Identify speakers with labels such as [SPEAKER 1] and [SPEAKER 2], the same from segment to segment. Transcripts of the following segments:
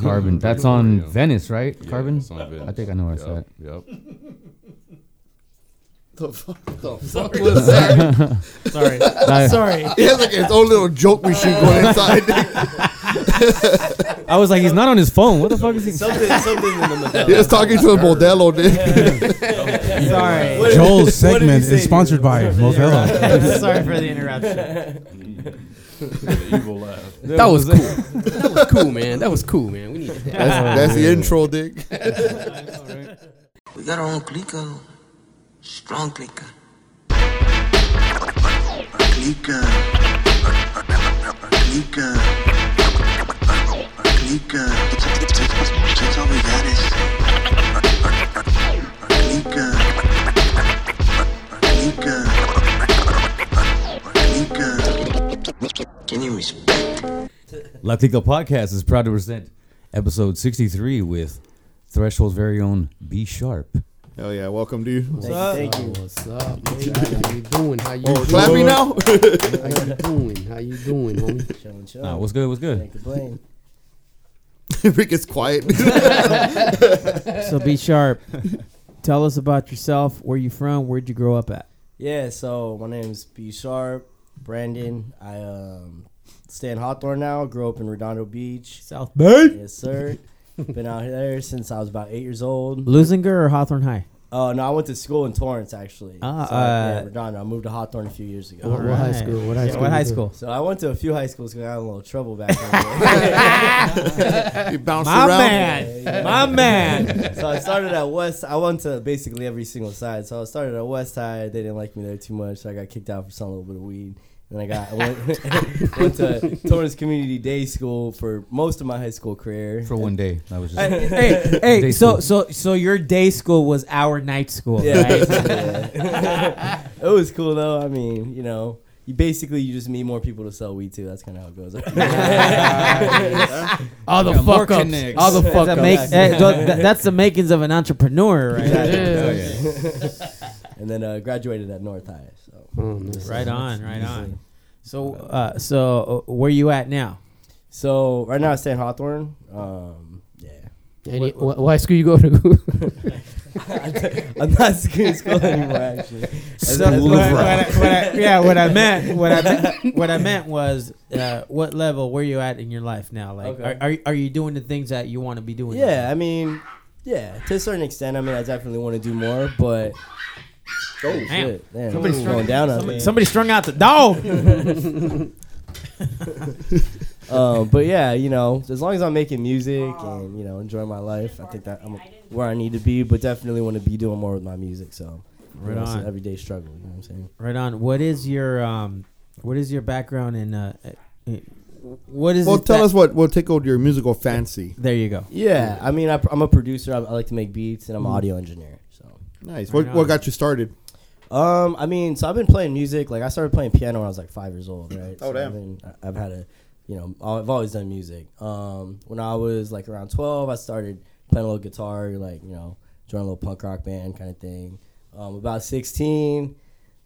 [SPEAKER 1] Carbon. That's on Venice, right?
[SPEAKER 2] Yeah,
[SPEAKER 1] Carbon.
[SPEAKER 2] it's on Venice.
[SPEAKER 1] I think I know where it's
[SPEAKER 2] Yep,
[SPEAKER 1] at.
[SPEAKER 2] Yep.
[SPEAKER 3] The fuck, the fuck was that?
[SPEAKER 4] Sorry.
[SPEAKER 1] I-
[SPEAKER 4] Sorry.
[SPEAKER 3] It has like its own little joke machine going inside.
[SPEAKER 1] I was like, he's not on his phone. What the fuck is he?
[SPEAKER 5] Something, something in the Modelo.
[SPEAKER 3] He was talking to a Modelo, nigga.
[SPEAKER 4] Sorry.
[SPEAKER 5] What- what did
[SPEAKER 6] Joel's
[SPEAKER 5] he
[SPEAKER 6] segment
[SPEAKER 5] say?
[SPEAKER 6] is sponsored by Modelo.
[SPEAKER 4] Sorry for the interruption.
[SPEAKER 2] The evil laugh.
[SPEAKER 5] That was cool. that was cool, man. That was cool, man. We need that.
[SPEAKER 3] That's the intro, dick.
[SPEAKER 7] We got our own clico. Strong clico. Clico. Clico. Clico. That's all we got is. Clico. Clico. Clico. Can you respect?
[SPEAKER 1] Latico Podcast is proud to present episode 63 with Threshold's very own B Sharp.
[SPEAKER 3] Hell yeah, welcome, dude.
[SPEAKER 5] Thank you. What's up? man? How you doing? How you
[SPEAKER 3] Oh,
[SPEAKER 5] doing?
[SPEAKER 3] clap me now?
[SPEAKER 5] How you doing? How you doing, homie?
[SPEAKER 8] Chilling,
[SPEAKER 1] Ah,
[SPEAKER 8] chilling.
[SPEAKER 1] what's good? What's good?
[SPEAKER 8] Can't complain.
[SPEAKER 3] Rick is quiet.
[SPEAKER 4] So be sharp. Tell us about yourself. Where you from? Where'd you grow up at?
[SPEAKER 8] Yeah, so my name is B Sharp, Brandon. I um, stay in Hawthorne now. Grew up in Redondo Beach.
[SPEAKER 4] South Bay.
[SPEAKER 8] Yes, sir. Been out there since I was about eight years old.
[SPEAKER 4] Lusinger or Hawthorne High?
[SPEAKER 8] Oh no, I went to school in Torrance actually.
[SPEAKER 4] Ah,
[SPEAKER 8] so, yeah,
[SPEAKER 4] uh,
[SPEAKER 8] Redondo. I moved to Hawthorne a few years ago.
[SPEAKER 5] What high school? What high
[SPEAKER 4] Yeah,
[SPEAKER 5] school
[SPEAKER 4] What
[SPEAKER 5] you
[SPEAKER 4] high
[SPEAKER 5] go?
[SPEAKER 4] school?
[SPEAKER 8] So I went to a few high schools because I had a little trouble back then.
[SPEAKER 3] he bounced
[SPEAKER 4] My
[SPEAKER 3] around.
[SPEAKER 4] man. My man.
[SPEAKER 8] so I started at West. I went to basically every single side. So I started at West Side. They didn't like me there too much, so I got kicked out for selling a little bit of weed. And I got I went, went to Torrance Community Day School for most of my high school career.
[SPEAKER 1] For one day. That was just.
[SPEAKER 4] hey, hey.
[SPEAKER 1] Day
[SPEAKER 4] So, so, so your day school was our night school,
[SPEAKER 8] Yeah,
[SPEAKER 4] right?
[SPEAKER 8] yeah. it was cool though. I mean, you know, you basically you just need more people to sell weed to. That's kind of how it goes.
[SPEAKER 5] All the fuck ups. All the fuck
[SPEAKER 4] That
[SPEAKER 5] ups.
[SPEAKER 4] make, eh, th- th- that's the makings of an entrepreneur, right?
[SPEAKER 8] Oh, and then uh, graduated at North High. So.
[SPEAKER 5] Oh, nice.
[SPEAKER 4] Right on, right on. So, uh, so uh, where you at now?
[SPEAKER 8] So right now I stay in Hawthorne. Um, yeah,
[SPEAKER 5] Any, wh- wh- high school you go to?
[SPEAKER 8] I'm not in school anymore actually.
[SPEAKER 4] So- what I- what I- what I- yeah, what I meant, what I meant, what I meant was, uh, what level where you at in your life now? Like,
[SPEAKER 8] Okay.
[SPEAKER 4] are, are you- are you doing the things that you want to be doing?
[SPEAKER 8] Yeah, I mean, yeah, to a certain extent. I mean, I definitely want to do more, but oh shit, damn, somebody's going down on me.
[SPEAKER 4] Somebody strung out the dog.
[SPEAKER 8] Uh, but yeah, you know, as long as I'm making music and you know enjoying my life, I think that I'm where I need to be. But definitely want to be doing more with my music. So you
[SPEAKER 4] Right
[SPEAKER 8] know, it's an
[SPEAKER 4] on.
[SPEAKER 8] everyday struggle. You know what I'm saying?
[SPEAKER 4] Right on. What is your um, what is your background in uh, uh, what is?
[SPEAKER 3] Well,
[SPEAKER 4] it
[SPEAKER 3] tell
[SPEAKER 4] that-
[SPEAKER 3] us what will tickled your musical fancy.
[SPEAKER 4] There you go.
[SPEAKER 8] Yeah, I mean, I, I'm a producer. I, I like to make beats, and
[SPEAKER 4] Mm-hmm.
[SPEAKER 8] I'm an audio engineer. So
[SPEAKER 3] Nice. What, what got you started?
[SPEAKER 8] Um, I mean, so I've been playing music. Like I started playing piano when I was like five years old, right?
[SPEAKER 3] Oh,
[SPEAKER 8] so
[SPEAKER 3] damn.
[SPEAKER 8] I've, been, I- I've had a, you know, al- I've always done music. Um, when I was like around twelve, I started playing a little guitar, like you know, joined a little punk rock band kind of thing. Um, about sixteen,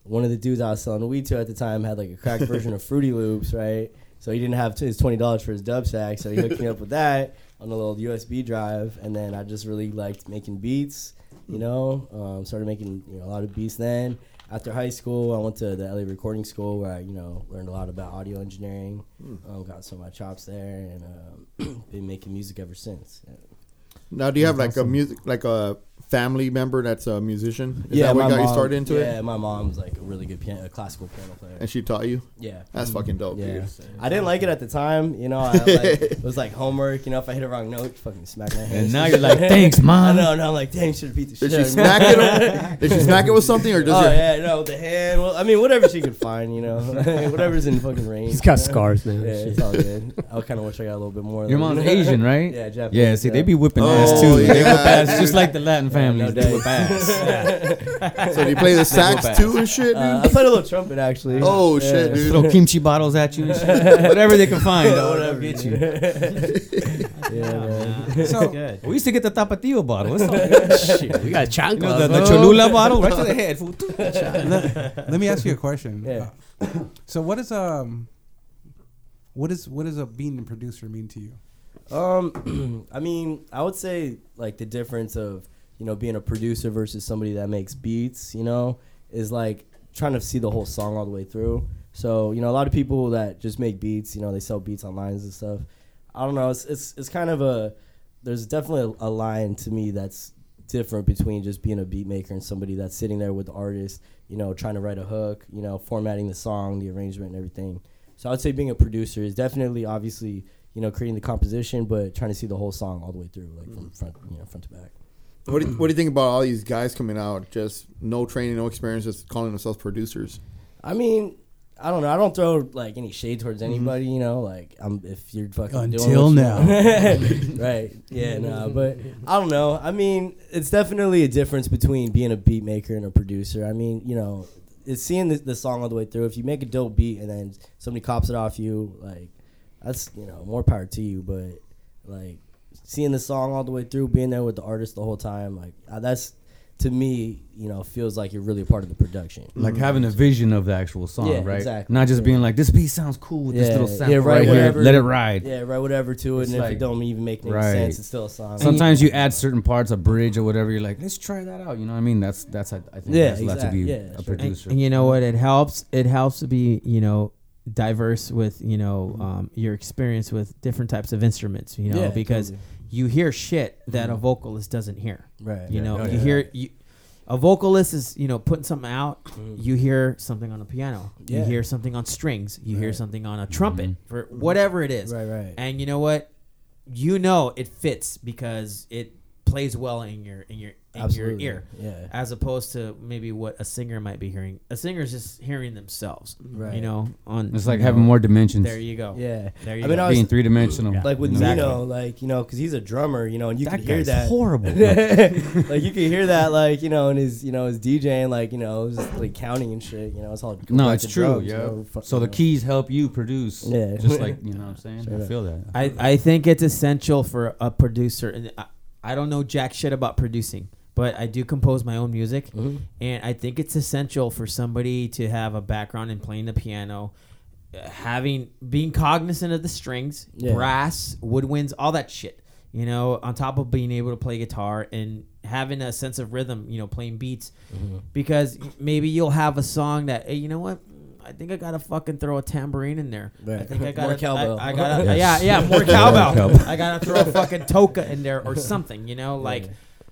[SPEAKER 8] one of the dudes I was selling weed to at the time had like a cracked version of Fruity Loops, right? So he didn't have t- his twenty dollars for his dub sack, so he hooked me up with that on a little USB drive, and then I just really liked making beats. You know, um, started making you know, a lot of beats then. After high school, I went to the LA Recording School where I, you know, learned a lot about audio engineering.
[SPEAKER 3] Hmm.
[SPEAKER 8] Um, got some of my chops there, and um, been making music ever since.
[SPEAKER 3] Now, do you have like a music, like a family member that's a musician? Is that what
[SPEAKER 8] my
[SPEAKER 3] got you
[SPEAKER 8] mom-
[SPEAKER 3] started into
[SPEAKER 8] yeah,
[SPEAKER 3] it? Eh.
[SPEAKER 8] my mom's like a really good piano, a classical piano player.
[SPEAKER 3] And she taught you?
[SPEAKER 8] Yeah.
[SPEAKER 3] That's fucking dope,
[SPEAKER 8] Mm, Yeah,
[SPEAKER 3] dude.
[SPEAKER 8] I didn't like it at the time. You know, I, like, it was like homework. You know, if I hit a wrong note, fucking smack my hand.
[SPEAKER 1] And now you're like, thanks,
[SPEAKER 8] I
[SPEAKER 1] mom.
[SPEAKER 8] know, and I'm like, damn, should have beat the
[SPEAKER 3] Did
[SPEAKER 8] shit.
[SPEAKER 3] she
[SPEAKER 8] out of me.
[SPEAKER 3] smack it? on- Did she smack it with something, or just
[SPEAKER 8] Oh
[SPEAKER 3] your
[SPEAKER 8] yeah, no, with the hand. Well, I mean, whatever she could find, you know, whatever's in fucking range.
[SPEAKER 5] He's got scars now.
[SPEAKER 8] Yeah, it's all good. I kind of wish I got a little bit more.
[SPEAKER 1] Your
[SPEAKER 8] though.
[SPEAKER 1] mom's Asian, right?
[SPEAKER 8] Yeah, Japanese,
[SPEAKER 1] Yeah, see, they
[SPEAKER 8] yeah.
[SPEAKER 1] be whipping
[SPEAKER 3] Oh,
[SPEAKER 1] ass too. They whip
[SPEAKER 3] yeah,
[SPEAKER 1] ass
[SPEAKER 3] dude.
[SPEAKER 1] just like the Latin families.
[SPEAKER 8] no
[SPEAKER 1] they whip
[SPEAKER 8] doubt.
[SPEAKER 1] ass.
[SPEAKER 3] So do you play the sax
[SPEAKER 1] back.
[SPEAKER 3] too and shit, dude?
[SPEAKER 8] Uh, I played a little trumpet actually.
[SPEAKER 3] oh shit, dude.
[SPEAKER 1] Throw kimchi bottles at you and shit. Whatever they can find.
[SPEAKER 8] Yeah,
[SPEAKER 1] they'll-
[SPEAKER 8] whatever.
[SPEAKER 1] they'll get you.
[SPEAKER 8] Yeah, man.
[SPEAKER 1] So, we used to get the Tapatio bottle. What's up?
[SPEAKER 5] Shit, we got chanclas.
[SPEAKER 1] You know, the, the
[SPEAKER 5] bro.
[SPEAKER 1] Cholula bottle right to the head. fool.
[SPEAKER 6] let, let me ask you a question.
[SPEAKER 8] Yeah.
[SPEAKER 6] Uh, So what is um what is what does a being a producer mean to you?
[SPEAKER 8] Um, I mean, I would say like the difference of you know being a producer versus somebody that makes beats, you know, is like trying to see the whole song all the way through. So you know, a lot of people that just make beats, you know, they sell beats online and stuff. I don't know. It's it's, it's kind of a there's definitely a, a line to me that's different between just being a beat maker and somebody that's sitting there with the artist, you know, trying to write a hook, you know, formatting the song, the arrangement, and everything. So I would say being a producer is definitely obviously you know creating the composition, but trying to see the whole song all the way through, like from front you know front to back.
[SPEAKER 3] What do, you, what do you think about all these guys coming out? Just no training, no experience, just calling themselves producers.
[SPEAKER 8] I mean, I don't know. I don't throw like any shade towards anybody, you know. Like, I'm if you're fucking doing
[SPEAKER 6] Mm-hmm. Until
[SPEAKER 8] what you-
[SPEAKER 6] now.
[SPEAKER 8] right? Yeah, no. But I don't know. I mean, it's definitely a difference between being a beat maker and a producer. I mean, you know, it's seeing the, the song all the way through. If you make a dope beat and then somebody cops it off you, like that's you know more power to you. But like seeing the song all the way through, being there with the artist the whole time, like uh, that's to me, you know, feels like you're really a part of the production.
[SPEAKER 1] Like having a vision of the actual song,
[SPEAKER 8] Yeah,
[SPEAKER 1] right?
[SPEAKER 8] exactly.
[SPEAKER 1] Not just
[SPEAKER 8] Yeah.
[SPEAKER 1] being like, this piece sounds cool with this
[SPEAKER 8] Yeah,
[SPEAKER 1] little
[SPEAKER 8] yeah,
[SPEAKER 1] sound
[SPEAKER 8] right,
[SPEAKER 1] right, here.
[SPEAKER 8] whatever.
[SPEAKER 1] Let it ride.
[SPEAKER 8] Yeah, write whatever to it,
[SPEAKER 1] It's
[SPEAKER 8] and if
[SPEAKER 1] like-
[SPEAKER 8] it don't even make any
[SPEAKER 1] Right.
[SPEAKER 8] sense, it's still a song.
[SPEAKER 1] Sometimes you add certain parts, a bridge or whatever. You're like, let's try that out. You know what I mean? That's that's I, I think
[SPEAKER 8] Yeah,
[SPEAKER 1] that's a lot to
[SPEAKER 8] exactly.
[SPEAKER 1] be
[SPEAKER 8] Yeah,
[SPEAKER 1] a
[SPEAKER 8] that's right.
[SPEAKER 4] and,
[SPEAKER 1] producer.
[SPEAKER 4] and you know what it helps it helps to be you know diverse with you know um, your experience with different types of instruments you know
[SPEAKER 8] Mm-hmm. Yeah,
[SPEAKER 4] because
[SPEAKER 8] totally. Mm-hmm.
[SPEAKER 4] you hear shit that a vocalist doesn't hear
[SPEAKER 8] right?
[SPEAKER 4] you know
[SPEAKER 1] Oh,
[SPEAKER 4] you
[SPEAKER 1] yeah.
[SPEAKER 4] hear you a vocalist is you know putting something out you hear something on a piano you
[SPEAKER 8] Mm-hmm. Yeah.
[SPEAKER 4] hear something on strings you hear
[SPEAKER 8] Right. Mm-hmm.
[SPEAKER 4] something on a trumpet for whatever it is
[SPEAKER 8] Right, right.
[SPEAKER 4] and you know what you know it fits because it plays well in your in your in
[SPEAKER 8] Absolutely.
[SPEAKER 4] your ear
[SPEAKER 8] Yeah.
[SPEAKER 4] as opposed to maybe what a singer might be hearing. A singer's just hearing themselves, you
[SPEAKER 8] Right.
[SPEAKER 4] know. On
[SPEAKER 1] it's like
[SPEAKER 4] you
[SPEAKER 1] having
[SPEAKER 4] know,
[SPEAKER 1] more dimensions,
[SPEAKER 4] There you go.
[SPEAKER 8] Yeah.
[SPEAKER 4] there you
[SPEAKER 8] I mean,
[SPEAKER 4] go.
[SPEAKER 8] I
[SPEAKER 1] being
[SPEAKER 8] was
[SPEAKER 1] three dimensional.
[SPEAKER 8] like with
[SPEAKER 1] Exactly.
[SPEAKER 8] Nino, like you know, because he's a drummer, you know, and you
[SPEAKER 1] that
[SPEAKER 8] can hear
[SPEAKER 1] guy's
[SPEAKER 8] that.
[SPEAKER 1] horrible.
[SPEAKER 8] like you can hear that, like you know, and his, you know, his DJing, like you know, just like counting and shit. You know, it's all
[SPEAKER 1] no,
[SPEAKER 8] like
[SPEAKER 1] it's
[SPEAKER 8] the
[SPEAKER 1] true.
[SPEAKER 8] drums, you
[SPEAKER 1] yeah.
[SPEAKER 8] know, fu-
[SPEAKER 1] so the
[SPEAKER 8] you know.
[SPEAKER 1] keys help you produce.
[SPEAKER 8] Yeah.
[SPEAKER 1] Just like you know what I'm saying.
[SPEAKER 8] Straight
[SPEAKER 1] I
[SPEAKER 8] up.
[SPEAKER 1] feel that.
[SPEAKER 4] I, I think it's essential for a producer, and I, I don't know jack shit about producing, but I do compose my own music,
[SPEAKER 8] Mm-hmm.
[SPEAKER 4] and I think it's essential for somebody to have a background in playing the piano, uh, having being cognizant of the strings,
[SPEAKER 8] Yeah.
[SPEAKER 4] brass, woodwinds, all that shit. You know, on top of being able to play guitar and having a sense of rhythm, you know, playing beats,
[SPEAKER 8] Mm-hmm.
[SPEAKER 4] because maybe you'll have a song that hey, you know what. I think I gotta fucking throw a tambourine in there. I
[SPEAKER 8] Right.
[SPEAKER 4] think I
[SPEAKER 8] More
[SPEAKER 4] gotta, I-
[SPEAKER 8] cowbell.
[SPEAKER 4] I gotta,
[SPEAKER 1] Yes.
[SPEAKER 4] yeah, yeah, more cowbell.
[SPEAKER 1] cowbell.
[SPEAKER 4] I gotta throw a fucking toka in there or something, you know, like,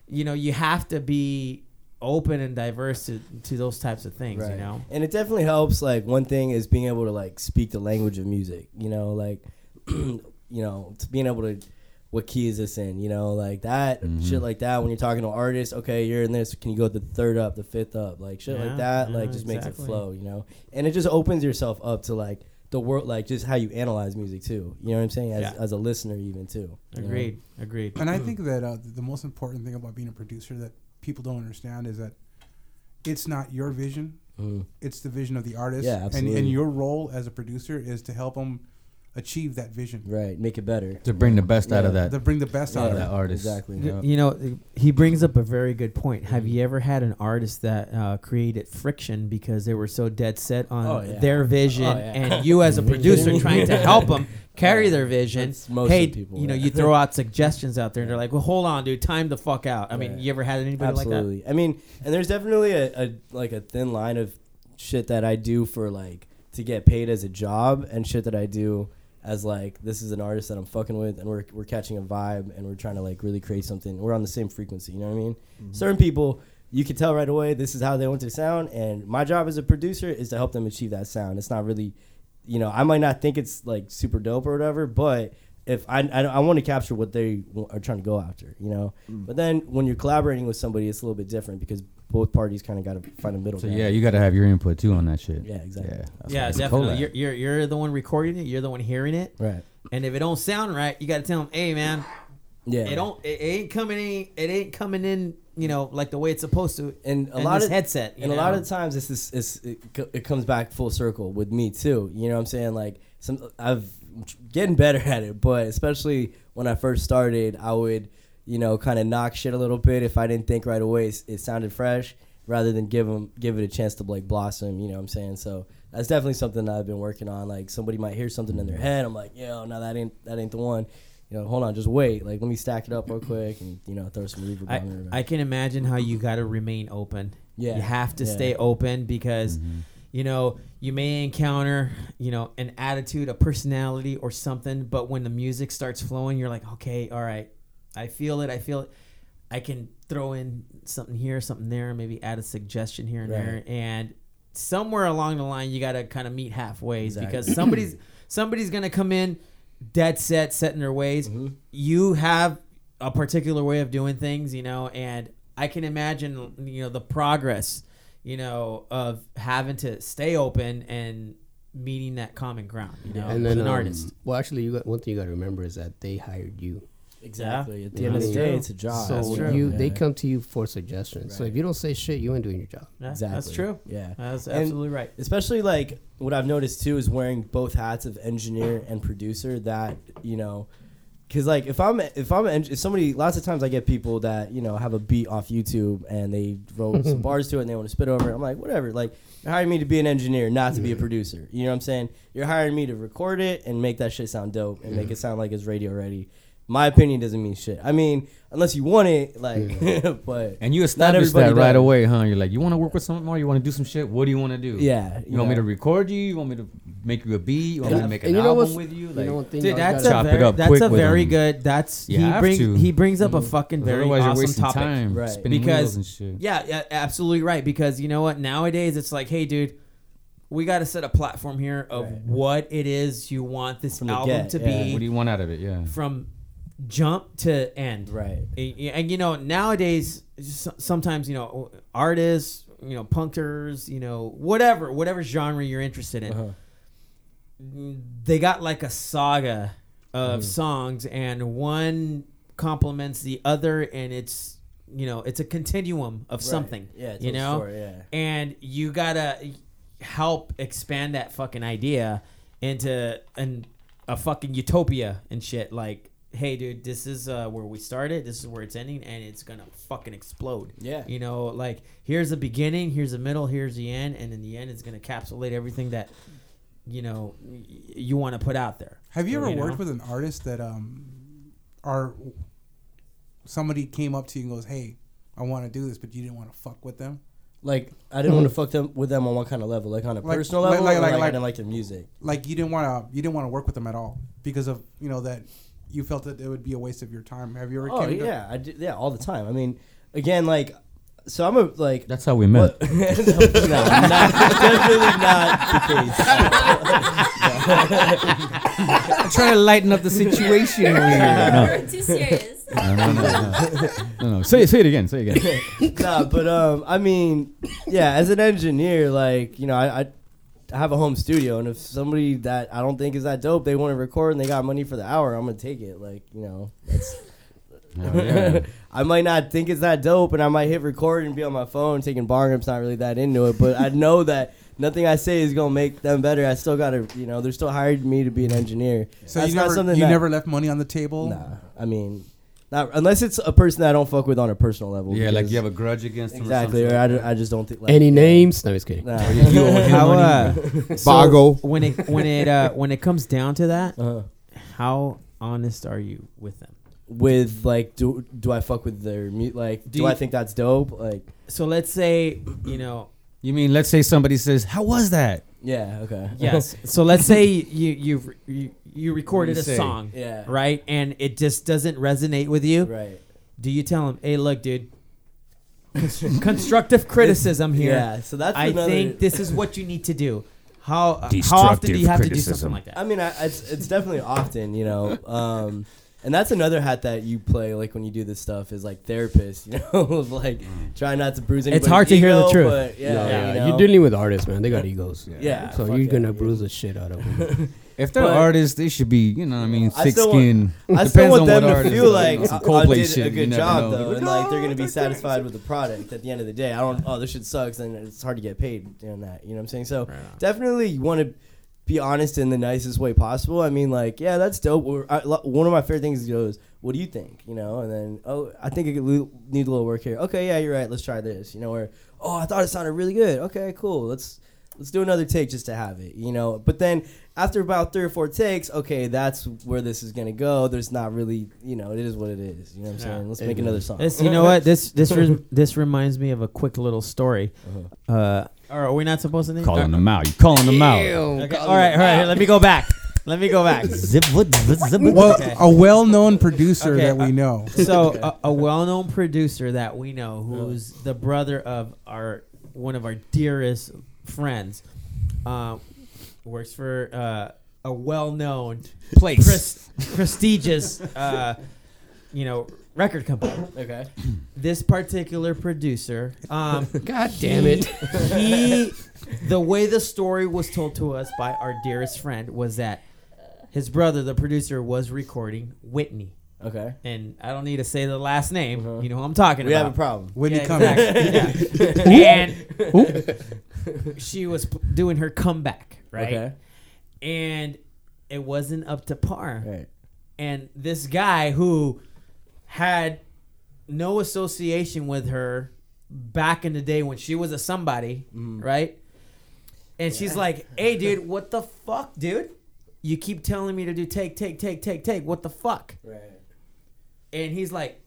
[SPEAKER 4] you know, you have to be open and diverse to, to those types of things, you know.
[SPEAKER 8] And it definitely helps. Like one thing is being able to like speak the language of music. You know, like you know, to being able to what key is this in? You know, like that shit like that. When you're talking to artists, okay, you're in this. Can you go the third up, the fifth up, like shit
[SPEAKER 4] Yeah,
[SPEAKER 8] like that?
[SPEAKER 4] yeah,
[SPEAKER 8] like just makes
[SPEAKER 4] exactly.
[SPEAKER 8] it flow. You know, and it just opens yourself up to like the world, like just how you analyze music too. You know what I'm saying? As,
[SPEAKER 4] Yeah.
[SPEAKER 8] as a listener, even too. you know?
[SPEAKER 4] Agreed, agreed.
[SPEAKER 6] And I think that uh, the most important thing about being a producer that people don't understand is that it's not your vision;
[SPEAKER 8] Mhm.
[SPEAKER 6] it's the vision of the artist.
[SPEAKER 8] Yeah,
[SPEAKER 6] And,
[SPEAKER 8] absolutely.
[SPEAKER 6] and your role as a producer is to help them achieve that vision,
[SPEAKER 8] Right. Make it better.
[SPEAKER 1] To bring the best out of
[SPEAKER 8] Yeah,
[SPEAKER 1] that.
[SPEAKER 6] to bring the best out of
[SPEAKER 1] Yeah.
[SPEAKER 6] that.
[SPEAKER 1] artist.
[SPEAKER 8] Exactly.
[SPEAKER 4] Y- You know, he brings up a very good point. Have you ever had an artist that uh, created friction because they were so dead set on
[SPEAKER 8] Oh, yeah.
[SPEAKER 4] their vision,
[SPEAKER 8] Oh, yeah.
[SPEAKER 4] and you as a producer trying to help them carry their vision?
[SPEAKER 8] That's most
[SPEAKER 4] hey,
[SPEAKER 8] of people,
[SPEAKER 4] you know,
[SPEAKER 8] yeah.
[SPEAKER 4] you throw out suggestions out there, and they're like, "Well, hold on, dude, time the fuck out." I mean,
[SPEAKER 8] Right.
[SPEAKER 4] you ever had anybody like that?
[SPEAKER 8] Absolutely. I mean, and there's definitely a, a like a thin line of shit that I do for like to get paid as a job and shit that I do as like this is an artist that I'm fucking with and we're we're catching a vibe and we're trying to like really create something. We're on the same frequency, you know what I mean? Mm-hmm. Certain people you can tell right away this is how they want to sound and my job as a producer is to help them achieve that sound. It's not really you know, I might not think it's like super dope or whatever, but if I I, I want to capture what they wa- are trying to go after, you know. But then when you're collaborating with somebody, it's a little bit different because both parties kind of got to find a middle
[SPEAKER 1] So
[SPEAKER 8] ground.
[SPEAKER 1] yeah, you got to have your input too on that shit.
[SPEAKER 8] Yeah, exactly.
[SPEAKER 1] that's why
[SPEAKER 4] Yeah,
[SPEAKER 1] it's a
[SPEAKER 4] definitely.
[SPEAKER 1] collab.
[SPEAKER 4] You're, you're you're the one recording it. You're the one hearing it.
[SPEAKER 8] Right.
[SPEAKER 4] And if it don't sound right, you got to tell them, "Hey, man,
[SPEAKER 8] Yeah.
[SPEAKER 4] it don't. It ain't coming. in- It ain't coming in. You know, like the way it's supposed to."
[SPEAKER 8] and a
[SPEAKER 4] And
[SPEAKER 8] lot
[SPEAKER 4] this
[SPEAKER 8] of
[SPEAKER 4] headset, you
[SPEAKER 8] and a lot
[SPEAKER 4] know?
[SPEAKER 8] of times it's this it's, it, co- it comes back full circle with me too you know what i'm saying like some i've getting better at it but especially when i first started i would you know kind of knock shit a little bit if i didn't think right away it, it sounded fresh rather than give 'em- give it a chance to like blossom you know what i'm saying so that's
[SPEAKER 4] Mm.
[SPEAKER 8] definitely something that i've been working on like somebody might hear something in their head i'm like yo no that ain't that ain't the one you know, hold on, just wait. Like, let me stack it up real quick and you know, throw some reverb
[SPEAKER 4] I,
[SPEAKER 8] on it.
[SPEAKER 4] I can imagine how you got to remain open.
[SPEAKER 8] Yeah,
[SPEAKER 4] You have to
[SPEAKER 8] yeah. Mm-hmm.
[SPEAKER 4] stay open because, you know, you may encounter, you know, an attitude, a personality or something, but when the music starts flowing, you're like, okay, all right, I feel it, I feel it. I can throw in something here, something there, maybe add a suggestion here and
[SPEAKER 8] Right.
[SPEAKER 4] there. And somewhere along the line, you got to kind of meet halfway
[SPEAKER 8] Exactly.
[SPEAKER 4] because somebody's somebody's going to come in dead set, set in their ways.
[SPEAKER 8] Mm-hmm.
[SPEAKER 4] You have a particular way of doing things, you know, and I can imagine, you know, the progress, you know, of having to stay open and meeting that common ground, you know,
[SPEAKER 5] and
[SPEAKER 4] as
[SPEAKER 5] then
[SPEAKER 4] an
[SPEAKER 5] um,
[SPEAKER 4] artist.
[SPEAKER 5] Well, actually, you got one thing you got to remember is that they hired you.
[SPEAKER 8] exactly. At the
[SPEAKER 5] Yeah,
[SPEAKER 8] end of the
[SPEAKER 5] that's
[SPEAKER 8] day,
[SPEAKER 4] true.
[SPEAKER 8] it's a job.
[SPEAKER 5] so
[SPEAKER 4] That's true.
[SPEAKER 5] you, they
[SPEAKER 8] Ah, Yeah.
[SPEAKER 5] come to you for suggestions. So if you don't say shit, you ain't doing your job.
[SPEAKER 4] Yeah,
[SPEAKER 8] Exactly.
[SPEAKER 4] That's true.
[SPEAKER 8] Yeah.
[SPEAKER 4] That's
[SPEAKER 8] And-
[SPEAKER 4] absolutely right.
[SPEAKER 8] especially like what I've noticed too is wearing both hats of engineer and producer. That you know, because like if I'm if I'm an eng- if somebody lots of times I get people that you know have a beat off YouTube and they wrote some bars to it and they want to spit over. It. I'm like whatever. Like you're hiring me to be an engineer, not to be a producer. You know what I'm saying? You're hiring me to record it and make that shit sound dope and make it sound like it's radio ready. My opinion doesn't mean shit. I mean, unless you want it, like, but
[SPEAKER 1] And you
[SPEAKER 8] not
[SPEAKER 1] established
[SPEAKER 8] everybody
[SPEAKER 1] that right
[SPEAKER 8] does.
[SPEAKER 1] away, huh? You're like, you want to work with someone more? You want to do some shit? What do you want to do?
[SPEAKER 8] Yeah,
[SPEAKER 1] You, want me to record you? You want me to make you a beat? You want me to make an
[SPEAKER 5] what's-
[SPEAKER 1] album with you? Like,
[SPEAKER 5] know one thing
[SPEAKER 4] Dude,
[SPEAKER 5] y'all
[SPEAKER 4] that's
[SPEAKER 5] gotta-
[SPEAKER 1] Chop
[SPEAKER 4] a
[SPEAKER 1] it
[SPEAKER 4] very,
[SPEAKER 1] up
[SPEAKER 4] that's
[SPEAKER 1] quick
[SPEAKER 4] a
[SPEAKER 1] with
[SPEAKER 4] very
[SPEAKER 1] them.
[SPEAKER 4] good. That's
[SPEAKER 1] You
[SPEAKER 4] he
[SPEAKER 1] have
[SPEAKER 4] brings
[SPEAKER 1] to. Mm-hmm.
[SPEAKER 4] he brings up a fucking very
[SPEAKER 1] otherwise,
[SPEAKER 4] awesome
[SPEAKER 1] you're wasting
[SPEAKER 4] topic.
[SPEAKER 1] time
[SPEAKER 8] Right.
[SPEAKER 1] spinning wheels
[SPEAKER 4] Because-
[SPEAKER 1] and shit.
[SPEAKER 4] Yeah, yeah, absolutely right. Because you know what? Nowadays, it's like, hey, dude, we got to set a platform here of
[SPEAKER 8] Right.
[SPEAKER 4] what it is you want this
[SPEAKER 8] From the
[SPEAKER 4] album
[SPEAKER 8] get,
[SPEAKER 4] to
[SPEAKER 8] yeah.
[SPEAKER 4] be
[SPEAKER 1] What do you want out of it? Yeah.
[SPEAKER 4] from jump to end.
[SPEAKER 8] Right.
[SPEAKER 4] And, and, you know, nowadays, s- sometimes you know, artists, you know, punkers, you know, whatever, whatever genre you're interested in,
[SPEAKER 8] Uh-huh.
[SPEAKER 4] they got like a saga
[SPEAKER 8] Mm-hmm.
[SPEAKER 4] of songs, and one complements the other, and it's you know, it's a continuum of something.
[SPEAKER 8] Yeah, it's
[SPEAKER 4] you
[SPEAKER 8] a
[SPEAKER 4] know,
[SPEAKER 8] story, yeah.
[SPEAKER 4] and you gotta help expand that fucking idea into an a fucking utopia and shit. Like, hey, dude, this is uh, where we started. This is where it's ending, and it's gonna fucking explode.
[SPEAKER 8] Yeah.
[SPEAKER 4] you know, like here's the beginning, here's the middle, here's the end, and in the end, it's gonna encapsulate everything that you know y- you want to put out there.
[SPEAKER 6] Have you ever
[SPEAKER 4] know?
[SPEAKER 6] worked with an artist that um, are somebody came up to you and goes, "Hey, I want to do this," but you didn't want to fuck with them?
[SPEAKER 8] Like I
[SPEAKER 4] Hmm.
[SPEAKER 8] didn't want to fuck them with them on what kind of level, like on a
[SPEAKER 6] Like-
[SPEAKER 8] personal
[SPEAKER 6] like-
[SPEAKER 8] level,
[SPEAKER 6] like-
[SPEAKER 8] or,
[SPEAKER 6] like-
[SPEAKER 8] like, I
[SPEAKER 6] like-
[SPEAKER 8] didn't like their music.
[SPEAKER 6] Like you didn't want to you didn't want to work with them at all because of you know that you felt that it would be a waste of your time. Have you ever?
[SPEAKER 8] Oh
[SPEAKER 6] came to-
[SPEAKER 8] yeah, I do, yeah, all the time. I mean, again, like, so I'm a like.
[SPEAKER 1] That's how we met.
[SPEAKER 8] no, not, definitely not the case.
[SPEAKER 1] I'm trying to lighten up the situation over here. No,
[SPEAKER 9] We're too serious.
[SPEAKER 1] no, no, no, no. no, no. Say, say it again. Say it again.
[SPEAKER 8] nah, but um, I mean, yeah, as an engineer, like you know, I, I I have a home studio, and if somebody that I don't think is that dope, they want to record and they got money for the hour, I'm gonna take it. Like you know, that's
[SPEAKER 1] Oh, yeah.
[SPEAKER 8] I might not think it's that dope, and I might hit record and be on my phone taking bar grips. Not really that into it, but I know that nothing I say is gonna make them better. I still gotta, you know, they're still hired me to be an engineer.
[SPEAKER 6] So
[SPEAKER 8] That's
[SPEAKER 6] you
[SPEAKER 8] not
[SPEAKER 6] never
[SPEAKER 8] something
[SPEAKER 6] you
[SPEAKER 8] that-
[SPEAKER 6] never left money on the table.
[SPEAKER 8] Nah, I mean, not unless it's a person that I don't fuck with on a personal level.
[SPEAKER 1] yeah, like
[SPEAKER 8] because-
[SPEAKER 1] you have a grudge against him.
[SPEAKER 8] exactly.
[SPEAKER 1] Or
[SPEAKER 8] Or
[SPEAKER 1] something.
[SPEAKER 8] I, d- I just don't think like
[SPEAKER 5] Any names? No, he's kidding.
[SPEAKER 8] Nah.
[SPEAKER 1] You owe him
[SPEAKER 4] How,
[SPEAKER 1] money.
[SPEAKER 4] uh, so
[SPEAKER 3] Bago.
[SPEAKER 4] when it when it uh, when it comes down to that,
[SPEAKER 8] Uh,
[SPEAKER 4] how honest are you with them?
[SPEAKER 8] with like, do do I fuck with their mute? Like, do,
[SPEAKER 4] you-
[SPEAKER 8] I think that's dope? Like,
[SPEAKER 4] So let's say you know
[SPEAKER 1] You mean let's say somebody says, "How was that?"
[SPEAKER 8] yeah, okay,
[SPEAKER 4] Yes. So let's say you you've, you you recorded
[SPEAKER 1] You
[SPEAKER 4] a
[SPEAKER 1] say,
[SPEAKER 4] song,
[SPEAKER 8] yeah.
[SPEAKER 4] right, and it just doesn't resonate with you.
[SPEAKER 8] right.
[SPEAKER 4] Do you tell them, "Hey, look, dude, const- constructive criticism here.
[SPEAKER 8] Yeah, so that's
[SPEAKER 4] I
[SPEAKER 8] another-
[SPEAKER 4] think this is what you need to do." How uh, how often do
[SPEAKER 1] Destructive
[SPEAKER 4] you have to do
[SPEAKER 1] criticism.
[SPEAKER 4] something like that?
[SPEAKER 8] I mean, I, it's it's definitely often, you know. Um, and that's another hat that you play, like when you do this stuff, is like therapist, you know, of like try not to bruise. Anybody's
[SPEAKER 4] hard to hear the
[SPEAKER 8] ego,
[SPEAKER 4] truth.
[SPEAKER 8] But yeah,
[SPEAKER 5] Mm. Yeah,
[SPEAKER 8] you
[SPEAKER 5] you
[SPEAKER 8] know?
[SPEAKER 5] are dealing with artists, man. They got egos.
[SPEAKER 8] Yeah,
[SPEAKER 5] So
[SPEAKER 8] fuck
[SPEAKER 5] you're
[SPEAKER 8] yeah,
[SPEAKER 5] gonna
[SPEAKER 8] yeah.
[SPEAKER 5] bruise the shit out of them.
[SPEAKER 1] If they're
[SPEAKER 8] But-
[SPEAKER 1] artists, they should be, you know, what I mean,
[SPEAKER 8] I
[SPEAKER 1] thick
[SPEAKER 8] still
[SPEAKER 1] skin.
[SPEAKER 8] I still
[SPEAKER 1] Depends
[SPEAKER 8] want
[SPEAKER 1] on
[SPEAKER 8] them
[SPEAKER 1] what
[SPEAKER 8] to
[SPEAKER 1] artist,
[SPEAKER 8] feel
[SPEAKER 1] but
[SPEAKER 8] like
[SPEAKER 1] on
[SPEAKER 8] I,
[SPEAKER 1] some
[SPEAKER 8] I
[SPEAKER 1] Coldplay
[SPEAKER 8] did
[SPEAKER 1] shit,
[SPEAKER 8] a
[SPEAKER 1] you
[SPEAKER 8] good
[SPEAKER 1] never
[SPEAKER 8] job
[SPEAKER 1] know.
[SPEAKER 8] though, and like they're gonna be satisfied with the product at the end of the day. I don't. Oh, this shit sucks, and it's hard to get paid doing that. You know what I'm saying? So definitely, you want to be honest in the nicest way possible. I mean, like, yeah, that's dope. Or, I, lo- one of my favorite things goes, "What do you think?" You know, and then, oh, I think I could lo- need a little work here. Okay, yeah, you're right. Let's try this. You know, or oh, I thought it sounded really good. Okay, cool. Let's let's do another take just to have it, you know. But then after about three or four takes, okay, that's where this is gonna go. There's not really, you know, it is what it is. You know what I'm
[SPEAKER 4] Yeah.
[SPEAKER 8] saying? Let's make another song.
[SPEAKER 4] This, you know what? This this rem- this reminds me of a quick little story.
[SPEAKER 8] Uh-huh.
[SPEAKER 4] Uh, or are we not supposed to name?
[SPEAKER 1] Calling them out. You calling them out.
[SPEAKER 4] Okay, All right, all right. Let me go back. Let me go back.
[SPEAKER 1] Zip, what, zip, zip,
[SPEAKER 6] Well,
[SPEAKER 4] Okay.
[SPEAKER 6] a well-known producer
[SPEAKER 4] Okay,
[SPEAKER 6] that we
[SPEAKER 4] uh,
[SPEAKER 6] know.
[SPEAKER 4] So a, a well-known producer that we know, who's the brother of our one of our dearest friends, uh, works for uh, a well-known place, prestigious, uh, you know, record company.
[SPEAKER 5] Okay.
[SPEAKER 4] This particular producer, um,
[SPEAKER 5] God damn it.
[SPEAKER 4] he, the way the story was told to us by our dearest friend was that his brother, the producer, was recording Whitney.
[SPEAKER 8] Okay,
[SPEAKER 4] And I don't need to say the last name.
[SPEAKER 8] Uh-huh.
[SPEAKER 4] You know who I'm talking
[SPEAKER 8] we
[SPEAKER 4] about.
[SPEAKER 8] have a problem.
[SPEAKER 6] Whitney
[SPEAKER 4] Yeah,
[SPEAKER 6] Cummings.
[SPEAKER 4] exactly, yeah. and she was p- doing her comeback, right?
[SPEAKER 8] Okay,
[SPEAKER 4] And it wasn't up to par.
[SPEAKER 8] all right.
[SPEAKER 4] And this guy who had no association with her back in the day when she was a somebody,
[SPEAKER 8] Mm.
[SPEAKER 4] right? And she's like, "Hey, dude, what the fuck, dude? You keep telling me to do take, take, take, take, take. What the fuck?"
[SPEAKER 8] Right.
[SPEAKER 4] And he's like,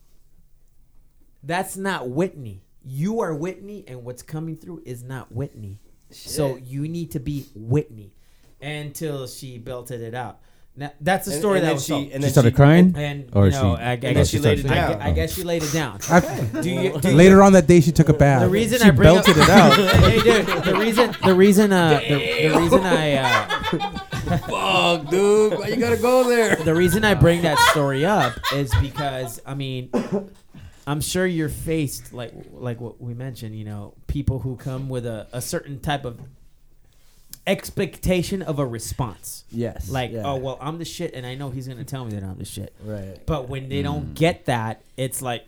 [SPEAKER 4] that's not Whitney. You are Whitney, and what's coming through is not Whitney. So you need to be Whitney until she belted it out. Now, that's the
[SPEAKER 8] And-
[SPEAKER 4] story
[SPEAKER 8] and
[SPEAKER 4] that
[SPEAKER 8] then
[SPEAKER 4] was
[SPEAKER 8] she-
[SPEAKER 4] told.
[SPEAKER 8] and
[SPEAKER 1] She
[SPEAKER 8] then
[SPEAKER 1] started
[SPEAKER 8] she-
[SPEAKER 1] crying?
[SPEAKER 4] And
[SPEAKER 1] Or
[SPEAKER 6] Oh,
[SPEAKER 4] you
[SPEAKER 1] she-
[SPEAKER 4] know, I, I
[SPEAKER 1] no,
[SPEAKER 4] guess
[SPEAKER 1] she
[SPEAKER 4] she laid it
[SPEAKER 1] started
[SPEAKER 4] down.
[SPEAKER 1] to-
[SPEAKER 4] I, guess she laid it down.
[SPEAKER 6] I-
[SPEAKER 4] Do you, do you-
[SPEAKER 6] Later on that day, she took a bath.
[SPEAKER 4] the reason
[SPEAKER 6] she
[SPEAKER 4] I bring
[SPEAKER 6] belted
[SPEAKER 4] up,
[SPEAKER 6] it out.
[SPEAKER 4] hey, dude, the reason, the reason, uh, the, the reason I, uh,
[SPEAKER 5] Fuck, dude. Why you gotta go there?
[SPEAKER 4] the reason I bring that story up is because I mean, I'm sure you're faced like like what we mentioned. You know, people who come with a, a certain type of expectation of a response.
[SPEAKER 8] Yes.
[SPEAKER 4] Like,
[SPEAKER 8] yeah.
[SPEAKER 4] oh well, I'm the shit, and I know he's gonna tell me that I'm the shit.
[SPEAKER 8] Right.
[SPEAKER 4] But when they don't get that, it's like,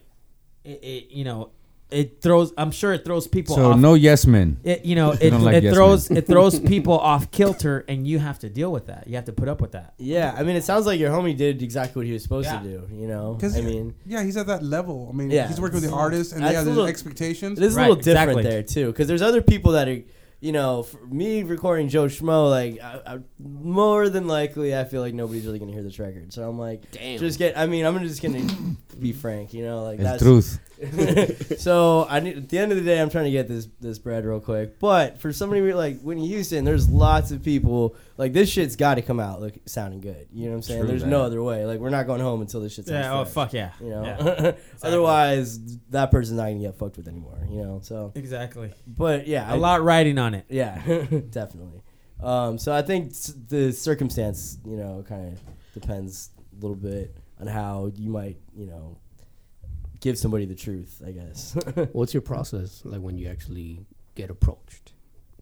[SPEAKER 4] it, it you know, it throws. I'm sure it throws people
[SPEAKER 1] So
[SPEAKER 4] off.
[SPEAKER 1] no yes men.
[SPEAKER 4] It, you know, it,
[SPEAKER 1] don't like
[SPEAKER 4] it
[SPEAKER 1] yes
[SPEAKER 4] throws it throws people off kilter, and you have to deal with that. You have to put up with that.
[SPEAKER 8] Yeah, I mean, it sounds like your homie did exactly what he was supposed
[SPEAKER 4] Yeah.
[SPEAKER 8] to do. You know,
[SPEAKER 6] 'Cause
[SPEAKER 8] I
[SPEAKER 6] he-
[SPEAKER 8] mean,
[SPEAKER 6] Yeah, he's at that level. I mean,
[SPEAKER 8] Yeah.
[SPEAKER 6] he's working with the artists, and they
[SPEAKER 8] That's
[SPEAKER 6] have
[SPEAKER 8] a
[SPEAKER 6] their
[SPEAKER 8] little-
[SPEAKER 6] expectations.
[SPEAKER 8] It is
[SPEAKER 4] Right,
[SPEAKER 8] a little different
[SPEAKER 4] exactly.
[SPEAKER 8] there too, because there's other people that are, you know, for me recording Joe Schmo, like I, I, more than likely, I feel like nobody's really gonna hear this record. So I'm like,
[SPEAKER 5] Damn.
[SPEAKER 8] just get. I mean, I'm just gonna be frank, you know, like
[SPEAKER 1] It's truth.
[SPEAKER 8] so I need, at the end of the day, I'm trying to get this this bread real quick. But for somebody re- like Whitney Houston, there's lots of people like this shit's got to come out look sounding good. You know what I'm saying?
[SPEAKER 1] True
[SPEAKER 8] there's
[SPEAKER 1] that.
[SPEAKER 8] no other way. Like we're not going home until this shit. sounds
[SPEAKER 4] Yeah. Oh
[SPEAKER 8] fresh,
[SPEAKER 4] fuck yeah.
[SPEAKER 8] You know,
[SPEAKER 4] Yeah.
[SPEAKER 8] otherwise that person's not gonna get fucked with anymore. You know, so
[SPEAKER 4] Exactly.
[SPEAKER 8] but yeah,
[SPEAKER 4] A
[SPEAKER 8] I-
[SPEAKER 4] lot riding on it.
[SPEAKER 8] Yeah, definitely. Um, so I think s- the circumstance, you know, kind of depends a little bit on how you might, you know, give somebody the truth. I guess. what
[SPEAKER 5] What's your process like when you actually get approached?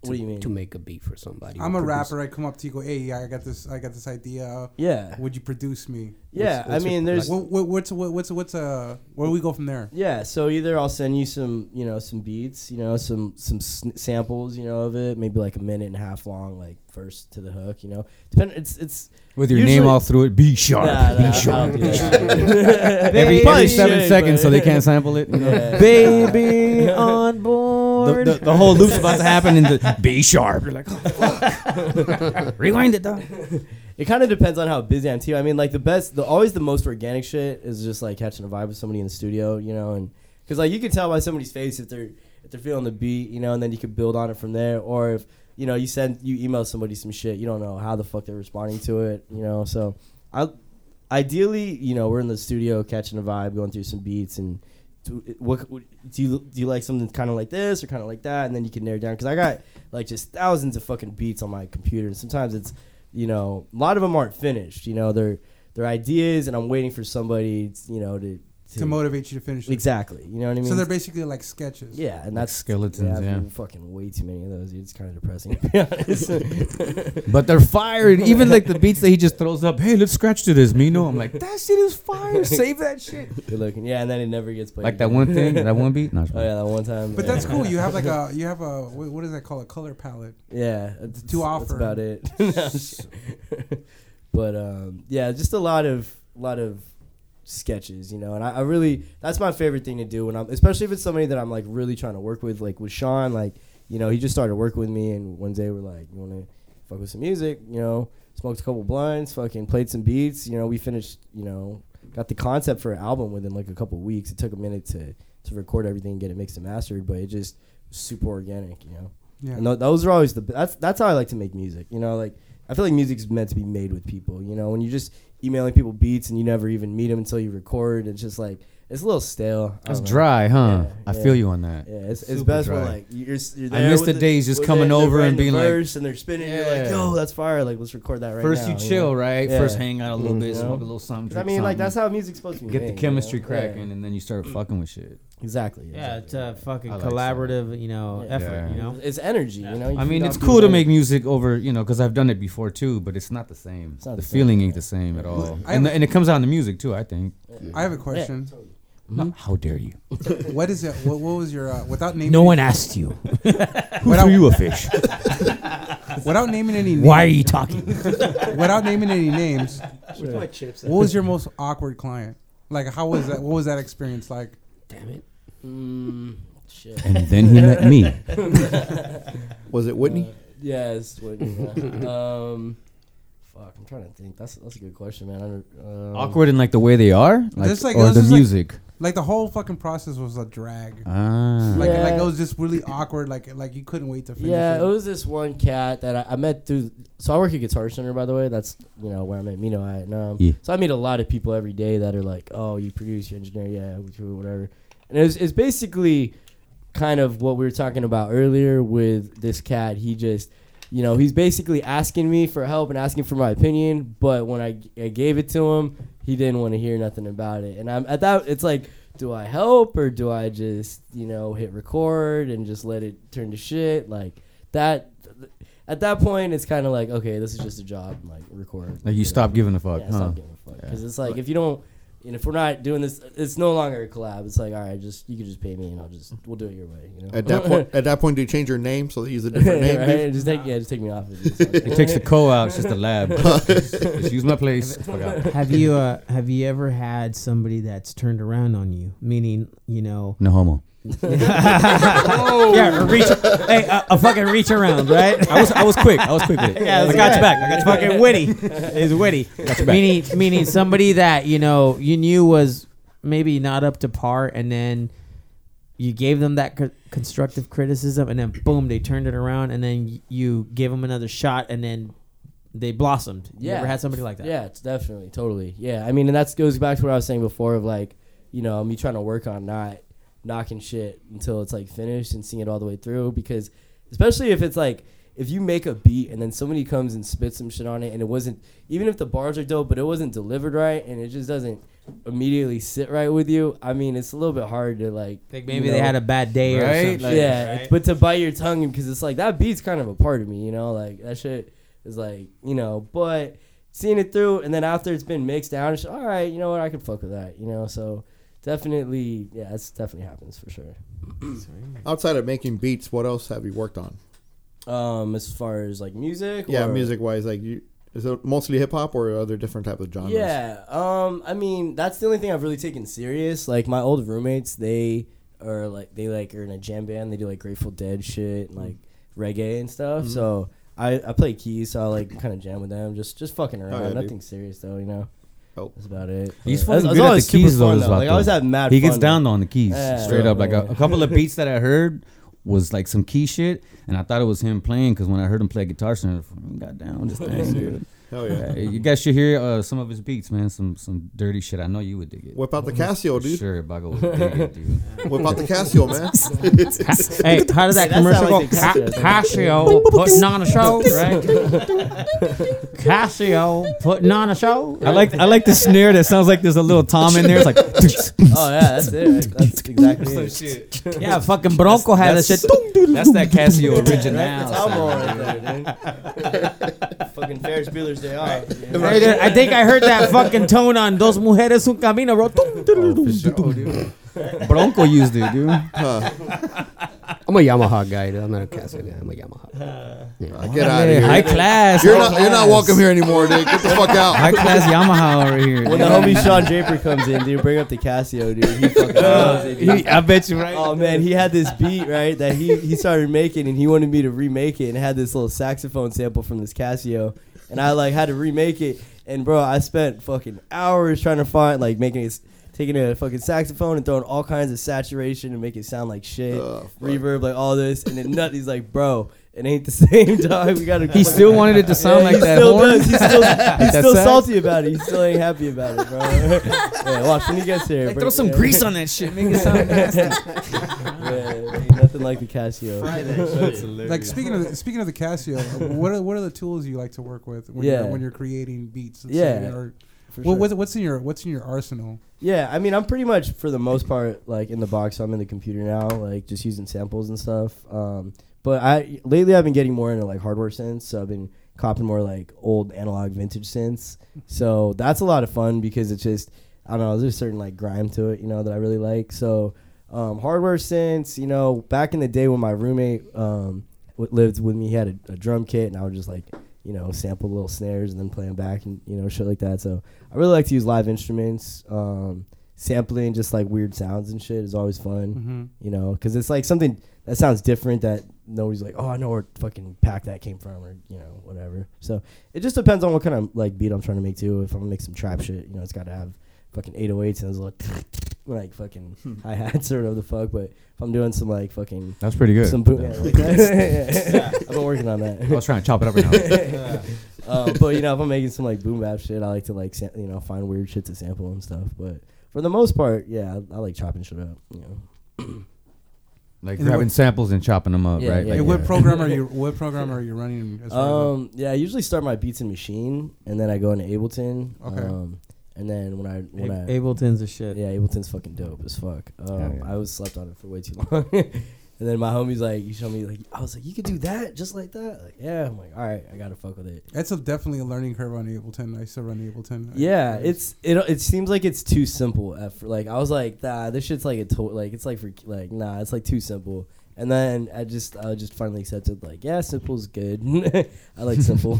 [SPEAKER 5] To,
[SPEAKER 8] do you mean?
[SPEAKER 5] To make a beat for somebody.
[SPEAKER 6] I'm
[SPEAKER 5] or
[SPEAKER 6] a
[SPEAKER 5] produce-
[SPEAKER 6] rapper. I come up to you, go, hey, I got this. I got this idea.
[SPEAKER 8] yeah,
[SPEAKER 6] Would you produce me?
[SPEAKER 8] yeah.
[SPEAKER 5] what's- what's
[SPEAKER 8] I
[SPEAKER 5] your-
[SPEAKER 8] mean, there's.
[SPEAKER 6] What, what, what's what, what's what's uh where do we go from there?
[SPEAKER 8] Yeah, so either I'll send you some, you know, some beats, you know, some some sn- samples, you know, of it, maybe like a minute and a half long, like first to the hook, you know. Depend. It's it's
[SPEAKER 1] With your
[SPEAKER 8] Usually-
[SPEAKER 1] name all through it, be sharp,
[SPEAKER 8] Nah, nah,
[SPEAKER 1] be
[SPEAKER 8] I
[SPEAKER 1] sharp.
[SPEAKER 8] don't do that.
[SPEAKER 1] Every,
[SPEAKER 8] Probably
[SPEAKER 1] every seven
[SPEAKER 8] should,
[SPEAKER 1] seconds, so
[SPEAKER 8] but-
[SPEAKER 1] they can't sample it. you know?
[SPEAKER 8] Yeah.
[SPEAKER 4] Baby on
[SPEAKER 1] The,
[SPEAKER 4] board.
[SPEAKER 1] the, the whole loop's about to happen, and the be sharp. You're like, oh, fuck. rewind it, dog.
[SPEAKER 8] It kind of depends on how busy I'm too. I mean, like the best, the always the most organic shit is just like catching a vibe with somebody in the studio, you know, and because like you can tell by somebody's face if they're if they're feeling the beat, you know, and then you can build on it from there. Or if you know you send you email somebody some shit, you don't know how the fuck they're responding to it, you know. So, I ideally, you know, we're in the studio catching a vibe, going through some beats and. Do, what, what do you do you like something kind of like this or kind of like that and then you can narrow it down because i got like just thousands of fucking beats on my computer and sometimes it's you know, a lot of them aren't finished. You know, they're they're ideas, and I'm waiting for somebody, you know, to
[SPEAKER 6] To motivate you to finish. it.
[SPEAKER 8] exactly. You know what I mean?
[SPEAKER 6] So they're basically like sketches.
[SPEAKER 8] yeah, and that's
[SPEAKER 1] skeletons,
[SPEAKER 8] I've
[SPEAKER 1] yeah.
[SPEAKER 8] been Fucking way too many of those. dude. It's kind of depressing to be honest.
[SPEAKER 1] But they're fire, and even like the beats that he just throws up. Hey, let's scratch to this, Mino. I'm like, that shit is fire. Save that shit.
[SPEAKER 8] Good looking, yeah, and then it never gets played.
[SPEAKER 1] Like that
[SPEAKER 8] again.
[SPEAKER 1] one thing, that one beat. No, it's
[SPEAKER 8] Oh
[SPEAKER 1] fine.
[SPEAKER 8] yeah, that one time.
[SPEAKER 6] But
[SPEAKER 8] yeah.
[SPEAKER 6] that's cool. You have like a you have a what, what is that called a color palette?
[SPEAKER 8] Yeah, it's,
[SPEAKER 6] To
[SPEAKER 8] That's
[SPEAKER 6] offer.
[SPEAKER 8] about it. No, I'm just kidding. but um, yeah, just a lot of lot of sketches, you know. And I, I really that's my favorite thing to do when I'm, especially if it's somebody that I'm like really trying to work with, like with Sean. Like you know, he just started working with me, and one day we're like, you want to fuck with some music, you know, smoked a couple blunts, fucking played some beats, you know, we finished, you know, got the concept for an album within like a couple weeks. It took a minute to to record everything and get it mixed and mastered, but it just was super organic, you know.
[SPEAKER 6] Yeah.
[SPEAKER 8] And th- those are always the that's that's how I like to make music. You know, like I feel like music's meant to be made with people. You know, when you're just emailing people beats and you never even meet them until you record, it's just like it's a little stale. I
[SPEAKER 1] That's
[SPEAKER 8] don't know.
[SPEAKER 1] dry, huh?
[SPEAKER 8] Yeah,
[SPEAKER 1] I
[SPEAKER 8] yeah.
[SPEAKER 1] feel you on that.
[SPEAKER 8] Yeah, it's, it's
[SPEAKER 1] Super
[SPEAKER 8] best when
[SPEAKER 1] dry.
[SPEAKER 8] like you're, s- you're
[SPEAKER 1] I
[SPEAKER 8] there
[SPEAKER 1] miss
[SPEAKER 8] with
[SPEAKER 1] the days just
[SPEAKER 8] with
[SPEAKER 1] coming
[SPEAKER 8] they're
[SPEAKER 1] over and
[SPEAKER 8] writing the
[SPEAKER 1] being like,
[SPEAKER 8] verse and they're spinning. You're like,
[SPEAKER 1] "Yeah."
[SPEAKER 8] yo, that's fire! Like let's record that right
[SPEAKER 1] First
[SPEAKER 8] now.
[SPEAKER 1] you chill, right?
[SPEAKER 8] Yeah.
[SPEAKER 1] First hang out a little
[SPEAKER 8] Mhm.
[SPEAKER 1] bit,
[SPEAKER 8] Yeah.
[SPEAKER 1] smoke a little something.
[SPEAKER 8] 'Cause I
[SPEAKER 1] drink
[SPEAKER 8] mean, like
[SPEAKER 1] something,
[SPEAKER 8] that's how music's supposed to be.
[SPEAKER 1] get
[SPEAKER 8] made,
[SPEAKER 1] the
[SPEAKER 8] you know?
[SPEAKER 1] chemistry
[SPEAKER 8] Yeah. Mm-hmm.
[SPEAKER 1] cracking, and then you start fucking with shit.
[SPEAKER 8] Exactly.
[SPEAKER 4] Yeah, it's
[SPEAKER 8] exactly.
[SPEAKER 4] a fucking
[SPEAKER 1] I like that.
[SPEAKER 4] collaborative, you know,
[SPEAKER 8] Yeah.
[SPEAKER 4] effort.
[SPEAKER 1] Yeah.
[SPEAKER 4] You know,
[SPEAKER 8] It's energy, you know. You
[SPEAKER 1] I mean,
[SPEAKER 8] feed
[SPEAKER 1] it's
[SPEAKER 8] off
[SPEAKER 1] cool
[SPEAKER 8] these,
[SPEAKER 1] to
[SPEAKER 8] like-
[SPEAKER 1] make music over, you know, because I've done it before too, but it's not the same. the
[SPEAKER 8] not the same,
[SPEAKER 1] feeling ain't
[SPEAKER 8] yeah.
[SPEAKER 1] the same at all,
[SPEAKER 6] I
[SPEAKER 1] and
[SPEAKER 6] have-
[SPEAKER 1] the, and it comes out in the music too. I think.
[SPEAKER 6] I have a question.
[SPEAKER 1] No, how dare you?
[SPEAKER 6] What is it? What, what was your uh, without naming?
[SPEAKER 4] no one asked you.
[SPEAKER 1] Who
[SPEAKER 6] Without-
[SPEAKER 1] threw you a fish?
[SPEAKER 6] Without naming any. Names,
[SPEAKER 4] Why are you talking?
[SPEAKER 6] Without naming any names,
[SPEAKER 5] Where's my chips?
[SPEAKER 6] what was your most awkward client? Like, how was that? What was that experience like?
[SPEAKER 5] Damn it.
[SPEAKER 8] Mm, shit.
[SPEAKER 1] and then he met me.
[SPEAKER 3] Was it Whitney?
[SPEAKER 8] Yes. Whitney. um, fuck, I'm trying to think. That's that's a good question, man. I don't, um,
[SPEAKER 1] Awkward in like the way they are, like,
[SPEAKER 6] Just like-
[SPEAKER 1] or
[SPEAKER 6] this
[SPEAKER 1] the
[SPEAKER 6] is like-
[SPEAKER 1] music.
[SPEAKER 6] Like the whole fucking process was a drag.
[SPEAKER 1] ah,
[SPEAKER 6] Like, like
[SPEAKER 8] Yeah.
[SPEAKER 6] it was just really awkward. Like, like you couldn't wait to finish.
[SPEAKER 8] Yeah,
[SPEAKER 6] it.
[SPEAKER 8] it was this one cat that I, I met through. So I work at Guitar Center, by the way. That's you know where I met Mino at. And, um,
[SPEAKER 1] Yeah.
[SPEAKER 8] So I meet a lot of people every day that are like, "Oh, you produce, you engineer, yeah, we do whatever." And it's it's basically kind of what we were talking about earlier with this cat. He just, you know, he's basically asking me for help and asking for my opinion. But when I, g- I gave it to him, he didn't want to hear nothing about it. And I'm at that. It's like, do I help or do I just, you know, hit record and just let it turn to shit? Like that. At that point, it's kind of like, okay, this is just a job. Like record.
[SPEAKER 1] like you
[SPEAKER 8] know?
[SPEAKER 1] stop giving a fuck,
[SPEAKER 8] Yeah,
[SPEAKER 1] huh?
[SPEAKER 8] stop giving a fuck. Because it's like if you don't, and if we're not doing this, it's no longer a collab. It's like all right, just you can just pay me, and I'll just we'll do it your way. You know.
[SPEAKER 3] At that point, at that point, do you change your name so that you use a different name?
[SPEAKER 8] Right? Just take yeah, just take me off. Of this.
[SPEAKER 1] It takes the co out. It's just a lab. just, just use my place. Forgot.
[SPEAKER 4] have you uh, have you ever had somebody that's turned around on you? Meaning, you know,
[SPEAKER 1] No homo.
[SPEAKER 4] yeah, a reach, hey, a, a fucking reach around, right?
[SPEAKER 1] I was I was quick. I was quick. With it.
[SPEAKER 4] Yeah, I got you back. I got you fucking witty. It's witty. Meaning, meaning somebody that you know you knew was maybe not up to par, and then you gave them that co- constructive criticism, and then boom, they turned it around, and then y- you gave them another shot, and then they blossomed. You
[SPEAKER 8] Yeah.
[SPEAKER 4] ever had somebody like that?
[SPEAKER 8] Yeah, it's definitely, totally. Yeah, I mean, and that goes back to what I was saying before of like, you know, me trying to work on not knocking shit until it's like finished and seeing it all the way through because, especially if it's like, if you make a beat and then somebody comes and spits some shit on it and it wasn't, even if the bars are dope, but it wasn't delivered right and it just doesn't immediately sit right with you, I mean, it's a little bit hard to like.
[SPEAKER 4] Like maybe
[SPEAKER 8] you
[SPEAKER 4] they
[SPEAKER 8] know,
[SPEAKER 4] had a bad day or
[SPEAKER 1] Right?
[SPEAKER 4] something.
[SPEAKER 1] Like-
[SPEAKER 8] yeah,
[SPEAKER 4] right?
[SPEAKER 8] but to bite your tongue because it's like that beat's kind of a part of me, you know, like that shit is like you know, but seeing it through and then after it's been mixed down, it's just, all right, you know what, I can fuck with that, you know, so definitely, yeah, that's definitely happens for sure.
[SPEAKER 3] Outside of making beats, what else have you worked on?
[SPEAKER 8] Um, as far as like music,
[SPEAKER 3] Yeah,
[SPEAKER 8] or-
[SPEAKER 3] music wise, like you, is it mostly hip hop or other different type of genres?
[SPEAKER 8] Yeah, um, I mean that's the only thing I've really taken serious. Like my old roommates, they are like they like are in a jam band. They do like Grateful Dead shit and like reggae and stuff.
[SPEAKER 3] Mm-hmm.
[SPEAKER 8] So I, I play keys, so I like kind of jam with them, just just fucking around.
[SPEAKER 3] Oh, yeah, dude.
[SPEAKER 8] Nothing serious though, you know.
[SPEAKER 3] Oh.
[SPEAKER 8] That's about it.
[SPEAKER 1] He's
[SPEAKER 8] But
[SPEAKER 1] fucking good
[SPEAKER 8] it's- it's
[SPEAKER 1] at the
[SPEAKER 8] always super
[SPEAKER 1] keys though.
[SPEAKER 8] fun,
[SPEAKER 1] is what
[SPEAKER 8] Like, I always
[SPEAKER 1] though.
[SPEAKER 8] have mad.
[SPEAKER 1] He gets
[SPEAKER 8] fun,
[SPEAKER 1] down on the keys
[SPEAKER 8] Yeah.
[SPEAKER 1] straight up. Like a,
[SPEAKER 8] Yeah.
[SPEAKER 1] a couple of beats that I heard was like some key shit, and I thought it was him playing because when I heard him play guitar, center, got down. Just dang, dude.
[SPEAKER 3] Hell yeah.
[SPEAKER 1] Uh, you guys should hear uh, some of his beats, man. Some some dirty shit. I know you would dig it.
[SPEAKER 3] Whip out the Casio, dude.
[SPEAKER 1] Sure, Bago would dig it, dude.
[SPEAKER 3] Whip out the Casio, man.
[SPEAKER 4] hey, how did that
[SPEAKER 8] That
[SPEAKER 4] commercial
[SPEAKER 8] sound
[SPEAKER 4] go?
[SPEAKER 8] like the
[SPEAKER 4] Ca-
[SPEAKER 8] Casio.
[SPEAKER 4] Casio putting on a show, right? Casio putting on a show.
[SPEAKER 1] I like I like the snare that sounds like there's a little tom in there. It's like
[SPEAKER 8] Oh yeah, that's it. That's exactly it.
[SPEAKER 4] Yeah, fucking Bronco had that
[SPEAKER 1] that's-
[SPEAKER 4] shit.
[SPEAKER 1] that's that Casio
[SPEAKER 8] That's
[SPEAKER 1] original.
[SPEAKER 8] Almo right there, dude. Fucking Ferris Bueller's Day Off. you know?
[SPEAKER 4] Hey, dude, I think I heard that fucking tone on Dos Mujeres Un
[SPEAKER 1] Oh,
[SPEAKER 4] Camino, bro.
[SPEAKER 1] Bronco used it, dude.
[SPEAKER 3] Huh.
[SPEAKER 5] I'm a Yamaha guy. dude. I'm not a Casio guy. I'm a Yamaha.
[SPEAKER 3] Uh, get out of here.
[SPEAKER 1] High class.
[SPEAKER 3] You're
[SPEAKER 1] high
[SPEAKER 3] not, you're not
[SPEAKER 1] class.
[SPEAKER 3] welcome here anymore, dude. Get the fuck
[SPEAKER 1] High
[SPEAKER 3] out.
[SPEAKER 1] class Yamaha over here.
[SPEAKER 8] When the homie Sean Draper comes in, dude, bring up the Casio, dude. He fucking loves it, dude.
[SPEAKER 1] I bet you right.
[SPEAKER 8] Oh man, he had this beat right that he he started making, and he wanted me to remake it, and had this little saxophone sample from this Casio, and I like had to remake it, and bro, I spent fucking hours trying to find like making it, taking a fucking saxophone and throwing all kinds of saturation and make it sound like shit,
[SPEAKER 3] Oh, fuck.
[SPEAKER 8] reverb, like all this, and then nut, he's like, bro, it ain't the same, dog. We gotta.
[SPEAKER 1] He still wanted it to sound
[SPEAKER 8] Yeah,
[SPEAKER 1] like
[SPEAKER 8] he
[SPEAKER 1] that
[SPEAKER 8] still
[SPEAKER 1] horn.
[SPEAKER 8] does. He's still, he's
[SPEAKER 1] That
[SPEAKER 8] still
[SPEAKER 1] sax.
[SPEAKER 8] salty about it. He still ain't happy about it, bro. yeah, watch when he gets here.
[SPEAKER 1] Like,
[SPEAKER 8] bro.
[SPEAKER 1] throw some
[SPEAKER 8] Yeah.
[SPEAKER 1] grease on that shit. Make it sound nasty.
[SPEAKER 8] Yeah, ain't nothing like the Casio.
[SPEAKER 6] Like speaking of the, speaking of the Casio, uh, what are what are the tools you like to work with when
[SPEAKER 8] Yeah.
[SPEAKER 6] you're when you're creating beats?
[SPEAKER 8] Yeah,
[SPEAKER 6] Or,
[SPEAKER 8] for
[SPEAKER 6] what-
[SPEAKER 8] sure.
[SPEAKER 6] what's, what's in your what's in your arsenal?
[SPEAKER 8] Yeah, I mean, I'm pretty much for the most part like in the box. So I'm in the computer now, like just using samples and stuff. Um, but I lately I've been getting more into like hardware synths. So I've been copping more like old analog vintage synths. So that's a lot of fun because it's just I don't know. There's a certain like grime to it, you know, that I really like. So um, hardware synths, you know, back in the day when my roommate um, w- lived with me, he had a, a drum kit, and I would just like you know sample little snares and then play them back and you know shit like that. So I really like to use live instruments. Um, sampling just like weird sounds and shit is always fun,
[SPEAKER 6] Mhm.
[SPEAKER 8] you know, because it's like something that sounds different that nobody's like, oh, I know where fucking pack that came from, or you know, whatever. So it just depends on what kind of like beat I'm trying to make too. If I'm gonna make some trap shit, you know, it's got to have fucking 808s and those little like fucking hi hats or whatever the fuck. But if I'm doing some like fucking
[SPEAKER 1] That's pretty
[SPEAKER 8] some boom, yeah, like that. I've been working on that.
[SPEAKER 1] I was trying to chop it up right now.
[SPEAKER 8] Uh, but you know, if I'm making some like boom bap shit, I like to like sam- you know find weird shit to sample and stuff. But for the most part, yeah, I, I like chopping shit up. You know,
[SPEAKER 1] Like
[SPEAKER 6] And
[SPEAKER 1] grabbing
[SPEAKER 6] what-
[SPEAKER 1] samples and chopping them up,
[SPEAKER 8] Yeah,
[SPEAKER 1] right?
[SPEAKER 8] yeah,
[SPEAKER 1] Like,
[SPEAKER 6] And what
[SPEAKER 1] uh,
[SPEAKER 6] program are you what program are you running? As far as
[SPEAKER 8] Um, yeah, I usually start my beats in machine, and then I go into Ableton.
[SPEAKER 6] Okay.
[SPEAKER 8] Um, and then when I
[SPEAKER 1] Oh,
[SPEAKER 8] when I
[SPEAKER 4] Ableton's a shit.
[SPEAKER 8] yeah, Ableton's fucking dope as fuck. Um,
[SPEAKER 1] Yeah, yeah.
[SPEAKER 8] I was slept on it for way too long. and then my homies like, you show me like, I was like, you could do that just like that. Like, yeah, I'm like, all right, I gotta fuck with it.
[SPEAKER 6] that's a, definitely a learning curve on Ableton. I still run Ableton.
[SPEAKER 8] Yeah, it's it. It seems like it's too simple. At, fir- like I was like, nah, this shit's like a to- like it's like for like nah, it's like too simple. And then I just I just finally accepted like yeah, simple's good. I like simple.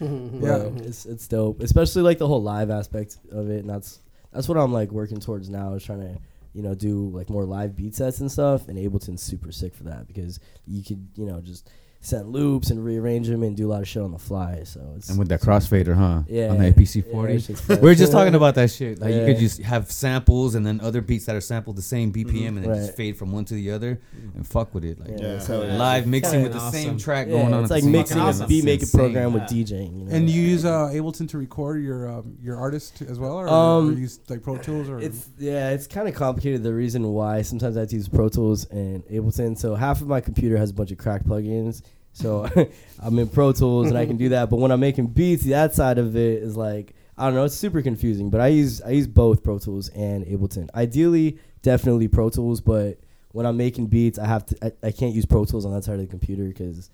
[SPEAKER 8] yeah, it's it's dope, especially like the whole live aspect of it, and that's that's what I'm like working towards now is trying to you know do like more live beat sets and stuff, and Ableton's super sick for that because you could you know just send loops and rearrange them and do a lot of shit on the fly. So it's
[SPEAKER 1] And with that crossfader, huh?
[SPEAKER 8] yeah
[SPEAKER 1] On the APC
[SPEAKER 8] Yeah, that
[SPEAKER 1] 40.
[SPEAKER 8] shit's
[SPEAKER 1] we were just
[SPEAKER 8] dope.
[SPEAKER 1] talking about that shit. Like you could
[SPEAKER 8] Yeah.
[SPEAKER 1] just have samples and then other beats that are sampled the same BPM and then just
[SPEAKER 8] Mm-hmm. Right.
[SPEAKER 1] fade from one to the other and fuck with it. Like
[SPEAKER 8] Yeah.
[SPEAKER 3] Yeah, hell yeah.
[SPEAKER 1] live mixing
[SPEAKER 4] Kinda
[SPEAKER 1] with the same
[SPEAKER 4] awesome.
[SPEAKER 1] track
[SPEAKER 8] Yeah,
[SPEAKER 1] going on.
[SPEAKER 8] It's
[SPEAKER 1] at
[SPEAKER 8] like
[SPEAKER 1] the same
[SPEAKER 8] mixing
[SPEAKER 1] time.
[SPEAKER 8] a beat making
[SPEAKER 1] Insane.
[SPEAKER 8] program with DJing. You know?
[SPEAKER 6] And you use uh, Ableton to record your um, your artist as well, or,
[SPEAKER 8] Um,
[SPEAKER 6] or you use like Pro Tools or
[SPEAKER 8] It's yeah, it's kind of complicated. The reason why sometimes I have to use Pro Tools and Ableton. So half of my computer has a bunch of crack plugins. So I'm in Pro Tools and I can do that. But when I'm making beats, that side of it is like I don't know. It's super confusing. But I use I use both Pro Tools and Ableton. Ideally, definitely Pro Tools. But when I'm making beats, I have to I, I can't use Pro Tools on that side of the computer because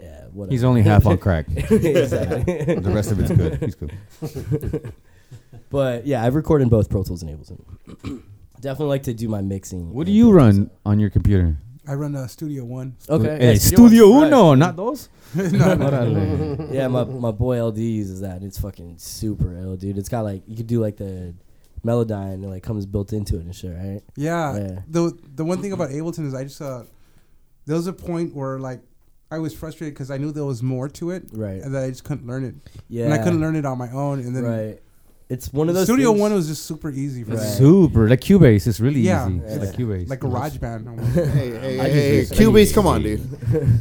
[SPEAKER 8] yeah, whatever.
[SPEAKER 1] He's only half on crack.
[SPEAKER 8] exactly.
[SPEAKER 1] the rest of it's good. He's good.
[SPEAKER 8] But yeah, I've recorded in both Pro Tools and Ableton. Definitely like to do my mixing.
[SPEAKER 1] What
[SPEAKER 8] in
[SPEAKER 1] do you
[SPEAKER 8] Pro Tools.
[SPEAKER 1] run on your computer?
[SPEAKER 6] I run uh, Studio One.
[SPEAKER 8] Okay.
[SPEAKER 1] Hey,
[SPEAKER 8] yeah,
[SPEAKER 1] Studio
[SPEAKER 8] One's fresh.
[SPEAKER 1] Uno, not those.
[SPEAKER 6] no, no.
[SPEAKER 1] Órale.
[SPEAKER 8] Yeah, my, my boy LD uses that, and it's fucking super ill, dude. It's got like you could do like the Melodyne, and it like comes built into it and shit, right?
[SPEAKER 6] Yeah.
[SPEAKER 8] Yeah.
[SPEAKER 6] The the one thing about Ableton is I just uh, there was a point where like I was frustrated because I knew there was more to it,
[SPEAKER 8] Right.
[SPEAKER 6] And that I just couldn't learn it,
[SPEAKER 8] Yeah.
[SPEAKER 6] and I couldn't learn it on my own. And then
[SPEAKER 8] Right. It's one of those.
[SPEAKER 6] Studio
[SPEAKER 8] things-
[SPEAKER 6] One was just super easy for
[SPEAKER 8] Right.
[SPEAKER 6] me,
[SPEAKER 1] Super, like Cubase. It's really
[SPEAKER 6] Yeah.
[SPEAKER 1] easy.
[SPEAKER 8] Yeah.
[SPEAKER 1] It's like Cubase,
[SPEAKER 6] like GarageBand. almost.
[SPEAKER 3] Hey, hey,
[SPEAKER 1] I
[SPEAKER 3] hey, hey,
[SPEAKER 1] just-
[SPEAKER 3] Cubase, come on, dude.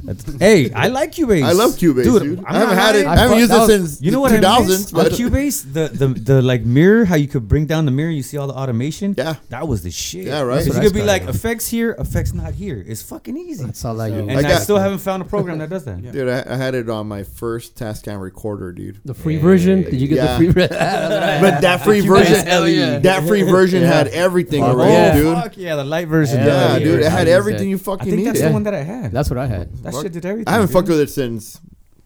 [SPEAKER 1] That's- hey, I like Cubase.
[SPEAKER 3] I love Cubase, dude. I
[SPEAKER 1] I'm
[SPEAKER 3] haven't
[SPEAKER 1] not
[SPEAKER 3] had it-
[SPEAKER 1] lying.
[SPEAKER 3] I haven't
[SPEAKER 1] fuck-
[SPEAKER 3] used
[SPEAKER 1] that
[SPEAKER 3] it
[SPEAKER 1] was-
[SPEAKER 3] since
[SPEAKER 1] you know
[SPEAKER 3] the
[SPEAKER 1] what
[SPEAKER 3] 2000s,
[SPEAKER 1] I miss?
[SPEAKER 3] but-
[SPEAKER 1] On Cubase, the, the the like mirror, how you could bring down the mirror, you see all the automation.
[SPEAKER 3] Yeah.
[SPEAKER 1] that was the shit.
[SPEAKER 3] Yeah, right.
[SPEAKER 1] So
[SPEAKER 3] That's
[SPEAKER 1] you
[SPEAKER 3] what
[SPEAKER 1] could be
[SPEAKER 3] I
[SPEAKER 1] like effects here, effects not here. It's fucking easy.
[SPEAKER 5] That's all I
[SPEAKER 8] So-
[SPEAKER 5] use.
[SPEAKER 1] and I,
[SPEAKER 3] got-
[SPEAKER 1] still haven't found a program that does that.
[SPEAKER 6] Yeah.
[SPEAKER 3] Dude, I, I had it on my first Tascam recorder, dude.
[SPEAKER 5] the free version? Did you get
[SPEAKER 3] Yeah.
[SPEAKER 5] the free version?
[SPEAKER 3] But that free version, that free version had everything
[SPEAKER 5] Fuck
[SPEAKER 3] already,
[SPEAKER 5] yeah.
[SPEAKER 3] dude.
[SPEAKER 1] Oh, Fuck yeah, the light version.
[SPEAKER 3] Yeah,
[SPEAKER 5] Yeah,
[SPEAKER 1] does.
[SPEAKER 3] dude, it
[SPEAKER 5] yeah.
[SPEAKER 3] had
[SPEAKER 5] I use
[SPEAKER 3] everything
[SPEAKER 5] that.
[SPEAKER 3] you
[SPEAKER 1] I
[SPEAKER 3] fucking
[SPEAKER 1] think that's
[SPEAKER 3] needed.
[SPEAKER 1] the one that I had.
[SPEAKER 5] That's what I had.
[SPEAKER 1] that
[SPEAKER 3] Fuck.
[SPEAKER 1] shit did everything.
[SPEAKER 3] I haven't
[SPEAKER 1] dude.
[SPEAKER 3] fucked with it since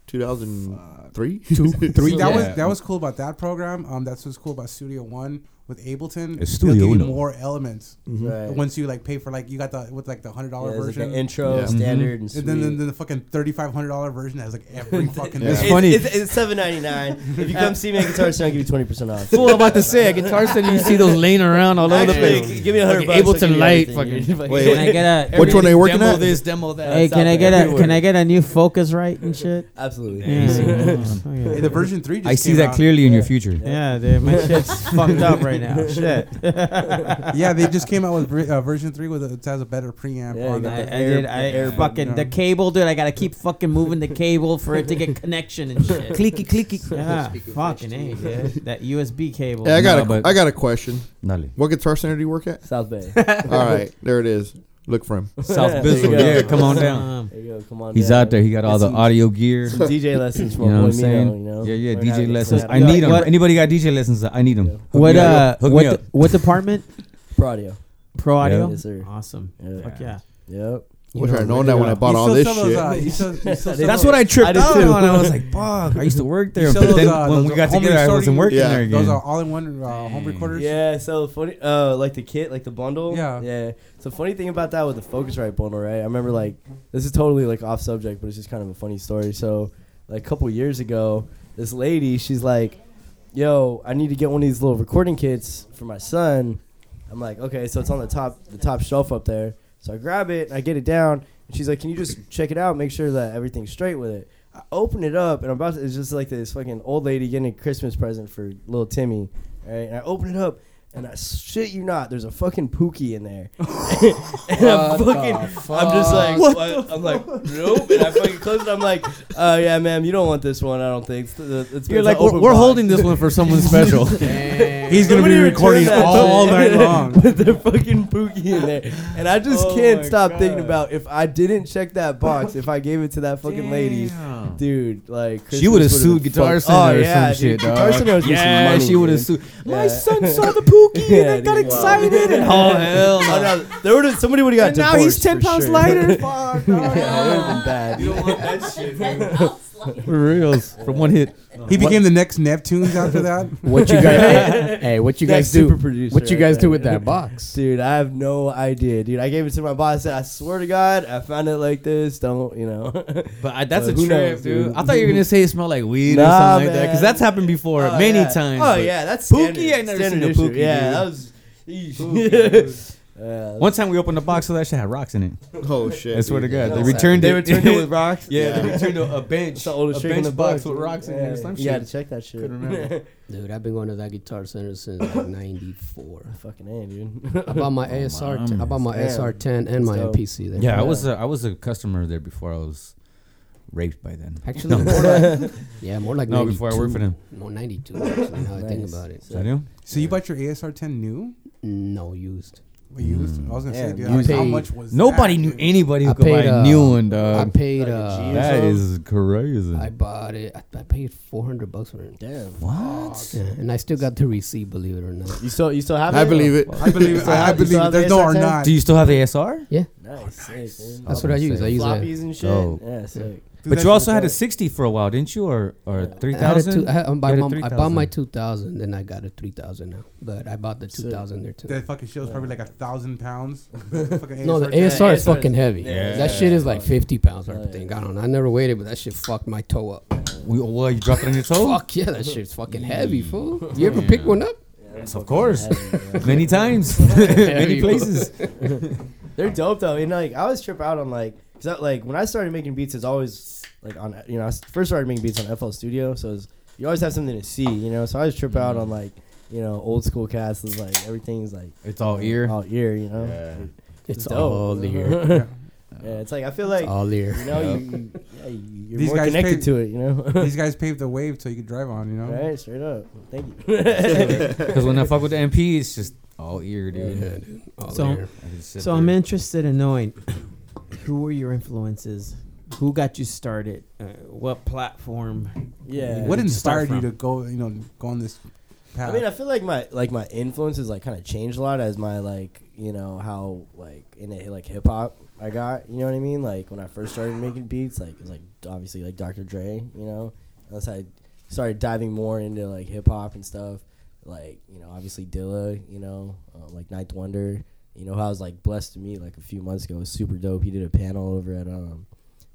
[SPEAKER 3] 2003.
[SPEAKER 6] See, that was
[SPEAKER 1] Yeah.
[SPEAKER 6] that was cool about that program. Um, that's what's cool about Studio One with Ableton,
[SPEAKER 1] It's
[SPEAKER 6] they'll
[SPEAKER 1] Studio
[SPEAKER 6] give you
[SPEAKER 1] Uno.
[SPEAKER 6] more elements.
[SPEAKER 8] Right.
[SPEAKER 6] Once you like pay for like you got the with like the hundred
[SPEAKER 8] Yeah,
[SPEAKER 6] dollar
[SPEAKER 8] there's, like,
[SPEAKER 6] version,
[SPEAKER 8] an intro,
[SPEAKER 3] Yeah.
[SPEAKER 8] standard, and,
[SPEAKER 6] and then, then
[SPEAKER 8] suite.
[SPEAKER 6] then the fucking thirty five hundred dollar version has like every fucking.
[SPEAKER 3] Yeah.
[SPEAKER 8] It's,
[SPEAKER 6] thing.
[SPEAKER 1] funny.
[SPEAKER 8] It's, it's seven ninety nine. If you come see me at Guitar Center, I'll give you twenty percent off.
[SPEAKER 1] Fool, I'm about to say, at Guitar Center, you see those laying around all over the
[SPEAKER 8] Actually,
[SPEAKER 1] place.
[SPEAKER 8] give me a hundred
[SPEAKER 1] Fucking
[SPEAKER 8] bucks, I'll
[SPEAKER 1] Ableton
[SPEAKER 8] give you
[SPEAKER 1] Light,
[SPEAKER 8] everything.
[SPEAKER 1] fucking.
[SPEAKER 8] Wait,
[SPEAKER 4] Can I get a?
[SPEAKER 3] Which one are you working
[SPEAKER 1] demo
[SPEAKER 3] at?
[SPEAKER 1] this, demo that.
[SPEAKER 4] Hey,
[SPEAKER 8] it's
[SPEAKER 4] can
[SPEAKER 8] out there
[SPEAKER 4] I get a?
[SPEAKER 8] everywhere.
[SPEAKER 4] Can I get a new Focus right and shit?
[SPEAKER 8] Absolutely.
[SPEAKER 4] Yeah. Oh,
[SPEAKER 6] Hey,
[SPEAKER 4] yeah.
[SPEAKER 6] the version three. Just
[SPEAKER 1] I see
[SPEAKER 6] came
[SPEAKER 1] that
[SPEAKER 6] out.
[SPEAKER 1] clearly in your future.
[SPEAKER 4] Yeah, dude, my shit's fucked up right now. Shit.
[SPEAKER 6] yeah, they just came out with ver- uh, version three with a, it has a better preamp
[SPEAKER 8] Yeah,
[SPEAKER 6] on
[SPEAKER 8] you
[SPEAKER 4] I, I
[SPEAKER 6] it.
[SPEAKER 8] got air-
[SPEAKER 4] did. I
[SPEAKER 8] air
[SPEAKER 4] fucking
[SPEAKER 6] button.
[SPEAKER 4] the cable, dude. I gotta keep fucking moving the cable for it to get connection and shit. clicky, clicky. Yeah, fucking a, dude. That USB cable. Um,
[SPEAKER 3] Hey, I got
[SPEAKER 1] No,
[SPEAKER 3] a,
[SPEAKER 1] but-
[SPEAKER 3] I got a question.
[SPEAKER 1] Dale.
[SPEAKER 3] What guitar center do you work at?
[SPEAKER 8] South Bay.
[SPEAKER 3] All right, there it is. Look for him.
[SPEAKER 1] South
[SPEAKER 8] There you
[SPEAKER 1] Bissell.
[SPEAKER 8] go.
[SPEAKER 1] Yeah, come on down.
[SPEAKER 4] Um,
[SPEAKER 8] There you go. Come on.
[SPEAKER 1] He's
[SPEAKER 8] down.
[SPEAKER 1] out there. He got all
[SPEAKER 8] Get
[SPEAKER 1] the
[SPEAKER 8] some-
[SPEAKER 1] audio gear.
[SPEAKER 8] Some DJ lessons
[SPEAKER 1] You
[SPEAKER 8] from
[SPEAKER 1] know what I'm
[SPEAKER 8] Boy Mino.
[SPEAKER 1] saying?
[SPEAKER 8] You know.
[SPEAKER 1] Yeah, yeah,
[SPEAKER 8] Learn how
[SPEAKER 1] DJ
[SPEAKER 8] to-
[SPEAKER 1] lessons.
[SPEAKER 8] learn how
[SPEAKER 1] I
[SPEAKER 8] to-
[SPEAKER 1] need them.
[SPEAKER 4] What-
[SPEAKER 1] Anybody got DJ lessons? I need them.
[SPEAKER 4] what uh?
[SPEAKER 1] Hook
[SPEAKER 4] what
[SPEAKER 1] me up.
[SPEAKER 4] de- what department?
[SPEAKER 8] Pro audio.
[SPEAKER 4] Pro audio.
[SPEAKER 8] Yes, sir.
[SPEAKER 4] awesome.
[SPEAKER 8] Yeah.
[SPEAKER 4] Fuck yeah.
[SPEAKER 8] Yep.
[SPEAKER 3] Wish I'd known that when I
[SPEAKER 6] You
[SPEAKER 3] bought all
[SPEAKER 6] still
[SPEAKER 3] this
[SPEAKER 6] sell
[SPEAKER 3] shit.
[SPEAKER 6] those, uh, you still- you still sell
[SPEAKER 1] That's
[SPEAKER 6] those-
[SPEAKER 1] what I tripped
[SPEAKER 8] did
[SPEAKER 1] out
[SPEAKER 8] too.
[SPEAKER 1] on. I was like, fuck, I used to work there.
[SPEAKER 6] You sell
[SPEAKER 1] But
[SPEAKER 6] those,
[SPEAKER 1] then
[SPEAKER 6] uh,
[SPEAKER 1] when
[SPEAKER 6] those
[SPEAKER 1] we got
[SPEAKER 6] home
[SPEAKER 1] together, I wasn't
[SPEAKER 6] recording-
[SPEAKER 1] working
[SPEAKER 3] Yeah, Mm.
[SPEAKER 1] there again.
[SPEAKER 6] Those are all in one uh, home recorders.
[SPEAKER 8] Yeah, so funny, uh, like the kit, like the bundle.
[SPEAKER 6] Yeah.
[SPEAKER 8] Yeah. So funny thing about that with the Focusrite bundle, right? I remember like this is totally like off subject, but it's just kind of a funny story. So, like a couple years ago, this lady, she's like, "Yo, I need to get one of these little recording kits for my son." I'm like, "Okay, so it's on the top, the top shelf up there." So I grab it, and I get it down, and she's like, "Can you just check it out, make sure that everything's straight with it?" I open it up, and I'm about to. It's just like this fucking old lady getting a Christmas present for little Timmy. All right, and I open it up, and I shit you not, there's a fucking pookie in there. and I'm fucking, I'm just like, what? I'm like, nope. And I fucking close it. I'm like, oh yeah, ma'am, you don't want this one. I don't think. It's, it's- it's
[SPEAKER 1] You're
[SPEAKER 8] an
[SPEAKER 1] like, we're,
[SPEAKER 8] open
[SPEAKER 1] we're
[SPEAKER 8] box."
[SPEAKER 1] holding this one for someone special.
[SPEAKER 6] He's gonna
[SPEAKER 8] Nobody
[SPEAKER 6] be
[SPEAKER 8] returned
[SPEAKER 6] recording
[SPEAKER 8] that
[SPEAKER 6] all
[SPEAKER 8] shit.
[SPEAKER 6] night long.
[SPEAKER 8] with the fucking pookie in there, and I just
[SPEAKER 1] Oh
[SPEAKER 8] can't
[SPEAKER 1] my
[SPEAKER 8] stop thinking
[SPEAKER 1] God.
[SPEAKER 8] about if I didn't check that box, if I gave it to that fucking lady, dude. Like
[SPEAKER 1] She would have
[SPEAKER 8] Christmas
[SPEAKER 1] sued
[SPEAKER 8] would've
[SPEAKER 1] Guitar
[SPEAKER 8] been
[SPEAKER 1] Center
[SPEAKER 8] fucked-
[SPEAKER 1] or
[SPEAKER 8] Oh, yeah,
[SPEAKER 1] some shit,
[SPEAKER 8] dude,
[SPEAKER 1] dog.
[SPEAKER 8] Guitar Center was
[SPEAKER 1] yeah,
[SPEAKER 8] making some
[SPEAKER 1] she would
[SPEAKER 8] money,
[SPEAKER 1] have
[SPEAKER 8] dude.
[SPEAKER 1] sued. My
[SPEAKER 8] Yeah.
[SPEAKER 1] son saw the pookie and
[SPEAKER 8] Yeah,
[SPEAKER 1] I got
[SPEAKER 8] dude.
[SPEAKER 1] excited. And, oh hell
[SPEAKER 8] Oh,
[SPEAKER 1] no!
[SPEAKER 8] no, there would have somebody would have
[SPEAKER 1] And
[SPEAKER 8] got
[SPEAKER 1] now he's
[SPEAKER 8] divorced
[SPEAKER 1] ten
[SPEAKER 8] for
[SPEAKER 1] pounds
[SPEAKER 8] sure.
[SPEAKER 1] lighter.
[SPEAKER 8] yeah, that would have been bad.
[SPEAKER 1] For reals, from one hit.
[SPEAKER 6] He became the next Neptunes after that.
[SPEAKER 9] What you guys? hey, what you guys
[SPEAKER 8] That's
[SPEAKER 9] do?
[SPEAKER 8] super producer
[SPEAKER 9] What you
[SPEAKER 8] right
[SPEAKER 9] guys do
[SPEAKER 8] there.
[SPEAKER 9] with that box?
[SPEAKER 8] Dude, I have no idea, dude. I gave it to my boss. I said, I swear to God, I found it like this. Don't, you know.
[SPEAKER 1] But I, that's
[SPEAKER 8] But
[SPEAKER 1] a
[SPEAKER 8] who
[SPEAKER 1] trip,
[SPEAKER 8] knows,
[SPEAKER 1] dude.
[SPEAKER 8] dude?
[SPEAKER 1] I thought you were gonna say it smelled like weed or
[SPEAKER 8] Nah,
[SPEAKER 1] something like that,
[SPEAKER 8] man.
[SPEAKER 1] because that's happened before
[SPEAKER 8] Oh,
[SPEAKER 1] many
[SPEAKER 8] yeah.
[SPEAKER 1] times.
[SPEAKER 8] Oh,
[SPEAKER 1] but-
[SPEAKER 8] yeah, that's
[SPEAKER 1] Pookie,
[SPEAKER 8] standard-
[SPEAKER 1] I never
[SPEAKER 8] standard
[SPEAKER 1] seen a
[SPEAKER 8] issue.
[SPEAKER 1] Pookie,
[SPEAKER 8] Yeah,
[SPEAKER 1] dude.
[SPEAKER 8] that was. eesh. Yeah.
[SPEAKER 1] One time we opened the box, so that shit had rocks in it.
[SPEAKER 3] Oh shit!
[SPEAKER 1] I swear to
[SPEAKER 3] dude.
[SPEAKER 1] God, they
[SPEAKER 8] That's
[SPEAKER 1] returned
[SPEAKER 8] sad.
[SPEAKER 1] it.
[SPEAKER 8] They returned it with
[SPEAKER 1] rocks. Yeah, they
[SPEAKER 3] Yeah.
[SPEAKER 1] returned a, a bench,
[SPEAKER 8] It's the oldest
[SPEAKER 1] a
[SPEAKER 8] trick in
[SPEAKER 1] bench
[SPEAKER 8] the
[SPEAKER 1] box
[SPEAKER 8] book.
[SPEAKER 1] with rocks in it. or Some
[SPEAKER 8] You gotta
[SPEAKER 1] shit.
[SPEAKER 8] check that shit.
[SPEAKER 1] Couldn't remember.
[SPEAKER 5] Dude, I've been going to that guitar center since like '94.
[SPEAKER 8] Fucking A, dude.
[SPEAKER 5] I bought my ASR. T- I bought my
[SPEAKER 8] Damn.
[SPEAKER 5] SR10 and my
[SPEAKER 8] So-
[SPEAKER 5] MPC there.
[SPEAKER 1] Yeah, I was a, I was a customer there before I was raped by then.
[SPEAKER 5] Actually, more like, yeah, more like
[SPEAKER 1] No, before I worked for
[SPEAKER 5] 92.
[SPEAKER 1] them.
[SPEAKER 5] No, 92. Actually, now I think
[SPEAKER 8] Nice.
[SPEAKER 5] about it.
[SPEAKER 1] Is that you?
[SPEAKER 6] So you bought your ASR 10 new?
[SPEAKER 5] No used.
[SPEAKER 6] Well, used. I was gonna say,
[SPEAKER 8] Yeah,
[SPEAKER 6] dude,
[SPEAKER 8] you
[SPEAKER 6] I was- how
[SPEAKER 5] paid-
[SPEAKER 6] much was
[SPEAKER 1] Nobody
[SPEAKER 6] that,
[SPEAKER 1] knew
[SPEAKER 6] dude?
[SPEAKER 1] anybody who
[SPEAKER 5] I
[SPEAKER 1] could
[SPEAKER 5] paid,
[SPEAKER 1] buy a
[SPEAKER 5] uh,
[SPEAKER 1] new one,
[SPEAKER 5] I
[SPEAKER 1] dog.
[SPEAKER 5] paid.
[SPEAKER 8] Like a
[SPEAKER 5] Uh,
[SPEAKER 8] G or
[SPEAKER 1] That
[SPEAKER 8] so?
[SPEAKER 1] is crazy.
[SPEAKER 5] I bought it. I, I paid 400 bucks for it.
[SPEAKER 8] Damn.
[SPEAKER 1] what?
[SPEAKER 5] Yeah, and I still got the receipt, believe it or not.
[SPEAKER 8] You still, you still have it?
[SPEAKER 3] I believe it.
[SPEAKER 6] I believe it.
[SPEAKER 8] So
[SPEAKER 6] I, I
[SPEAKER 8] how-
[SPEAKER 6] believe
[SPEAKER 8] so
[SPEAKER 6] it.
[SPEAKER 8] how
[SPEAKER 6] There's
[SPEAKER 8] the
[SPEAKER 6] no or
[SPEAKER 8] ASR10?
[SPEAKER 6] not.
[SPEAKER 1] Do you still have ASR?
[SPEAKER 8] Nice. sick, dude.
[SPEAKER 5] That's what I use. I use that.
[SPEAKER 8] Floppies and shit.
[SPEAKER 1] Dope.
[SPEAKER 8] Yeah, sick.
[SPEAKER 1] But you also had a 60 for a while, didn't you? Or or
[SPEAKER 5] I, had a two,
[SPEAKER 1] 3000?
[SPEAKER 5] I, had- um, I
[SPEAKER 1] You had a
[SPEAKER 5] bought, I bought my
[SPEAKER 1] 3,000.
[SPEAKER 5] 2000, then I got a 3000 now. But I bought the 2000 there too.
[SPEAKER 6] That fucking shit was probably like a thousand pounds.
[SPEAKER 5] No,
[SPEAKER 6] no,
[SPEAKER 5] the
[SPEAKER 8] Yeah,
[SPEAKER 5] ASR is
[SPEAKER 8] ASR is-
[SPEAKER 5] fucking heavy.
[SPEAKER 8] Yeah.
[SPEAKER 5] That shit is like 50 pounds or
[SPEAKER 8] Oh, yeah.
[SPEAKER 5] something. I don't know. I never weighed it, but that shit fucked my toe up.
[SPEAKER 1] We- Well, you dropped it on your toe?
[SPEAKER 5] Fuck yeah, that shit's fucking heavy, fool. You ever pick one up?
[SPEAKER 1] Yes, of course.
[SPEAKER 8] Yeah.
[SPEAKER 1] Many times. Many
[SPEAKER 5] you-
[SPEAKER 1] places.
[SPEAKER 8] They're dope though, and like I always trip out on like, cause I, like when I started making beats, it's always like on you know I s- first started making beats on FL Studio, so it's, you always have something to see, you know. So I always trip out on like you know old school casts, is like everything's like
[SPEAKER 1] It's all ear.
[SPEAKER 8] all ear, you know.
[SPEAKER 5] It's
[SPEAKER 8] dope.
[SPEAKER 5] all ear.
[SPEAKER 8] Yeah, it's like I feel like
[SPEAKER 5] All ear.
[SPEAKER 8] you know you, you yeah, you- you're
[SPEAKER 6] These
[SPEAKER 8] more
[SPEAKER 6] guys
[SPEAKER 8] connected
[SPEAKER 6] paid-
[SPEAKER 8] to it, you know.
[SPEAKER 6] These guys paved the wave so you could drive on, you know?
[SPEAKER 8] right, straight up. Thank you.
[SPEAKER 1] Because when I fuck with the MP, it's just all ear, dude.
[SPEAKER 5] Yeah, dude. All
[SPEAKER 4] So-
[SPEAKER 5] ear.
[SPEAKER 1] I can sit
[SPEAKER 4] So
[SPEAKER 1] there.
[SPEAKER 4] I'm interested in knowing who were your influences, who got you started, uh, what platform.
[SPEAKER 8] Yeah.
[SPEAKER 6] What
[SPEAKER 4] Where did you start
[SPEAKER 6] inspired you to
[SPEAKER 4] from?
[SPEAKER 6] go, you know, go on this path?
[SPEAKER 8] I mean, I feel like my like my influences like kind of changed a lot as my like you know how like in it like hip hop I got you know what I mean like when I first started making beats like it was like obviously like Dr Dre you know that's how I started diving more into like hip hop and stuff like you know obviously Dilla, you know, uh, like Ninth Wonder. You know, who I was like blessed to meet like a few months ago. It was super dope. He did a panel over at um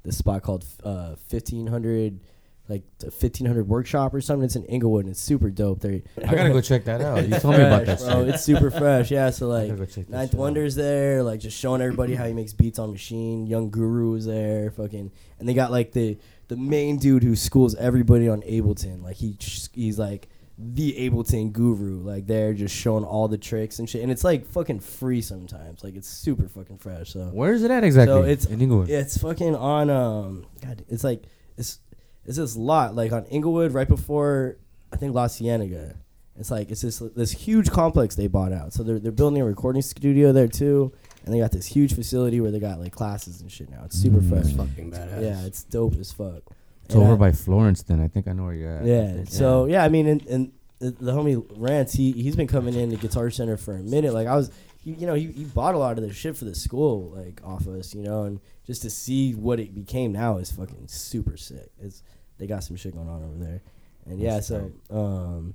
[SPEAKER 8] this spot called uh fifteen hundred. Like fifteen hundred workshop or something. It's in Inglewood and it's super dope. They
[SPEAKER 1] I gotta go check that out. You told me about that
[SPEAKER 8] Fresh, bro.
[SPEAKER 1] shit.
[SPEAKER 8] It's super fresh. Yeah, so
[SPEAKER 1] I
[SPEAKER 8] like
[SPEAKER 1] gotta go check this
[SPEAKER 8] Ninth
[SPEAKER 1] shit out.
[SPEAKER 8] Wonder's there, like just showing everybody how he makes beats on machine. Young Guru is there, fucking, and they got like the the main dude who schools everybody on Ableton. Like he sh- he's like the Ableton guru. Like they're just showing all the tricks and shit, and it's like fucking free sometimes. Like it's super fucking fresh. So
[SPEAKER 1] Where is it at exactly?
[SPEAKER 8] so it's
[SPEAKER 1] in Inglewood.
[SPEAKER 8] Yeah, it's fucking on um God, it's like it's it's this lot like on Inglewood right before I think La Cienega. It's like it's this this huge complex they bought out. So they're they're building a recording studio there too. And they got this huge facility where they got like classes and shit now. It's super
[SPEAKER 1] Mm.
[SPEAKER 8] fresh.
[SPEAKER 5] fucking badass.
[SPEAKER 8] Yeah, it's dope as fuck.
[SPEAKER 1] It's
[SPEAKER 8] And
[SPEAKER 1] over
[SPEAKER 8] I-
[SPEAKER 1] by Florence. Then I think I know where you're at.
[SPEAKER 8] yeah. So yeah, I mean, and, and the, the homie Rance, he he's been coming in to Guitar Center for a minute. Like I was, he, you know, he, he bought a lot of this shit for the school, like off us, you know, and just to see what it became now is fucking super sick. It's they got some shit going on over there, and yeah,
[SPEAKER 1] That's
[SPEAKER 8] so um,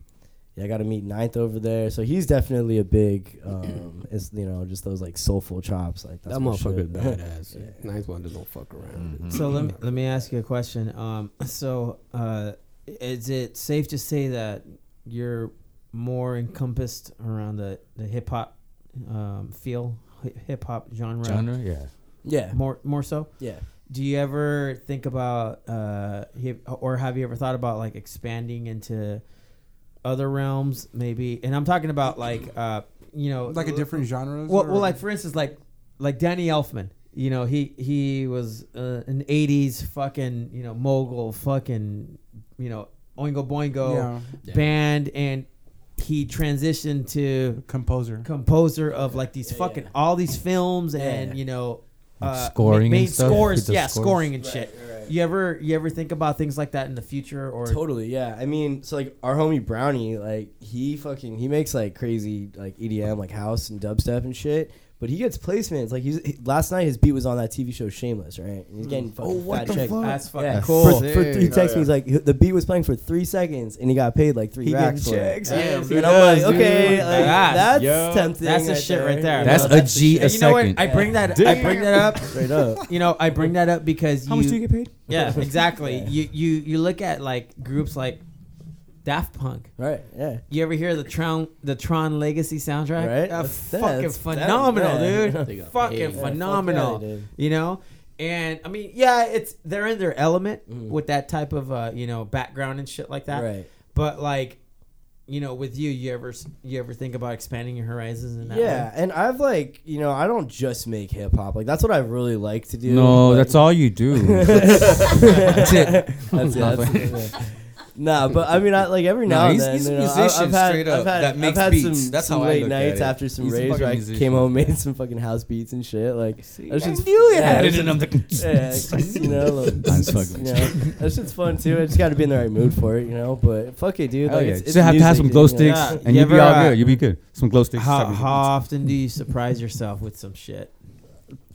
[SPEAKER 8] yeah, I got to meet Ninth over there. So he's definitely a big, um, it's you know, just those like soulful chops, like that's
[SPEAKER 5] That
[SPEAKER 8] my
[SPEAKER 5] motherfucker's
[SPEAKER 8] shit.
[SPEAKER 5] badass. Ninth Wonder don't fuck around. Mm-hmm.
[SPEAKER 4] So let me, let me ask you a question. Um, so uh, is it safe to say that you're more encompassed around the, the hip hop um, feel, hip hop genre,
[SPEAKER 1] genre. Yeah.
[SPEAKER 8] yeah,
[SPEAKER 4] more more so?
[SPEAKER 8] yeah.
[SPEAKER 4] Do you ever think about uh, have- or have you ever thought about like expanding into other realms, maybe? And I'm talking about like uh, you know,
[SPEAKER 6] Like a different genre.
[SPEAKER 4] well, well, like for instance, like like Danny Elfman. You know, he he was uh, an '80s fucking you know mogul, fucking you know Oingo Boingo band, and he transitioned to
[SPEAKER 6] composer.
[SPEAKER 4] composer of like these fucking all these films and
[SPEAKER 8] yeah.
[SPEAKER 4] you know
[SPEAKER 1] Like
[SPEAKER 4] uh,
[SPEAKER 1] scoring
[SPEAKER 4] ma-
[SPEAKER 1] and
[SPEAKER 4] made
[SPEAKER 1] stuff? He
[SPEAKER 4] scores,
[SPEAKER 1] does
[SPEAKER 4] yeah,
[SPEAKER 1] scores?
[SPEAKER 4] scoring and shit. You ever you ever think about things like that in the future or
[SPEAKER 8] Totally, yeah. I mean, so like our homie Brownie, like he fucking he makes like crazy like EDM like house and dubstep and shit. But he gets placements. Like he's he- last night, his beat was on that TV show Shameless, right? And he's
[SPEAKER 4] Mm.
[SPEAKER 8] getting
[SPEAKER 4] Oh,
[SPEAKER 8] fucking fat checks.
[SPEAKER 4] that's fucking
[SPEAKER 8] Yeah.
[SPEAKER 4] cool.
[SPEAKER 8] For, for, he texted me, he's like, "H- the beat was playing for three seconds, and he got paid like three
[SPEAKER 4] He
[SPEAKER 8] racks
[SPEAKER 4] getting
[SPEAKER 8] for
[SPEAKER 4] checks.
[SPEAKER 8] it.
[SPEAKER 4] Yes, he
[SPEAKER 8] and I'm
[SPEAKER 4] does,
[SPEAKER 8] like,
[SPEAKER 4] dude.
[SPEAKER 8] okay, like,
[SPEAKER 4] That's-
[SPEAKER 8] that's
[SPEAKER 1] Yo.
[SPEAKER 8] tempting.
[SPEAKER 4] That's the shit right there.
[SPEAKER 8] You
[SPEAKER 1] That's
[SPEAKER 8] know,
[SPEAKER 1] a G
[SPEAKER 8] the
[SPEAKER 1] a
[SPEAKER 8] shit.
[SPEAKER 4] you know what?
[SPEAKER 1] second.
[SPEAKER 4] I bring that I bring that up.
[SPEAKER 8] Straight up.
[SPEAKER 4] You know, I bring that up because you,
[SPEAKER 8] get paid?
[SPEAKER 4] yeah, exactly. You you you look at like groups like Daft Punk.
[SPEAKER 8] Right. Yeah.
[SPEAKER 4] You ever hear the Tron the Tron Legacy soundtrack?
[SPEAKER 8] Right.
[SPEAKER 4] That's
[SPEAKER 8] That's- that's-
[SPEAKER 4] fucking
[SPEAKER 8] that's-
[SPEAKER 4] phenomenal,
[SPEAKER 8] yeah.
[SPEAKER 5] They
[SPEAKER 4] dude.
[SPEAKER 5] got
[SPEAKER 4] Fucking
[SPEAKER 5] paid. Yeah,
[SPEAKER 8] fuck yeah,
[SPEAKER 4] phenomenal.
[SPEAKER 8] they did.
[SPEAKER 4] you know, and I mean, yeah, it's they're in their element with that type of uh, you know background and shit like that.
[SPEAKER 8] Mm. Right.
[SPEAKER 4] But like, you know, with you, you ever s- you ever think about expanding your horizons in that?
[SPEAKER 8] Yeah,
[SPEAKER 4] way?
[SPEAKER 8] and I've like, you know, I don't just make hip hop. Like that's what I really like to do.
[SPEAKER 1] no,
[SPEAKER 8] but-
[SPEAKER 1] that's all you do.
[SPEAKER 8] that's
[SPEAKER 1] it.
[SPEAKER 8] That's it.
[SPEAKER 1] Not
[SPEAKER 8] that's it, yeah. Nah, but I mean, I like every now and
[SPEAKER 1] he's-
[SPEAKER 8] then,
[SPEAKER 1] he's a
[SPEAKER 8] you know, I-
[SPEAKER 1] musician
[SPEAKER 8] I've had,
[SPEAKER 1] straight up
[SPEAKER 8] I've had,
[SPEAKER 1] that
[SPEAKER 8] I've
[SPEAKER 1] makes
[SPEAKER 8] had
[SPEAKER 1] beats.
[SPEAKER 8] Some,
[SPEAKER 1] That's
[SPEAKER 8] some
[SPEAKER 1] how I
[SPEAKER 8] late
[SPEAKER 1] look at
[SPEAKER 8] nights
[SPEAKER 1] it.
[SPEAKER 8] after some
[SPEAKER 1] He's a
[SPEAKER 8] raves,
[SPEAKER 1] fucking
[SPEAKER 8] where I
[SPEAKER 1] musician.
[SPEAKER 8] came home, made some fucking house beats and shit. Like that shit's
[SPEAKER 1] Yeah,
[SPEAKER 8] yeah,
[SPEAKER 1] and
[SPEAKER 8] it's
[SPEAKER 1] then I'm like,
[SPEAKER 8] yeah, it's just, you know, like,
[SPEAKER 1] I'm
[SPEAKER 8] it's just,
[SPEAKER 1] fucking
[SPEAKER 8] you know, that shit's fun too. I just got to be in the right mood for it, you know. But fuck it, dude.
[SPEAKER 1] Hell
[SPEAKER 8] Like,
[SPEAKER 1] Oh, yeah.
[SPEAKER 8] it's,
[SPEAKER 1] Just
[SPEAKER 8] it's
[SPEAKER 1] have to have
[SPEAKER 8] music,
[SPEAKER 1] some
[SPEAKER 8] dude,
[SPEAKER 1] glow
[SPEAKER 8] you know?
[SPEAKER 1] sticks,
[SPEAKER 4] Yeah.
[SPEAKER 1] and
[SPEAKER 4] You
[SPEAKER 1] you'll be
[SPEAKER 4] ever,
[SPEAKER 1] all
[SPEAKER 4] uh,
[SPEAKER 1] good. You'll be good. Some glow sticks.
[SPEAKER 4] How,
[SPEAKER 1] everything.
[SPEAKER 4] how often do you surprise yourself with some shit?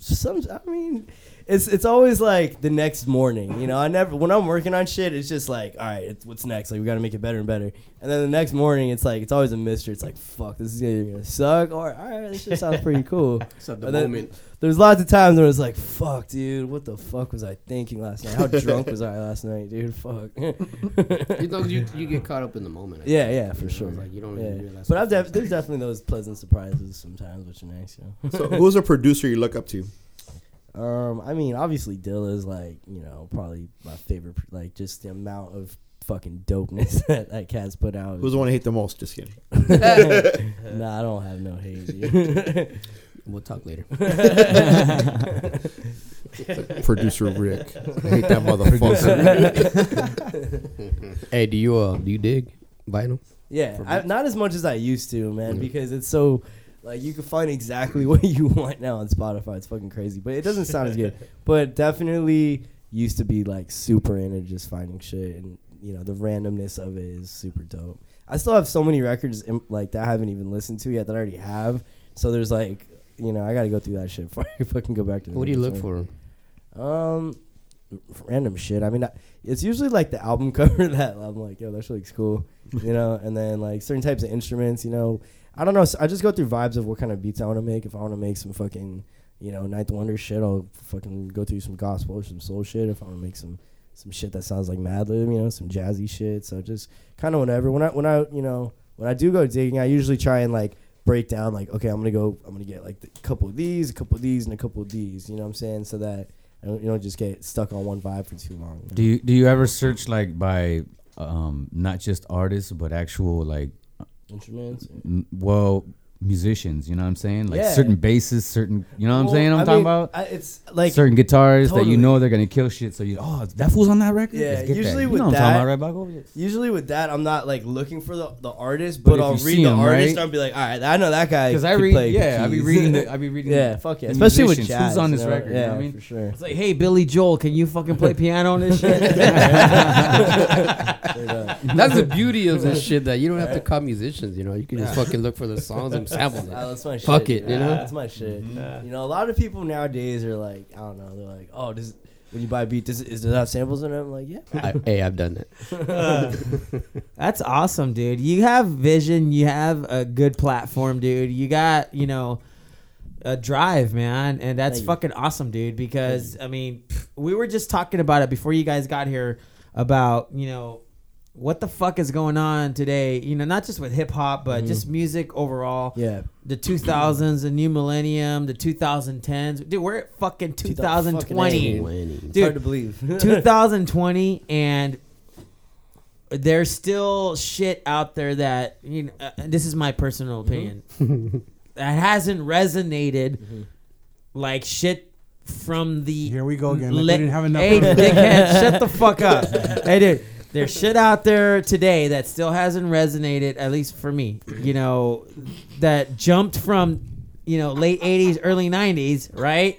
[SPEAKER 8] some I mean it's it's always like the next morning, you know. I never when I'm working on shit, it's just like, all right, it's, what's next? Like we got to make it better and better. And then the next morning, it's like it's always a mystery. It's like, fuck, this is either gonna suck or all right, this shit sounds pretty cool.
[SPEAKER 5] It's at the
[SPEAKER 8] And then
[SPEAKER 5] moment.
[SPEAKER 8] There's lots of times where it's like, fuck, dude, what the fuck was I thinking last night? How drunk was I last night, dude? Fuck.
[SPEAKER 5] You, know, you, you get caught up in the moment. I
[SPEAKER 8] yeah,
[SPEAKER 5] think.
[SPEAKER 8] yeah,
[SPEAKER 5] You
[SPEAKER 8] for
[SPEAKER 5] know,
[SPEAKER 8] sure.
[SPEAKER 5] it's Like you don't
[SPEAKER 8] yeah.
[SPEAKER 5] even realize.
[SPEAKER 8] but
[SPEAKER 5] what
[SPEAKER 8] I've
[SPEAKER 5] the
[SPEAKER 8] def-
[SPEAKER 5] fuck-
[SPEAKER 8] there's definitely those pleasant surprises sometimes, which are nice, you know.
[SPEAKER 3] So who's a producer you look up to?
[SPEAKER 8] Um, I mean, obviously Dilla's like you know probably my favorite. pr- Like just the amount of fucking dopeness that that cat's put out.
[SPEAKER 3] Who's the one I hate the most? Just kidding.
[SPEAKER 8] nah, I don't have no hate. dude.
[SPEAKER 5] We'll talk later.
[SPEAKER 3] Producer Rick. I hate that motherfucker.
[SPEAKER 5] hey, do you uh do you dig vinyl?
[SPEAKER 8] yeah,
[SPEAKER 5] For
[SPEAKER 8] I,
[SPEAKER 5] me. Mm-hmm.
[SPEAKER 8] not as much as I used to, man,
[SPEAKER 5] Yeah.
[SPEAKER 8] because it's so like you can find exactly what you want now on Spotify. It's fucking crazy, but it doesn't sound as good. But definitely used to be like super into just finding shit, and you know the randomness of it is super dope. I still have so many records in, like that I haven't even listened to yet that I already have. So there's like you know I got to go through that shit before I fucking go back to. the
[SPEAKER 5] What do you
[SPEAKER 8] next
[SPEAKER 5] look
[SPEAKER 8] one.
[SPEAKER 5] for?
[SPEAKER 8] Um, random shit. I mean, I, it's usually like the album cover that I'm like, yo, that shit looks cool, you know. And then like certain types of instruments, you know. I don't know. s- I just go through vibes of what kind of beats I want to make. If I want to make some fucking, you know, Ninth Wonder shit, I'll fucking go through some gospel or some soul shit. If I want to make some some shit that sounds like Madlib, you know, some jazzy shit. So just kind of whenever when I when I you know when I do go digging, I usually try and like break down like okay, I'm gonna go, I'm gonna get like a couple of these, a couple of these, and a couple of these. You know what I'm saying? So that I don't, you don't just get stuck on one vibe for too long.
[SPEAKER 1] Do you do you ever search like by um not just artists but actual like
[SPEAKER 8] Instruments.
[SPEAKER 1] m- well musicians? You know what I'm saying? Like
[SPEAKER 8] Yeah.
[SPEAKER 1] certain bassists, certain you know what I'm
[SPEAKER 8] Well,
[SPEAKER 1] saying? I'm
[SPEAKER 8] I
[SPEAKER 1] talking
[SPEAKER 8] mean,
[SPEAKER 1] about
[SPEAKER 8] I, it's like
[SPEAKER 1] certain guitars that
[SPEAKER 8] totally.
[SPEAKER 1] you know they're gonna kill shit. So you oh that fool's on that record.
[SPEAKER 8] Yeah,
[SPEAKER 1] Let's get
[SPEAKER 8] usually
[SPEAKER 1] that.
[SPEAKER 8] with
[SPEAKER 1] you know
[SPEAKER 8] that-
[SPEAKER 1] what I'm talking about, right, Baco?
[SPEAKER 8] usually with that, I'm not like looking for the, the artist,
[SPEAKER 1] But
[SPEAKER 8] but,
[SPEAKER 1] if
[SPEAKER 8] I'll
[SPEAKER 1] you
[SPEAKER 8] read
[SPEAKER 1] see
[SPEAKER 8] the
[SPEAKER 1] 'em,
[SPEAKER 8] artist.
[SPEAKER 1] right?
[SPEAKER 8] I'll be like, all right, I know that guy.
[SPEAKER 1] Because I
[SPEAKER 8] could
[SPEAKER 1] read,
[SPEAKER 8] play
[SPEAKER 1] yeah, I be
[SPEAKER 8] keys."
[SPEAKER 1] reading, the, I be reading,
[SPEAKER 8] yeah, fuck yeah,
[SPEAKER 1] the
[SPEAKER 8] especially with
[SPEAKER 1] musicians.
[SPEAKER 8] jazz.
[SPEAKER 1] Who's on
[SPEAKER 8] you
[SPEAKER 1] this
[SPEAKER 8] know?
[SPEAKER 1] record?
[SPEAKER 8] Yeah,
[SPEAKER 1] you know what I mean,
[SPEAKER 8] for sure.
[SPEAKER 4] It's like, hey, Billy Joel, can you fucking play piano on this shit?
[SPEAKER 5] That's the beauty of this shit that you don't have to call musicians. You know, you can just fucking look for the songs and sample
[SPEAKER 8] Ah,
[SPEAKER 5] them.
[SPEAKER 8] that's my
[SPEAKER 5] Fuck
[SPEAKER 8] shit.
[SPEAKER 5] it, you
[SPEAKER 8] Yeah,
[SPEAKER 5] know?
[SPEAKER 8] that's my shit. You know, a lot of people nowadays are like, I don't know, they're like, oh, does when you buy a beat, does is there not samples in it? I'm like, yeah.
[SPEAKER 5] I, hey, I've done it.
[SPEAKER 4] That's awesome, dude. You have vision. You have a good platform, dude. You got, you know, a drive, man. And that's
[SPEAKER 8] Thank you.
[SPEAKER 4] fucking awesome, dude. Because, I mean, pff, we were just talking about it before you guys got here about, you know, what the fuck is going on today? You know, not just with hip hop, but just music overall.
[SPEAKER 8] Mm-hmm. Yeah.
[SPEAKER 4] The 2000s, the new millennium, the 2010s. Dude, we're at fucking 2020.
[SPEAKER 5] Winning.
[SPEAKER 8] It's
[SPEAKER 4] Dude,
[SPEAKER 8] hard to believe.
[SPEAKER 4] 2020 and there's still shit out there that you know, uh, this is my personal opinion
[SPEAKER 6] Mm-hmm.
[SPEAKER 4] that hasn't resonated like shit from the
[SPEAKER 6] Here we go again. Like
[SPEAKER 4] le-
[SPEAKER 6] we didn't have enough.
[SPEAKER 4] hey
[SPEAKER 6] of it.
[SPEAKER 4] dickhead shut the fuck up hey dude there's shit out there today that still hasn't resonated at least for me you know that jumped from you know late 80s early 90s right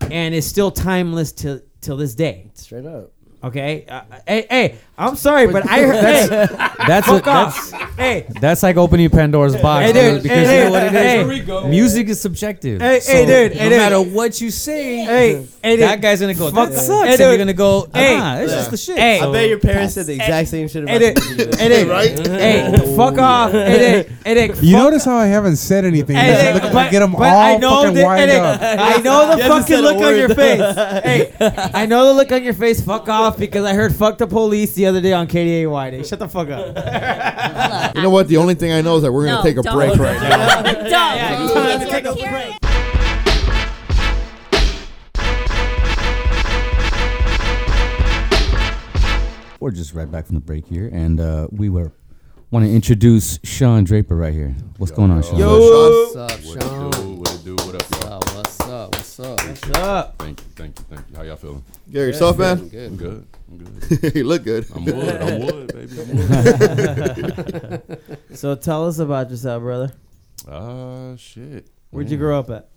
[SPEAKER 4] and is still timeless till till this day
[SPEAKER 8] Straight up.
[SPEAKER 4] Okay. Uh, hey, hey, I'm sorry, but I heard. hey,
[SPEAKER 1] That's what,
[SPEAKER 4] fuck
[SPEAKER 1] that's
[SPEAKER 4] off. Hey,
[SPEAKER 1] that's like opening Pandora's box
[SPEAKER 4] Hey, dude,
[SPEAKER 1] dude, because
[SPEAKER 4] hey,
[SPEAKER 1] you know what it is.
[SPEAKER 4] hey, Here we
[SPEAKER 1] Music is subjective.
[SPEAKER 4] Hey, hey,
[SPEAKER 1] so
[SPEAKER 4] dude,
[SPEAKER 1] no
[SPEAKER 4] hey, dude.
[SPEAKER 1] matter what you say,
[SPEAKER 4] hey, hey,
[SPEAKER 1] that
[SPEAKER 4] dude.
[SPEAKER 1] guy's gonna go.
[SPEAKER 4] Fuck
[SPEAKER 1] That
[SPEAKER 4] sucks.
[SPEAKER 1] sucks.
[SPEAKER 4] Hey,
[SPEAKER 1] and you're
[SPEAKER 4] dude.
[SPEAKER 1] gonna go. Ah,
[SPEAKER 4] Hey.
[SPEAKER 1] it's
[SPEAKER 8] Yeah.
[SPEAKER 1] just the shit.
[SPEAKER 4] Hey.
[SPEAKER 1] So-
[SPEAKER 8] I bet your parents said the exact same shit
[SPEAKER 4] Hey,
[SPEAKER 8] about
[SPEAKER 4] dude.
[SPEAKER 8] you.
[SPEAKER 4] Hey, dude.
[SPEAKER 3] Right?
[SPEAKER 4] Hey, fuck off. Hey, dude. Hey, dude.
[SPEAKER 6] You
[SPEAKER 4] fuck-
[SPEAKER 6] notice how I haven't said anything?
[SPEAKER 4] Hey,
[SPEAKER 6] Just
[SPEAKER 4] hey,
[SPEAKER 6] look at-
[SPEAKER 4] but-
[SPEAKER 6] get them
[SPEAKER 4] but
[SPEAKER 6] all
[SPEAKER 4] I know
[SPEAKER 6] fucking
[SPEAKER 4] the,
[SPEAKER 6] wired
[SPEAKER 4] hey,
[SPEAKER 6] up.
[SPEAKER 4] I know the
[SPEAKER 8] You haven't
[SPEAKER 4] fucking
[SPEAKER 8] said a
[SPEAKER 4] look on
[SPEAKER 8] word.
[SPEAKER 4] your face. Hey, I know the look on your face. Fuck off because I heard "fuck the police" the other day on KDAY. Dude. Shut the fuck up.
[SPEAKER 3] You know what? The only thing I know is that we're gonna
[SPEAKER 10] No,
[SPEAKER 3] take a
[SPEAKER 10] don't.
[SPEAKER 3] break right now.
[SPEAKER 10] Don't. Don't.
[SPEAKER 4] Let's take a break.
[SPEAKER 1] We're just right back from the break here, and uh, we were want to introduce Sean Draper right here. What's going on, Sean?
[SPEAKER 5] What's up,
[SPEAKER 2] What
[SPEAKER 5] Sean?
[SPEAKER 2] it do? What it do? What up, y'all?
[SPEAKER 5] Oh, what's up? What's up?
[SPEAKER 2] Thank you, thank you, thank you. How y'all feeling?
[SPEAKER 3] Yeah, yourself, man.
[SPEAKER 2] I'm good. I'm good.
[SPEAKER 3] you look good.
[SPEAKER 2] I'm wood. I'm wood, baby. I'm wood.
[SPEAKER 4] So tell us about yourself, brother.
[SPEAKER 2] Ah, shit.
[SPEAKER 4] Where'd you grow up at?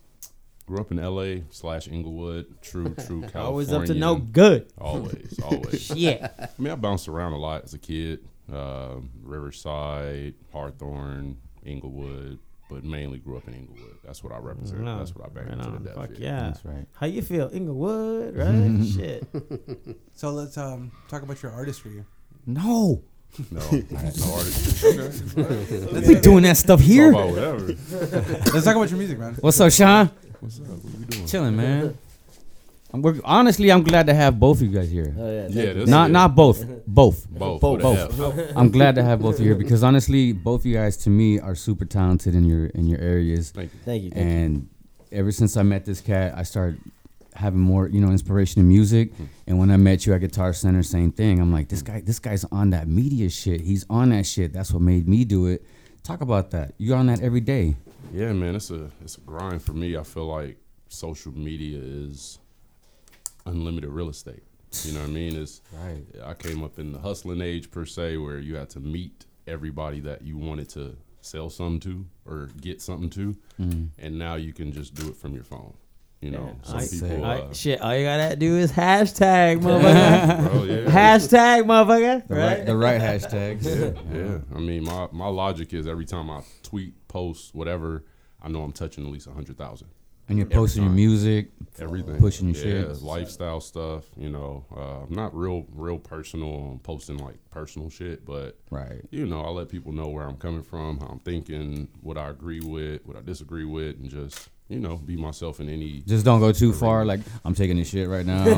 [SPEAKER 2] Grew up in L.A. slash Inglewood. True, true. California.
[SPEAKER 4] Always up to no good.
[SPEAKER 2] Always, always.
[SPEAKER 4] Yeah.
[SPEAKER 2] I mean, I bounced around a lot as a kid. Um, Riverside, Hawthorne, Inglewood, but mainly grew up in Inglewood. That's what I represent.
[SPEAKER 4] Wow.
[SPEAKER 2] That's what I bang
[SPEAKER 4] Right
[SPEAKER 2] to
[SPEAKER 4] on.
[SPEAKER 2] the death.
[SPEAKER 4] Fuck
[SPEAKER 2] here.
[SPEAKER 4] yeah.
[SPEAKER 1] That's right.
[SPEAKER 4] How you feel, Inglewood? Right? Shit.
[SPEAKER 6] So let's um talk about your artistry.
[SPEAKER 1] No,
[SPEAKER 2] No, no artist. Okay.
[SPEAKER 1] we doing that stuff
[SPEAKER 2] Talk
[SPEAKER 1] here.
[SPEAKER 2] about whatever.
[SPEAKER 6] Let's talk about your music, man.
[SPEAKER 1] What's up, Sean?
[SPEAKER 2] What's up? What we doing?
[SPEAKER 1] Chilling, man. I'm, we're, honestly, I'm glad to have both of you guys here.
[SPEAKER 8] Oh, yeah.
[SPEAKER 2] Uh, Yeah,
[SPEAKER 8] thank
[SPEAKER 2] this
[SPEAKER 1] Not
[SPEAKER 2] is-
[SPEAKER 1] not both, both.
[SPEAKER 2] both.
[SPEAKER 8] both.
[SPEAKER 2] Both.
[SPEAKER 1] I'm glad to have both of you here because honestly, both of you guys to me are super talented in your in your areas.
[SPEAKER 2] Thank you.
[SPEAKER 8] you. Thank you. Thank you.
[SPEAKER 1] And ever since I met this cat, I started having more, you know, inspiration in music.
[SPEAKER 2] Hmm.
[SPEAKER 1] And when I met you at Guitar Center, same thing. I'm like, this guy, this guy's on that media shit. He's on that shit. That's what made me do it. Talk about that. You're on that every day.
[SPEAKER 2] Yeah, man, it's a it's a grind for me. I feel like social media is unlimited real estate. You know what I mean? It's
[SPEAKER 1] Right.
[SPEAKER 2] I came up in the hustling age per se, where you had to meet everybody that you wanted to sell something to or get something to,
[SPEAKER 3] Mm-hmm.
[SPEAKER 2] and now you can just do it from your phone. You know, some
[SPEAKER 4] I-
[SPEAKER 2] people.
[SPEAKER 4] All
[SPEAKER 2] uh,
[SPEAKER 4] right, shit, all you gotta do is hashtag, motherfucker.
[SPEAKER 2] bro, yeah.
[SPEAKER 4] hashtag, motherfucker.
[SPEAKER 1] The right,
[SPEAKER 4] Right?
[SPEAKER 1] the right hashtags.
[SPEAKER 2] Yeah, I mean, my, my logic is every time I tweet, post, whatever, I know I'm touching at least 100,000.
[SPEAKER 1] And you're posting your music,
[SPEAKER 2] everything,
[SPEAKER 1] pushing your
[SPEAKER 2] yeah,
[SPEAKER 1] shit.
[SPEAKER 2] lifestyle stuff. You know, uh, I'm not real, real personal on posting like personal shit, but
[SPEAKER 1] Right.
[SPEAKER 2] you know, I let people know where I'm coming from, how I'm thinking, what I agree with, what I disagree with, and just you know, be myself in any.
[SPEAKER 1] Just don't go too far. Like I'm taking this shit right now. I'm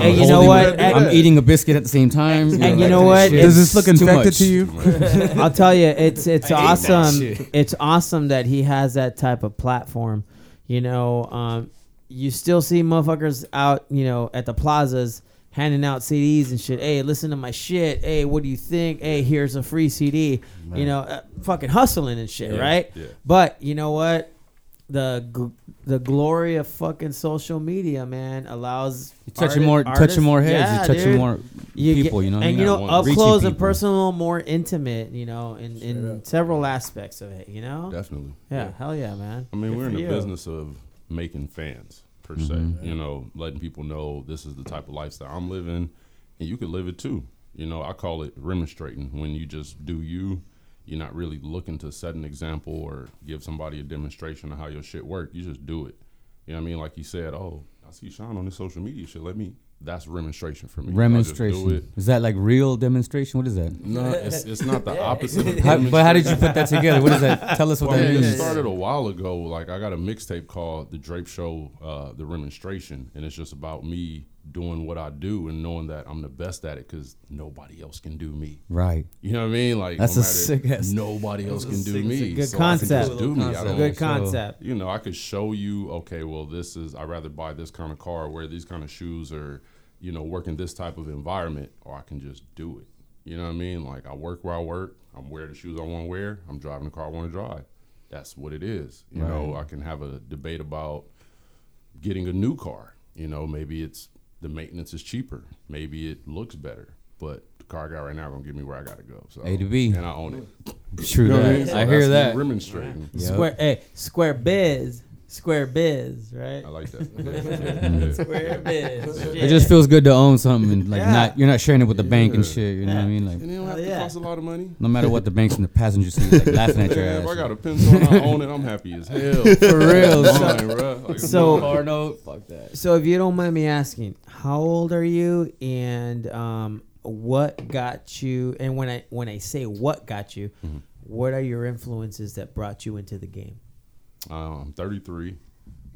[SPEAKER 4] and you know
[SPEAKER 1] holding-
[SPEAKER 4] what?
[SPEAKER 1] I'm
[SPEAKER 4] And-
[SPEAKER 1] eating a biscuit at the same time.
[SPEAKER 4] And you know what?
[SPEAKER 1] shit.
[SPEAKER 4] Does
[SPEAKER 6] this look
[SPEAKER 1] It's too
[SPEAKER 6] infected
[SPEAKER 1] much.
[SPEAKER 6] to you?
[SPEAKER 4] I'll tell you, it's it's
[SPEAKER 1] I hate that
[SPEAKER 4] awesome.
[SPEAKER 1] shit.
[SPEAKER 4] It's awesome that he has that type of platform. You know, um, you still see motherfuckers out, you know, at the plazas handing out CDs and shit. Hey, listen to my shit. Hey, what do you think? Hey, here's a free CD. You know, uh, fucking hustling and shit, right?
[SPEAKER 2] yeah.
[SPEAKER 4] But you know what? The gl- the glory of fucking social media, man, allows
[SPEAKER 1] You touching
[SPEAKER 4] arti-
[SPEAKER 1] more,
[SPEAKER 4] artists-
[SPEAKER 1] touching more heads.
[SPEAKER 4] Yeah,
[SPEAKER 1] You're touching
[SPEAKER 4] dude
[SPEAKER 1] more people.
[SPEAKER 4] get-
[SPEAKER 1] you know, what I
[SPEAKER 4] and
[SPEAKER 1] mean?
[SPEAKER 4] you
[SPEAKER 2] Not
[SPEAKER 4] know,
[SPEAKER 2] one.
[SPEAKER 4] up
[SPEAKER 1] Reaching
[SPEAKER 4] close and
[SPEAKER 1] people.
[SPEAKER 4] personal, more intimate. You know, in in several aspects of it. You know,
[SPEAKER 2] Definitely.
[SPEAKER 4] yeah, hell yeah, man.
[SPEAKER 2] I mean,
[SPEAKER 4] Good
[SPEAKER 2] we're
[SPEAKER 4] for
[SPEAKER 2] in the
[SPEAKER 4] you.
[SPEAKER 2] business of making fans per se. You know, letting people know this is the type of lifestyle I'm living, and you could live it too. You know, I call it remonstrating. When you just do you, you're not really looking to set an example or give somebody a demonstration of how your shit work. You just do it. You know what I mean? Like you said, oh, I see Sean on his social media shit. Let me. That's remonstration for me. I just do it.
[SPEAKER 1] Remonstration. Is that like real demonstration? What is that?
[SPEAKER 2] No, it's, it's not the opposite. Of
[SPEAKER 1] How, but how did you put that together? What is that? Tell us what
[SPEAKER 2] well, I
[SPEAKER 1] that
[SPEAKER 2] mean,
[SPEAKER 1] is.
[SPEAKER 2] it started a while ago. Like I got a mixtape called The Drape Show, uh, The Remonstration, and it's just about me doing what I do and knowing that I'm the best at it because nobody else can do me.
[SPEAKER 1] Right.
[SPEAKER 2] You know what I mean? Like
[SPEAKER 1] That's
[SPEAKER 2] no
[SPEAKER 1] a
[SPEAKER 2] matter-
[SPEAKER 1] sick ass-
[SPEAKER 2] Nobody else can do
[SPEAKER 4] sick-
[SPEAKER 2] me.
[SPEAKER 4] it's a good
[SPEAKER 2] so I can just
[SPEAKER 4] concept.
[SPEAKER 2] do me. I don't-
[SPEAKER 4] Good
[SPEAKER 1] So-
[SPEAKER 4] concept.
[SPEAKER 2] you know, I could show you, okay, well, this is, I'd rather buy this kind of car, wear these kind of shoes, or, you know, work in this type of environment, or I can just do it. You know what I mean? Like, I work where I work, I'm wearing the shoes I want to wear, I'm driving the car I want to drive. That's what it is. You know, I can have a debate about getting a new car. You know, maybe it's the maintenance is cheaper, maybe it looks better, but the car I got right now gonna get me where I gotta go. So
[SPEAKER 1] A to B.
[SPEAKER 2] and I own it.
[SPEAKER 1] True.
[SPEAKER 2] You know what
[SPEAKER 1] that.
[SPEAKER 2] mean? So
[SPEAKER 1] I
[SPEAKER 2] that's
[SPEAKER 1] hear
[SPEAKER 2] me
[SPEAKER 1] that.
[SPEAKER 2] remonstrating.
[SPEAKER 1] Yep.
[SPEAKER 4] Square, hey, square biz, square biz, right?
[SPEAKER 2] I like that. Yeah, yeah.
[SPEAKER 4] Square biz.
[SPEAKER 1] It just feels good to own something and like
[SPEAKER 4] Yeah.
[SPEAKER 1] not you're not sharing it with the bank and
[SPEAKER 2] Yeah.
[SPEAKER 1] shit. You know what I mean? Like
[SPEAKER 2] And it don't
[SPEAKER 4] Hell
[SPEAKER 2] have to
[SPEAKER 4] yeah.
[SPEAKER 2] cost a lot of money.
[SPEAKER 1] no matter what the bank's in the passenger seat is, like laughing at your
[SPEAKER 2] Yeah,
[SPEAKER 1] ass.
[SPEAKER 2] if I got a pencil and I own it, I'm happy as hell.
[SPEAKER 1] For real. son.
[SPEAKER 2] Mine, bruh. Like,
[SPEAKER 4] So-
[SPEAKER 2] mine.
[SPEAKER 5] Fuck that.
[SPEAKER 4] So, if you don't mind me asking, how old are you, and um, what got you? And when I when I say what got you,
[SPEAKER 1] Mm-hmm.
[SPEAKER 4] what are your influences that brought you into the game?
[SPEAKER 2] Uh, I'm 33.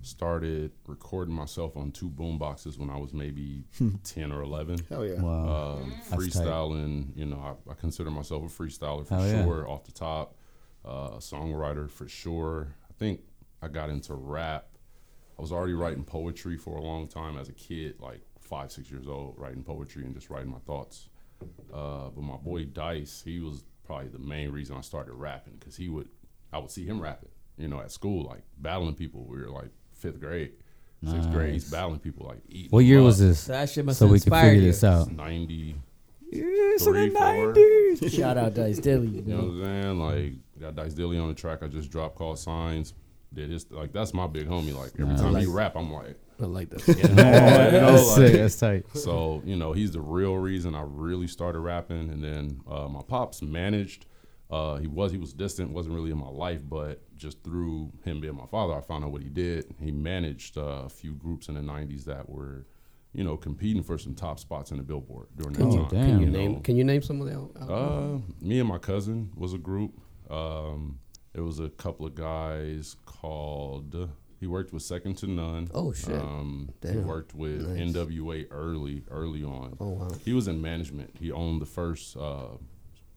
[SPEAKER 2] Started recording myself on two boom boxes when I was maybe 10 or 11.
[SPEAKER 3] Hell yeah.
[SPEAKER 1] Hmm. Wow.
[SPEAKER 2] Um,
[SPEAKER 1] That's tight.
[SPEAKER 2] freestyling, you know, I, I consider myself a freestyler for
[SPEAKER 1] Hell yeah.
[SPEAKER 2] sure, off the top. Uh, a songwriter for sure. I think I got into rap. I was already writing poetry for a long time as a kid, like five, six years old, writing poetry and just writing my thoughts. Uh, but my boy Dice, he was probably the main reason I started rapping because he would, I would see him rapping, you know, at school, like battling people. We were like fifth grade, sixth grade, he's battling people, like eating.
[SPEAKER 1] What
[SPEAKER 2] them
[SPEAKER 1] year
[SPEAKER 2] up.
[SPEAKER 1] was this?
[SPEAKER 4] So that shit must
[SPEAKER 1] So we can
[SPEAKER 4] inspire
[SPEAKER 1] figure
[SPEAKER 4] you.
[SPEAKER 1] this out.
[SPEAKER 2] 90.
[SPEAKER 5] It's
[SPEAKER 2] Three, four.
[SPEAKER 8] Shout out Dice Dilly. You
[SPEAKER 2] You know
[SPEAKER 8] know?
[SPEAKER 2] what I'm saying? Like got Dice Dilly on the track. I just dropped call signs. Did his like that's my big homie. Like every time he rap, I'm like,
[SPEAKER 5] I like that.
[SPEAKER 2] you know,
[SPEAKER 1] That's
[SPEAKER 2] like-
[SPEAKER 1] sick. That's tight.
[SPEAKER 2] so you know he's the real reason I really started rapping. And then uh, my pops managed. Uh, he was he was distant, wasn't really in my life, but just through him being my father, I found out what he did. He managed uh, a few groups in the '90s that were, you know, competing for some top spots in the Billboard during that
[SPEAKER 1] Oh, damn.
[SPEAKER 2] time.
[SPEAKER 5] Can you
[SPEAKER 1] You
[SPEAKER 5] name?
[SPEAKER 2] know.
[SPEAKER 5] Can you name some of them?
[SPEAKER 2] Uh, me and my cousin was a group. Um, there was a couple of guys called. He worked with Second to None.
[SPEAKER 5] Oh, shit.
[SPEAKER 2] Um, he
[SPEAKER 5] Damn.
[SPEAKER 2] worked with
[SPEAKER 5] Nice.
[SPEAKER 2] NWA early, early on.
[SPEAKER 5] Oh, wow.
[SPEAKER 2] He was in management. He owned the first uh,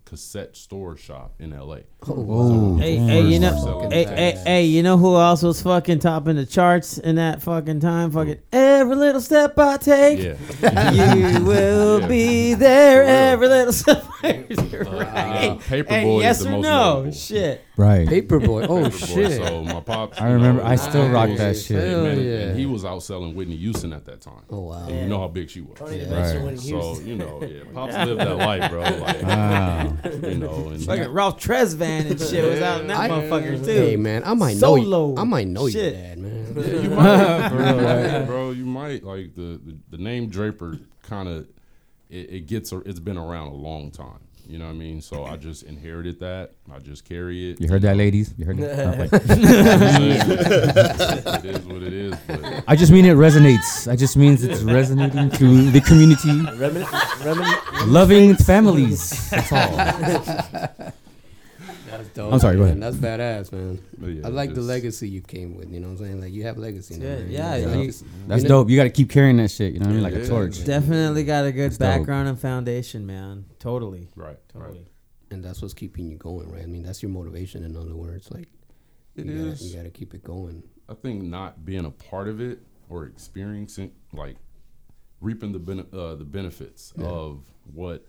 [SPEAKER 2] cassette store shop in LA.
[SPEAKER 1] Oh,
[SPEAKER 4] Hey, hey, you know,
[SPEAKER 2] Fucking
[SPEAKER 4] hey, hey, hey, you know who else was fucking topping the charts in that fucking time? Fucking every little step I take,
[SPEAKER 2] Yeah.
[SPEAKER 4] you will
[SPEAKER 2] Yeah.
[SPEAKER 4] be there. Every little step. I take.
[SPEAKER 2] Uh, Paperboy
[SPEAKER 4] Hey,
[SPEAKER 2] is
[SPEAKER 4] yes
[SPEAKER 2] the
[SPEAKER 4] or
[SPEAKER 2] most
[SPEAKER 4] no?
[SPEAKER 2] notable.
[SPEAKER 4] Shit.
[SPEAKER 1] right.
[SPEAKER 5] Paperboy. Oh
[SPEAKER 2] Paperboy.
[SPEAKER 5] shit.
[SPEAKER 2] So my pops.
[SPEAKER 1] I
[SPEAKER 2] you
[SPEAKER 1] remember.
[SPEAKER 2] know,
[SPEAKER 1] I still
[SPEAKER 2] he
[SPEAKER 1] rock
[SPEAKER 2] was-
[SPEAKER 1] that
[SPEAKER 5] Nice.
[SPEAKER 2] he
[SPEAKER 1] shit.
[SPEAKER 5] Hell
[SPEAKER 2] managed-
[SPEAKER 5] yeah.
[SPEAKER 2] And he was outselling Whitney Houston at that time.
[SPEAKER 5] Oh wow.
[SPEAKER 2] And you know how big she was.
[SPEAKER 8] Don't even mention
[SPEAKER 1] Right.
[SPEAKER 8] when he
[SPEAKER 2] So
[SPEAKER 8] was-
[SPEAKER 2] you know, yeah, pops lived that life, bro. Like,
[SPEAKER 1] Wow.
[SPEAKER 2] you know, and
[SPEAKER 4] Fucking Ralph Tresvant and shit was out in that
[SPEAKER 5] I-
[SPEAKER 4] motherfucker too.
[SPEAKER 5] Hey man, I might know.
[SPEAKER 4] Solo.
[SPEAKER 5] You, I might know
[SPEAKER 4] Shit.
[SPEAKER 5] your dad, man.
[SPEAKER 2] Yeah, you might, Yeah, bro. You might like the the, the name Draper kind of it, it gets a- it's been around a long time. You know what I mean? So I just inherited that. I just carry it.
[SPEAKER 1] You heard that, ladies? You heard that?
[SPEAKER 2] it is what it is. But
[SPEAKER 1] I just mean it resonates. I just means it's resonating to the community,
[SPEAKER 8] Remin- remin-
[SPEAKER 1] loving families. That's all.
[SPEAKER 5] That's dope.
[SPEAKER 1] I'm sorry, go ahead.
[SPEAKER 5] man. That's badass, man.
[SPEAKER 2] But yeah,
[SPEAKER 5] I like the
[SPEAKER 2] just-
[SPEAKER 5] legacy you came with. You know what I'm saying? Like you have legacy. now,
[SPEAKER 4] Yeah,
[SPEAKER 5] man.
[SPEAKER 4] yeah,
[SPEAKER 5] You know,
[SPEAKER 4] like-
[SPEAKER 5] it's-
[SPEAKER 1] That's
[SPEAKER 5] you know-
[SPEAKER 1] dope. You got to keep carrying that shit. You know what I mean? Like
[SPEAKER 2] Yeah.
[SPEAKER 1] a torch.
[SPEAKER 4] Definitely got a good
[SPEAKER 1] It's dope.
[SPEAKER 4] background and foundation, man. Totally.
[SPEAKER 2] Right.
[SPEAKER 4] Totally.
[SPEAKER 5] And that's what's keeping you going, right? I mean, that's your motivation. In other words, like
[SPEAKER 2] It
[SPEAKER 5] you gotta,
[SPEAKER 2] is.
[SPEAKER 5] you gotta keep it going.
[SPEAKER 2] I think not being a part of it or experiencing like reaping the bene uh, the benefits of what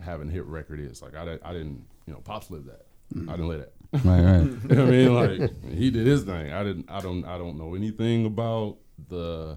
[SPEAKER 2] having hit record is. Like I, di- I didn't, you know, pops lived that. I didn't live that.
[SPEAKER 1] Right, right.
[SPEAKER 2] You know what I mean, like he did his thing. I didn't. I don't. I don't know anything about the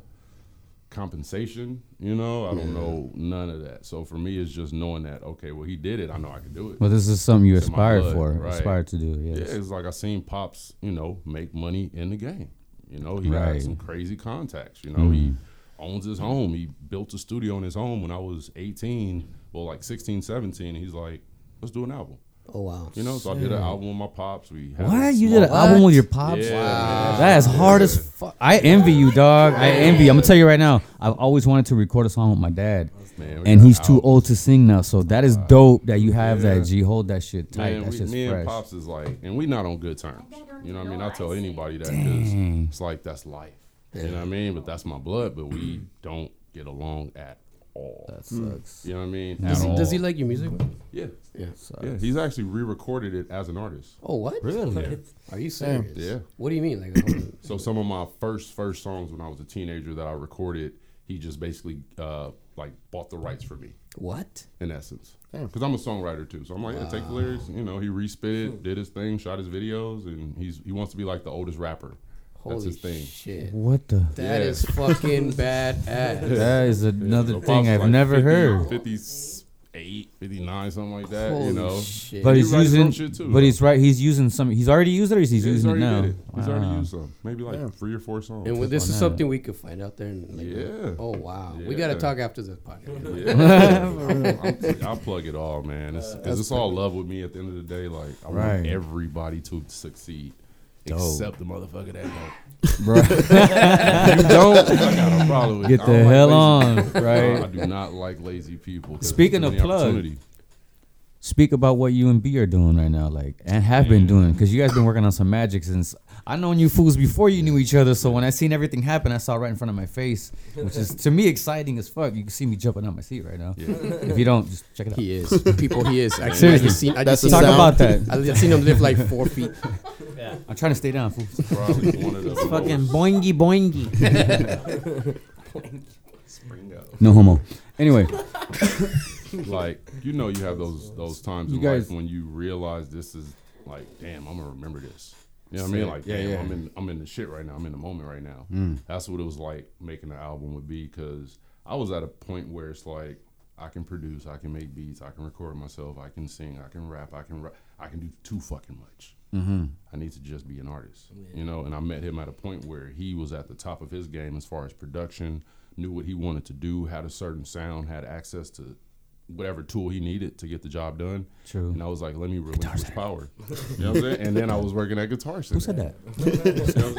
[SPEAKER 2] compensation. You know, I don't know none of that. So for me, it's just knowing that okay, well, he did it. I know I can do it.
[SPEAKER 1] Well, this is something you
[SPEAKER 2] It's in my
[SPEAKER 1] aspire
[SPEAKER 2] blood,
[SPEAKER 1] for,
[SPEAKER 2] right.
[SPEAKER 1] aspire to do.
[SPEAKER 2] yeah,
[SPEAKER 1] Yes.
[SPEAKER 2] it's like I seen pops. You know, make money in the game. You know, he
[SPEAKER 1] Right. Mm.
[SPEAKER 2] had some crazy contacts. You know, he owns his home. He built a studio in his home when I was 18, well, like 16, 17. And he's like, let's do an album.
[SPEAKER 5] Oh wow.
[SPEAKER 2] You know, so I did an album with my pops. We had a
[SPEAKER 1] What? You
[SPEAKER 2] small-
[SPEAKER 1] did an album with your pops?
[SPEAKER 2] Yeah, man.
[SPEAKER 1] That is hard as fuck. I envy you, dog. I envy. you. I'm gonna tell you right now. I've always wanted to record a song with my dad,
[SPEAKER 2] Man, we
[SPEAKER 1] and
[SPEAKER 2] got
[SPEAKER 1] he's too
[SPEAKER 2] albums.
[SPEAKER 1] old to sing now. So that is dope that you have
[SPEAKER 2] Yeah.
[SPEAKER 1] that. G, hold that shit tight.
[SPEAKER 2] Man,
[SPEAKER 1] That's
[SPEAKER 2] we,
[SPEAKER 1] just
[SPEAKER 2] me
[SPEAKER 1] fresh.
[SPEAKER 2] and pops is like, and we not on good terms. You know what I mean? I tell anybody that because
[SPEAKER 1] Dang.
[SPEAKER 2] it's like that's life. You know what I mean? But that's my blood. But we don't get along at all. That sucks. You know what I mean?
[SPEAKER 5] Does
[SPEAKER 2] at
[SPEAKER 5] he,
[SPEAKER 2] all.
[SPEAKER 5] does he like your music?
[SPEAKER 2] Yeah,
[SPEAKER 5] Yeah.
[SPEAKER 2] yeah. He's actually re-recorded it as an artist.
[SPEAKER 5] Oh what?
[SPEAKER 2] Yeah.
[SPEAKER 5] Are you serious?
[SPEAKER 2] Yeah.
[SPEAKER 5] What do you mean? Like, a whole-
[SPEAKER 2] So some of my first first songs when I was a teenager that I recorded, he just basically uh, like bought the rights for me.
[SPEAKER 5] what?
[SPEAKER 2] in essence. Because I'm a songwriter too, so I'm like, yeah, take the lyrics. You know, he respit it, did his thing, shot his videos, and he's he wants to be like the oldest rapper.
[SPEAKER 5] Holy
[SPEAKER 2] That's his thing.
[SPEAKER 5] shit.
[SPEAKER 1] What the?
[SPEAKER 5] That
[SPEAKER 2] Yeah.
[SPEAKER 5] is fucking badass.
[SPEAKER 1] That is another thing I've never heard.
[SPEAKER 2] 58, 59, something like that.
[SPEAKER 5] Holy
[SPEAKER 2] you know,
[SPEAKER 5] shit.
[SPEAKER 1] But
[SPEAKER 2] He
[SPEAKER 1] he's
[SPEAKER 2] writes his own
[SPEAKER 1] using.
[SPEAKER 2] shit too,
[SPEAKER 1] but
[SPEAKER 2] though.
[SPEAKER 1] he's right. He's using some. He's already used it, or he's
[SPEAKER 2] Yeah, he's
[SPEAKER 1] using it
[SPEAKER 2] already
[SPEAKER 1] now.
[SPEAKER 2] did it. He's
[SPEAKER 1] Wow.
[SPEAKER 2] already used some, maybe like three or four songs.
[SPEAKER 5] And well, this is
[SPEAKER 1] on that.
[SPEAKER 5] something we could find out there. And like,
[SPEAKER 2] Yeah.
[SPEAKER 5] Oh wow. We gotta
[SPEAKER 2] Yeah.
[SPEAKER 5] talk after this podcast.
[SPEAKER 2] Yeah. I'll, I'll plug it all, man. Because it's, 'cause it's all love with me at the end of the day. Like, I
[SPEAKER 1] Right.
[SPEAKER 2] want everybody to succeed. Except the motherfucker that don't.
[SPEAKER 1] Bro,
[SPEAKER 2] You don't. I got a problem with it.
[SPEAKER 1] get
[SPEAKER 2] I
[SPEAKER 1] the
[SPEAKER 2] don't like
[SPEAKER 1] hell
[SPEAKER 2] lazy
[SPEAKER 1] on,
[SPEAKER 2] I
[SPEAKER 1] right?
[SPEAKER 2] do not like lazy people. 'cause
[SPEAKER 1] Speaking
[SPEAKER 2] there's
[SPEAKER 1] of
[SPEAKER 2] too many
[SPEAKER 1] plug.
[SPEAKER 2] opportunity.
[SPEAKER 1] Speak about what you and B are doing right now, like, and have been doing, because you guys been working on some magic since I known you fools before you knew each other. So when I seen everything happen, I saw it right in front of my face, which is to me exciting as fuck. You can see me jumping out my seat right now. If you don't, just check it out.
[SPEAKER 5] He is. People, he is. Actually, I
[SPEAKER 1] Seriously.
[SPEAKER 5] just seen, I
[SPEAKER 3] That's
[SPEAKER 5] just
[SPEAKER 1] Talk
[SPEAKER 5] seen
[SPEAKER 3] the
[SPEAKER 5] him-
[SPEAKER 3] sound.
[SPEAKER 1] about that.
[SPEAKER 5] I just seen him lift like four feet.
[SPEAKER 1] I'm trying to stay down, fool.
[SPEAKER 2] Probably one of the
[SPEAKER 4] Fucking boingy boingy.
[SPEAKER 2] lowest-
[SPEAKER 1] No homo. Anyway,
[SPEAKER 2] like you know you have those those times
[SPEAKER 1] You
[SPEAKER 2] in
[SPEAKER 1] guys-
[SPEAKER 2] life when you realize this is like damn I'm gonna remember this. You know what I mean? Like damn I'm in I'm in the shit right now. I'm in the moment right now. That's what it was like making the album would be because I was at a point where it's like I can produce, I can make beats, I can record myself, I can sing, I can rap, I can ri- I can do too fucking much. Mm-hmm. I need to just be an artist, you know. And I met him at a point where he was at the top of his game as far as production, knew what he wanted to do, had a certain sound, had access to whatever tool he needed to get the job done.
[SPEAKER 1] True.
[SPEAKER 2] And I was like, let me relinquish power. you know what I'm saying? And then I was working at Guitar Center. Who
[SPEAKER 1] said that?
[SPEAKER 2] You know what I'm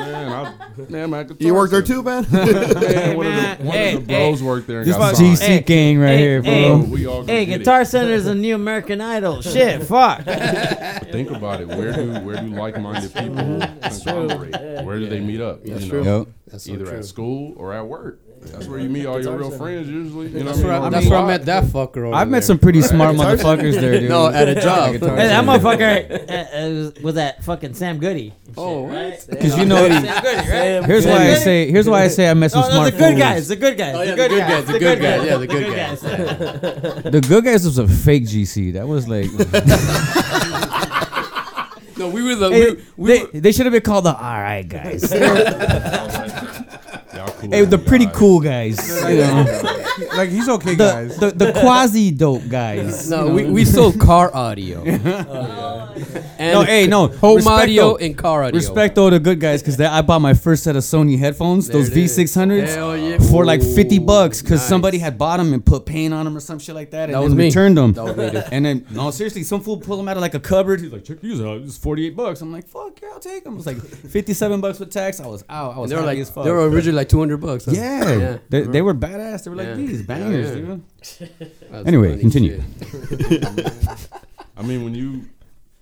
[SPEAKER 2] saying? I, man, I'm at Guitar
[SPEAKER 3] You worked there
[SPEAKER 2] Center.
[SPEAKER 3] too, man.
[SPEAKER 2] Man, one
[SPEAKER 4] man.
[SPEAKER 2] of the, one
[SPEAKER 4] Hey,
[SPEAKER 2] of the bros
[SPEAKER 4] hey.
[SPEAKER 2] worked there and
[SPEAKER 1] this
[SPEAKER 2] got
[SPEAKER 1] GC
[SPEAKER 2] signed.
[SPEAKER 1] gang right
[SPEAKER 4] Hey,
[SPEAKER 1] here,
[SPEAKER 4] hey.
[SPEAKER 2] So
[SPEAKER 1] bro.
[SPEAKER 2] we all
[SPEAKER 4] hey,
[SPEAKER 2] gonna get it.
[SPEAKER 4] Guitar Center is a new American Idol. Shit, fuck.
[SPEAKER 2] Think about it. Where do where do like-minded people conglomerate? Where do they meet up? You know,
[SPEAKER 1] Yep.
[SPEAKER 5] That's so
[SPEAKER 2] either
[SPEAKER 5] true.
[SPEAKER 2] at school or at work. That's where you meet all your real friends usually. You know
[SPEAKER 5] That's
[SPEAKER 2] what
[SPEAKER 5] where,
[SPEAKER 2] I
[SPEAKER 5] I,
[SPEAKER 2] mean?
[SPEAKER 5] that's where I met that fucker over
[SPEAKER 1] I've
[SPEAKER 5] there.
[SPEAKER 1] met some pretty smart motherfuckers there, dude.
[SPEAKER 5] No, at a job.
[SPEAKER 4] Hey, that motherfucker uh, uh, was, was that fucking Sam Goody.
[SPEAKER 5] Oh, what?
[SPEAKER 1] Because you know,
[SPEAKER 4] Sam Goody, right? Oh,
[SPEAKER 1] here's why I say, here's why I say I met some
[SPEAKER 4] No, no,
[SPEAKER 1] smart
[SPEAKER 4] the good
[SPEAKER 1] fools.
[SPEAKER 4] guys, the good guys,
[SPEAKER 5] Oh, yeah,
[SPEAKER 4] the good guys, the good guys,
[SPEAKER 5] yeah, the good guys.
[SPEAKER 1] The good guys was a fake GC. That was like.
[SPEAKER 5] No, we were the.
[SPEAKER 1] Hey,
[SPEAKER 5] We, we
[SPEAKER 1] they,
[SPEAKER 5] were,
[SPEAKER 1] they should have been called the all right guys. hey,
[SPEAKER 2] Y'all cool
[SPEAKER 1] the pretty
[SPEAKER 2] guys.
[SPEAKER 1] cool guys. You know,
[SPEAKER 6] Like he's okay,
[SPEAKER 1] the,
[SPEAKER 6] guys.
[SPEAKER 1] the, the quasi dope guys.
[SPEAKER 5] no, we, we sold car audio. And
[SPEAKER 1] Oh, No, hey, no.
[SPEAKER 5] Home
[SPEAKER 1] respect,
[SPEAKER 5] audio
[SPEAKER 1] though.
[SPEAKER 5] and car audio.
[SPEAKER 1] Respect all the good guys, cause that, I bought my first set of Sony headphones,
[SPEAKER 5] There
[SPEAKER 1] those
[SPEAKER 5] it is.
[SPEAKER 1] V600s,
[SPEAKER 5] Hell yeah.
[SPEAKER 1] for like fifty
[SPEAKER 5] Ooh,
[SPEAKER 1] bucks, cause
[SPEAKER 5] nice.
[SPEAKER 1] somebody had bought them and put paint on them or some shit like that, and
[SPEAKER 5] That was
[SPEAKER 1] then
[SPEAKER 5] me.
[SPEAKER 1] returned them.
[SPEAKER 5] That was me, dude.
[SPEAKER 1] and then no, seriously, some fool pulled them out of like a cupboard. He's like, check these out. It's forty eight bucks. I'm like, fuck yeah, I'll take them. It's like fifty seven bucks with tax. I was out. I was
[SPEAKER 5] And they were
[SPEAKER 1] happy
[SPEAKER 5] like
[SPEAKER 1] as fuck.
[SPEAKER 5] they were originally like two hundred bucks. huh?
[SPEAKER 1] Oh, yeah,
[SPEAKER 5] Yeah.
[SPEAKER 1] They, they were badass. They were like
[SPEAKER 5] Yeah.
[SPEAKER 1] these
[SPEAKER 5] Yeah,
[SPEAKER 1] bangers,
[SPEAKER 5] yeah.
[SPEAKER 1] dude.
[SPEAKER 5] That's
[SPEAKER 1] Anyway,
[SPEAKER 5] funny
[SPEAKER 1] continue.
[SPEAKER 5] shit.
[SPEAKER 2] I mean, when you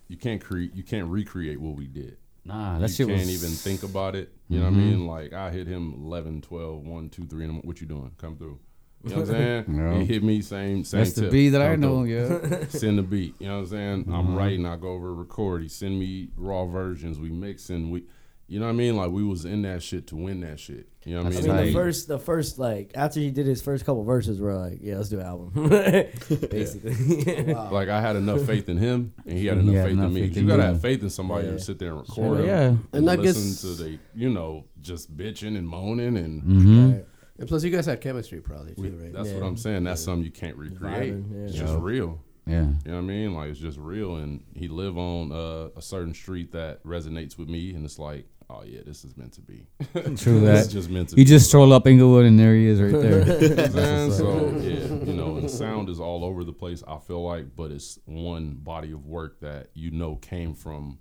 [SPEAKER 2] you can't create, you can't recreate what we did.
[SPEAKER 1] Nah, that
[SPEAKER 2] you
[SPEAKER 1] shit
[SPEAKER 2] can't
[SPEAKER 1] was Mm-hmm.
[SPEAKER 2] even think about it. You know what I mean? Like I hit him 11, 12, 1, 2, 3 in the morning. What you doing? Come through. You know what I'm saying?
[SPEAKER 1] No.
[SPEAKER 2] He hit me same same.
[SPEAKER 1] That's the
[SPEAKER 2] tip.
[SPEAKER 1] B that I
[SPEAKER 2] Come
[SPEAKER 1] know. Mm-hmm.
[SPEAKER 2] through.
[SPEAKER 1] Yeah.
[SPEAKER 2] Send the beat. You know what I'm saying? I'm writing. I go over record. He send me raw versions. We mixing. We, you know what I mean? Like we was in that shit to win that shit. You know what I
[SPEAKER 8] I
[SPEAKER 2] mean?
[SPEAKER 8] mean,
[SPEAKER 1] Like-
[SPEAKER 8] the first, the first, like after he did his first couple verses, we're like, yeah, let's do an album, basically.
[SPEAKER 2] Like I had enough faith in him, and he had enough
[SPEAKER 1] had
[SPEAKER 2] faith
[SPEAKER 1] enough
[SPEAKER 2] in me.
[SPEAKER 1] faith
[SPEAKER 2] 'Cause
[SPEAKER 1] in
[SPEAKER 2] You gotta
[SPEAKER 1] you.
[SPEAKER 2] have faith in somebody
[SPEAKER 8] Yeah.
[SPEAKER 2] to sit there and
[SPEAKER 1] Yeah.
[SPEAKER 2] record. them
[SPEAKER 1] Yeah.
[SPEAKER 2] and
[SPEAKER 5] And I
[SPEAKER 2] listen
[SPEAKER 5] guess-
[SPEAKER 2] to the, you know, just bitching and moaning, and
[SPEAKER 1] Mhm.
[SPEAKER 5] And plus, you guys had chemistry probably
[SPEAKER 2] we-
[SPEAKER 5] too, right?
[SPEAKER 2] that's what
[SPEAKER 8] Yeah.
[SPEAKER 2] I'm saying. That's something you can't recreate.
[SPEAKER 8] Vibing, yeah.
[SPEAKER 2] It's just real.
[SPEAKER 1] Yeah.
[SPEAKER 2] You know what I mean? Like it's just real, and he live on uh, a certain street that resonates with me, and it's like, oh yeah, this is meant to be.
[SPEAKER 1] True
[SPEAKER 2] this is
[SPEAKER 1] that.
[SPEAKER 2] just meant to
[SPEAKER 1] You
[SPEAKER 2] be.
[SPEAKER 1] just stroll up Inglewood and there he is right there.
[SPEAKER 2] You know what I'm saying? so yeah, you know, and sound is all over the place. I feel like, but it's one body of work that you know came from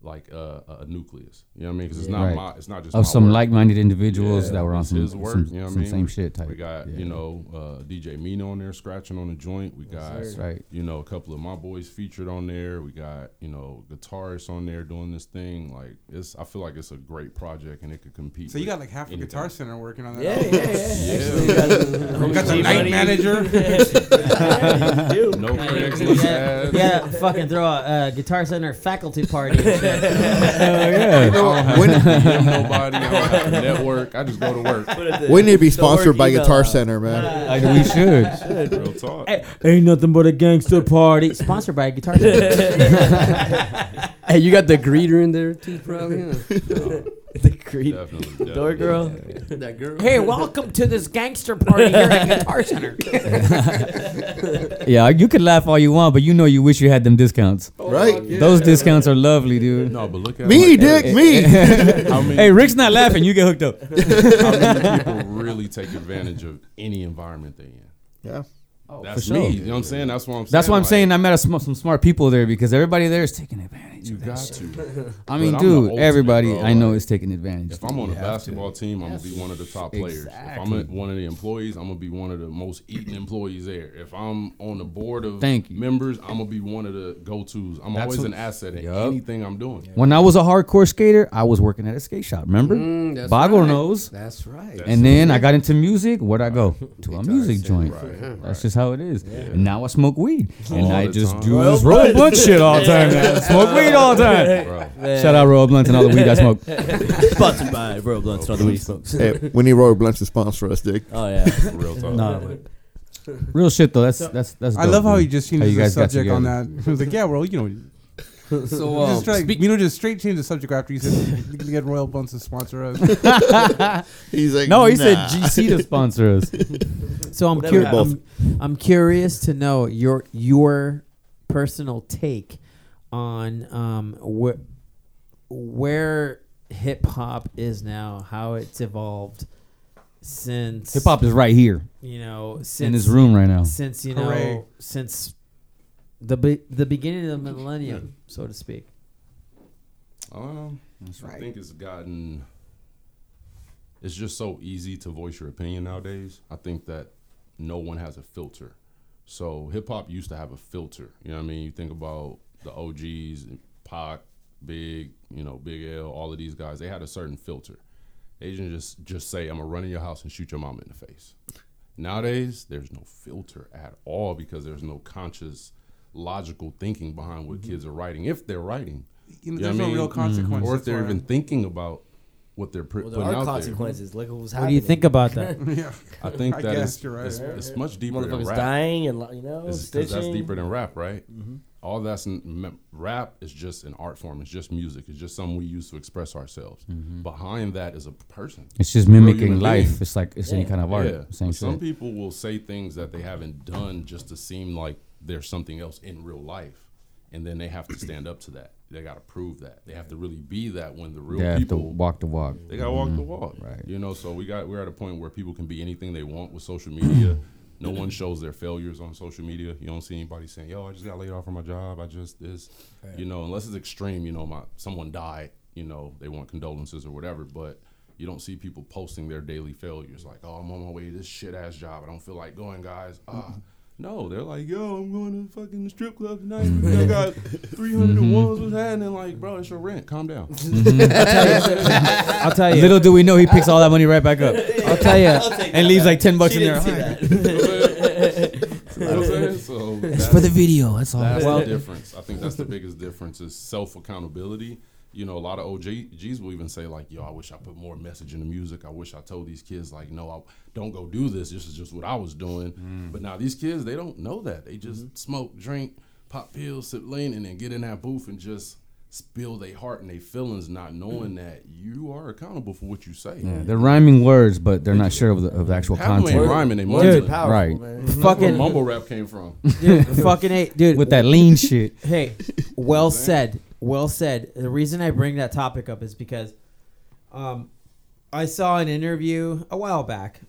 [SPEAKER 2] like uh, a nucleus. You know what I mean? Because it's not
[SPEAKER 1] Right.
[SPEAKER 2] my, it's not just
[SPEAKER 1] of
[SPEAKER 2] my
[SPEAKER 1] some
[SPEAKER 2] work.
[SPEAKER 1] like-minded individuals
[SPEAKER 2] Yeah,
[SPEAKER 1] that were on
[SPEAKER 2] it's
[SPEAKER 1] some,
[SPEAKER 2] his work,
[SPEAKER 1] some,
[SPEAKER 2] you know what I
[SPEAKER 1] some
[SPEAKER 2] mean?
[SPEAKER 1] same shit type.
[SPEAKER 2] We got
[SPEAKER 1] Yeah.
[SPEAKER 2] you know uh, DJ Mino on there scratching on the joint. We got
[SPEAKER 1] sir. Right.
[SPEAKER 2] you know a couple of my boys featured on there. We got you know guitarists on there doing this thing. Like it's, I feel like it's a great project and it could compete.
[SPEAKER 6] So you
[SPEAKER 2] with
[SPEAKER 6] got like half a
[SPEAKER 2] anything.
[SPEAKER 6] guitar center working on that.
[SPEAKER 8] yeah,
[SPEAKER 6] album.
[SPEAKER 8] yeah, yeah. Actually,
[SPEAKER 6] You got the
[SPEAKER 2] G
[SPEAKER 6] night
[SPEAKER 2] Money.
[SPEAKER 6] manager.
[SPEAKER 2] no critics. look
[SPEAKER 4] yeah,
[SPEAKER 2] bad.
[SPEAKER 4] yeah, fucking throw a, a guitar center faculty party. and shit.
[SPEAKER 1] Oh,
[SPEAKER 2] I don't have to DM nobody. I don't have to network. I just go to work.
[SPEAKER 3] Wouldn't it be
[SPEAKER 8] Don't work
[SPEAKER 3] sponsored by
[SPEAKER 8] email
[SPEAKER 3] Guitar
[SPEAKER 8] out.
[SPEAKER 3] Center, man?
[SPEAKER 1] Like, we should.
[SPEAKER 2] Real talk.
[SPEAKER 4] Hey, ain't nothing but a gangster party. Sponsored by Guitar Center.
[SPEAKER 5] Hey, you got the greeter in there too, probably. huh?
[SPEAKER 8] the creep
[SPEAKER 2] Definitely, definitely.
[SPEAKER 8] door girl.
[SPEAKER 5] that girl.
[SPEAKER 4] hey, welcome to this gangster party here at Guitar Center.
[SPEAKER 1] yeah, you could laugh all you want, but you know you wish you had them discounts.
[SPEAKER 3] Right?
[SPEAKER 1] Those discounts are lovely, dude.
[SPEAKER 2] Oh, No, Oh, but look at
[SPEAKER 3] Me,
[SPEAKER 2] like,
[SPEAKER 3] Dick, me.
[SPEAKER 2] How many
[SPEAKER 1] Hey, Rick's not laughing. You get hooked up.
[SPEAKER 2] how many people really take advantage of any environment they're in?
[SPEAKER 3] Yeah.
[SPEAKER 2] That's
[SPEAKER 1] Oh, for sure.
[SPEAKER 2] me. You know what I'm saying? That's what I'm saying.
[SPEAKER 1] That's why I'm
[SPEAKER 2] like,
[SPEAKER 1] saying I met a sm- some smart people there because everybody there is taking advantage.
[SPEAKER 2] You
[SPEAKER 1] of that
[SPEAKER 2] got
[SPEAKER 1] shit.
[SPEAKER 2] to.
[SPEAKER 1] I mean,
[SPEAKER 2] But I'm the
[SPEAKER 1] dude,
[SPEAKER 2] ultimate,
[SPEAKER 1] everybody
[SPEAKER 2] bro.
[SPEAKER 1] I know
[SPEAKER 2] Like,
[SPEAKER 1] is taking advantage.
[SPEAKER 2] If I'm on
[SPEAKER 1] You
[SPEAKER 2] a
[SPEAKER 1] have to.
[SPEAKER 2] basketball team, I'm gonna be one of the top players. If I'm a-
[SPEAKER 1] Exactly.
[SPEAKER 2] one of the employees, I'm gonna be one of the most eaten employees there. If I'm on the board of
[SPEAKER 1] Thank you.
[SPEAKER 2] members, I'm gonna be one of the go tos. I'm
[SPEAKER 1] That's
[SPEAKER 2] always
[SPEAKER 1] what-
[SPEAKER 2] an asset in
[SPEAKER 1] Yup.
[SPEAKER 2] anything I'm doing.
[SPEAKER 1] When I was a hardcore skater, I was working at a skate shop. Remember?
[SPEAKER 5] Mm, that's
[SPEAKER 1] Boggle
[SPEAKER 5] right.
[SPEAKER 1] knows.
[SPEAKER 5] That's right.
[SPEAKER 1] and then I got into music. Where'd I go? To a music joint.
[SPEAKER 2] Right,
[SPEAKER 1] That's just how it is. And now I smoke weed. and
[SPEAKER 2] All
[SPEAKER 1] I
[SPEAKER 2] the
[SPEAKER 1] just
[SPEAKER 2] time.
[SPEAKER 1] do
[SPEAKER 8] Royal
[SPEAKER 1] this roll
[SPEAKER 8] Blunt.
[SPEAKER 1] blunt shit all the time, man. Smoke weed all the time.
[SPEAKER 2] Bro,
[SPEAKER 1] Shout out Royal Blunt and all the weed I smoke.
[SPEAKER 8] Sponsored by Bro Blunts, not the way he smokes.
[SPEAKER 3] Hey, we need Roy Blunt to sponsor us, Dick.
[SPEAKER 8] Oh yeah.
[SPEAKER 2] real talk.
[SPEAKER 1] Real shit though. That's that's that's.
[SPEAKER 6] I
[SPEAKER 1] dope,
[SPEAKER 6] love how
[SPEAKER 1] dude.
[SPEAKER 6] he just changed
[SPEAKER 1] How you
[SPEAKER 6] the
[SPEAKER 1] guys got
[SPEAKER 6] subject on
[SPEAKER 1] together.
[SPEAKER 6] that. He was like, yeah, well, you know,
[SPEAKER 5] So
[SPEAKER 6] You
[SPEAKER 5] uh,
[SPEAKER 6] just try,
[SPEAKER 5] speak-
[SPEAKER 6] you know, just straight change the subject after you said you can get Royal Blunts to sponsor us.
[SPEAKER 3] He's like,
[SPEAKER 1] No, he
[SPEAKER 3] nah.
[SPEAKER 1] said GC to sponsor us.
[SPEAKER 4] So I'm,
[SPEAKER 8] Whatever
[SPEAKER 4] cur-
[SPEAKER 3] happened.
[SPEAKER 4] I'm I'm curious to know your your personal take on um wh- where hip hop is now, how it's evolved since
[SPEAKER 1] Hip hop is right here
[SPEAKER 4] you know, since
[SPEAKER 1] in this room right now.
[SPEAKER 4] since you know,
[SPEAKER 6] Hooray.
[SPEAKER 4] since the be- the beginning of the millennium, so to speak.
[SPEAKER 2] Um, I think it's gotten. It's just so easy to voice your opinion nowadays. I think that no one has a filter. So hip hop used to have a filter. You know what I mean? You think about the OGs, Pac, Big, you know, Big L, all of these guys. They had a certain filter. They didn't just just say, "I'm gonna run in your house and shoot your mom in the face." Nowadays, there's no filter at all because there's no conscious, logical thinking behind what kids are writing, if they're writing.
[SPEAKER 6] Mm-hmm. You know,
[SPEAKER 2] You know
[SPEAKER 6] there's
[SPEAKER 2] what I
[SPEAKER 6] no
[SPEAKER 2] mean?
[SPEAKER 6] real
[SPEAKER 2] Mhm.
[SPEAKER 6] consequences.
[SPEAKER 2] or if they're
[SPEAKER 6] for
[SPEAKER 2] even
[SPEAKER 6] it.
[SPEAKER 2] thinking about what they're pr-
[SPEAKER 8] Well, there
[SPEAKER 2] putting
[SPEAKER 8] are
[SPEAKER 2] out
[SPEAKER 8] consequences. Look what was happening.
[SPEAKER 4] What do you think about that?
[SPEAKER 6] yeah,
[SPEAKER 2] there. I think
[SPEAKER 6] I
[SPEAKER 2] that
[SPEAKER 6] guess
[SPEAKER 2] it's,
[SPEAKER 6] you're right.
[SPEAKER 2] it's, it's much deeper than
[SPEAKER 8] Motherfuckers
[SPEAKER 2] rap.
[SPEAKER 8] dying and lo- you know
[SPEAKER 2] It's- 'cause
[SPEAKER 8] stitching.
[SPEAKER 2] that's deeper than rap, right?
[SPEAKER 6] Mm-hmm.
[SPEAKER 2] All that's in, mem- rap is just an art form. It's just music. It's just something we use to express ourselves.
[SPEAKER 6] Mm-hmm.
[SPEAKER 2] Behind that is a person.
[SPEAKER 1] It's just
[SPEAKER 2] Real
[SPEAKER 1] mimicking
[SPEAKER 2] human
[SPEAKER 1] life.
[SPEAKER 2] being.
[SPEAKER 1] It's like it's any kind of art. Same
[SPEAKER 2] But some
[SPEAKER 1] shit.
[SPEAKER 2] people will say things that they haven't done just to seem like there's something else in real life. and then they have to stand up to that. They got to prove that. They have to really be that when the real
[SPEAKER 1] They have to
[SPEAKER 2] people
[SPEAKER 1] walk the walk.
[SPEAKER 2] They got to walk the walk,
[SPEAKER 1] Right.
[SPEAKER 2] You know, so we got we're at a point where people can be anything they want with social media. no one shows their failures on social media. You don't see anybody saying, "Yo, I just got laid off from my job. I just this," you know, unless it's extreme. You know, my someone died. You know, they want condolences or whatever, but. You don't see people posting their daily failures like, "Oh, I'm on my way to this shit ass job. I don't feel like going, guys." Ah, no, they're like, "Yo, I'm going to fucking the strip club tonight. I got 300 ones. What's happening?" Like, bro, it's your rent. Calm down.
[SPEAKER 4] I'll tell you.
[SPEAKER 1] Little do we know he picks all that money right back up.
[SPEAKER 4] Oh, I'll tell you.
[SPEAKER 8] take
[SPEAKER 1] and leaves like 10 bucks
[SPEAKER 8] She
[SPEAKER 1] in there.
[SPEAKER 8] didn't see that.
[SPEAKER 2] You know what I'm saying? So that's,
[SPEAKER 1] video. That's all.
[SPEAKER 2] that's the difference. I think that's the biggest difference is self accountability. You know, a lot of OGs will even say like, "Yo, I wish I put more message in the music. I wish I told these kids like, no, I don't go do this. This is just what I was doing."
[SPEAKER 1] Mm.
[SPEAKER 2] But now these kids, they don't know that. They just
[SPEAKER 1] Mm-hmm.
[SPEAKER 2] smoke, drink, pop pills, sip lean, and then get in that booth and just spill their heart and their feelings, not knowing that you are accountable for what you say.
[SPEAKER 1] Mm. Yeah, they're rhyming words, but they're not sure of the, of the actual
[SPEAKER 2] Half of them ain't
[SPEAKER 1] content.
[SPEAKER 2] rhyming, they
[SPEAKER 4] Dude,
[SPEAKER 2] mumbling.
[SPEAKER 8] Powerful,
[SPEAKER 1] Right.
[SPEAKER 8] man.
[SPEAKER 2] That's where
[SPEAKER 4] fucking
[SPEAKER 2] mumble rap came from.
[SPEAKER 4] dude, fucking eight, dude.
[SPEAKER 1] With that lean shit.
[SPEAKER 4] Hey, well said. Well said. The reason I bring that topic up is because um, I saw an interview a while back.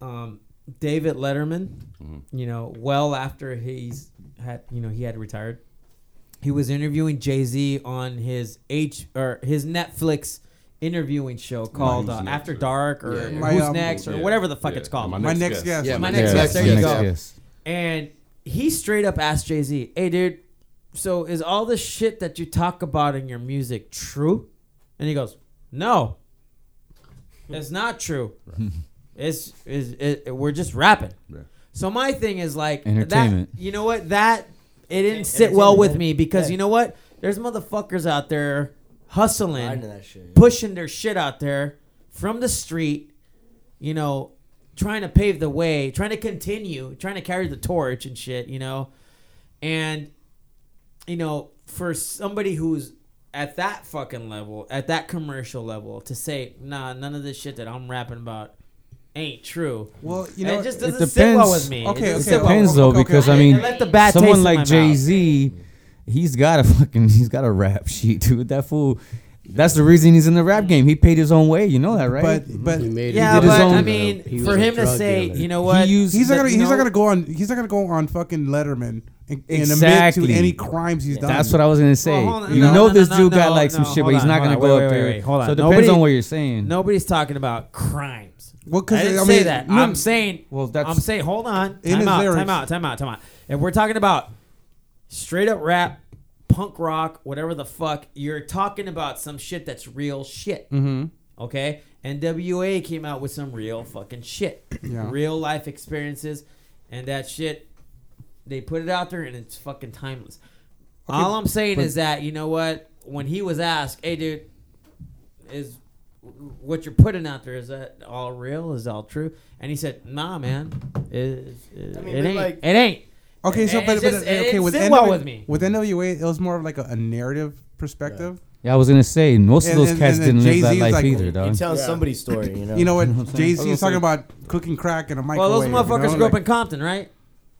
[SPEAKER 4] Um, David Letterman,
[SPEAKER 2] Mm-hmm.
[SPEAKER 4] you know, well after he's had, you know, he had retired, he was interviewing Jay Z on his H or his Netflix interviewing show called uh,
[SPEAKER 2] Next,
[SPEAKER 4] After
[SPEAKER 2] yeah.
[SPEAKER 4] Dark or
[SPEAKER 5] Yeah, yeah.
[SPEAKER 6] My,
[SPEAKER 4] Who's
[SPEAKER 6] um,
[SPEAKER 4] Next or
[SPEAKER 2] Yeah.
[SPEAKER 4] whatever the fuck
[SPEAKER 2] Yeah.
[SPEAKER 4] it's called.
[SPEAKER 2] My
[SPEAKER 6] My next guest.
[SPEAKER 5] Yeah, my
[SPEAKER 4] My
[SPEAKER 5] next
[SPEAKER 4] next guest,
[SPEAKER 5] guest.
[SPEAKER 4] there you
[SPEAKER 1] Next
[SPEAKER 4] go.
[SPEAKER 1] guest.
[SPEAKER 4] And he straight up asked Jay Z, "Hey, dude, so is all the shit that you talk about in your music true?" And he goes, "No, it's not true. It's is it, we're just rapping."
[SPEAKER 2] Yeah.
[SPEAKER 4] So my thing is like that-
[SPEAKER 1] Entertainment.
[SPEAKER 4] you know what? That it didn't
[SPEAKER 8] En-
[SPEAKER 4] sit well with me
[SPEAKER 8] entertainment.
[SPEAKER 4] because
[SPEAKER 8] Yeah.
[SPEAKER 4] you know what? There's motherfuckers out there hustling,
[SPEAKER 8] Riding that shit.
[SPEAKER 4] pushing their shit out there from the street, you know, trying to pave the way, trying to continue, trying to carry the torch and shit, you know. And you know, for somebody who's at that fucking level, at that commercial level, to say, nah, none of this shit that I'm rapping about ain't true.
[SPEAKER 6] Well, you
[SPEAKER 4] And
[SPEAKER 6] know,
[SPEAKER 4] it just
[SPEAKER 1] it
[SPEAKER 4] doesn't sit well
[SPEAKER 1] depends.
[SPEAKER 4] with
[SPEAKER 6] Okay,
[SPEAKER 4] me. it doesn't
[SPEAKER 6] okay,
[SPEAKER 4] sit well
[SPEAKER 1] Depends
[SPEAKER 4] with
[SPEAKER 1] though,
[SPEAKER 6] Okay, okay.
[SPEAKER 1] because I
[SPEAKER 4] I-
[SPEAKER 1] mean,
[SPEAKER 4] I let the bad taste
[SPEAKER 1] someone
[SPEAKER 4] in my
[SPEAKER 1] like
[SPEAKER 4] mouth.
[SPEAKER 1] Jay Z, he's got a fucking, he's got a rap sheet, dude. That fool. That's the reason he's in the rap game. He paid his own way. You know that, right?
[SPEAKER 6] but but
[SPEAKER 5] He made it.
[SPEAKER 4] yeah,
[SPEAKER 1] did his
[SPEAKER 4] but
[SPEAKER 1] own-
[SPEAKER 4] I mean,
[SPEAKER 5] He was
[SPEAKER 4] for
[SPEAKER 5] a
[SPEAKER 4] him to
[SPEAKER 5] drug
[SPEAKER 4] say,
[SPEAKER 5] dealer.
[SPEAKER 4] you know what,
[SPEAKER 1] used-
[SPEAKER 6] he's not
[SPEAKER 4] that-
[SPEAKER 6] gonna
[SPEAKER 4] you
[SPEAKER 6] he's not
[SPEAKER 4] know-
[SPEAKER 6] gonna go on he's not gonna go on fucking Letterman and, and admit to
[SPEAKER 1] Exactly.
[SPEAKER 6] any crimes he's done.
[SPEAKER 1] That's what I was gonna say.
[SPEAKER 4] hold on.
[SPEAKER 1] you
[SPEAKER 4] No,
[SPEAKER 1] know
[SPEAKER 4] no,
[SPEAKER 1] this
[SPEAKER 4] no,
[SPEAKER 1] dude
[SPEAKER 4] no,
[SPEAKER 1] got like some
[SPEAKER 4] no,
[SPEAKER 1] shit,
[SPEAKER 4] hold
[SPEAKER 1] but he's
[SPEAKER 4] on,
[SPEAKER 1] not
[SPEAKER 4] hold
[SPEAKER 1] gonna
[SPEAKER 4] on,
[SPEAKER 1] go
[SPEAKER 4] wait,
[SPEAKER 1] up
[SPEAKER 4] wait,
[SPEAKER 1] there.
[SPEAKER 4] wait, hold on.
[SPEAKER 1] So it depends
[SPEAKER 4] Nobody-
[SPEAKER 1] on what you're saying.
[SPEAKER 4] nobody's talking about crimes.
[SPEAKER 6] Well,
[SPEAKER 4] I
[SPEAKER 6] 'cause,
[SPEAKER 4] didn't
[SPEAKER 6] I
[SPEAKER 4] say
[SPEAKER 6] mean,
[SPEAKER 4] that.
[SPEAKER 6] no,
[SPEAKER 4] I'm saying.
[SPEAKER 1] Well, that's-
[SPEAKER 4] I'm saying. Hold on.
[SPEAKER 6] In
[SPEAKER 4] Time
[SPEAKER 6] his
[SPEAKER 4] out. Time
[SPEAKER 6] lyrics.
[SPEAKER 4] out. Time out. Time out. If we're talking about straight up rap, punk rock, whatever the fuck, you're talking about some shit that's real shit. Mm-hmm. Okay. NWA came out with some real fucking shit,
[SPEAKER 6] Yeah.
[SPEAKER 4] real life experiences, and that shit. They put it out there, and it's fucking timeless. All I'm saying is that you know what? When he was asked, "Hey, dude, is what you're putting out there is that all real? Is that all true?" And he said, "Nah, man, it, it,
[SPEAKER 8] I mean,
[SPEAKER 4] it
[SPEAKER 8] but
[SPEAKER 4] ain't.
[SPEAKER 8] like-
[SPEAKER 4] it ain't."
[SPEAKER 6] Okay, so
[SPEAKER 4] It-
[SPEAKER 6] but,
[SPEAKER 4] it's
[SPEAKER 6] but
[SPEAKER 4] just- it
[SPEAKER 6] okay
[SPEAKER 4] didn't
[SPEAKER 6] with
[SPEAKER 4] sit well
[SPEAKER 6] NWA
[SPEAKER 4] with me.
[SPEAKER 6] with NWA, it was more of like a, a narrative perspective.
[SPEAKER 1] Yeah, I was gonna say most of
[SPEAKER 6] And-
[SPEAKER 1] those
[SPEAKER 6] and-
[SPEAKER 1] cats
[SPEAKER 6] and
[SPEAKER 1] didn't live
[SPEAKER 6] Jay-Z
[SPEAKER 1] that
[SPEAKER 6] is
[SPEAKER 1] life
[SPEAKER 6] like-
[SPEAKER 1] either,
[SPEAKER 8] He
[SPEAKER 1] dog.
[SPEAKER 8] tells somebody's story, you know.
[SPEAKER 6] You know what? Jay Z is talking about cooking crack in a microwave.
[SPEAKER 4] Well, those motherfuckers
[SPEAKER 6] you know?
[SPEAKER 4] grew up
[SPEAKER 6] like,
[SPEAKER 4] in Compton, right?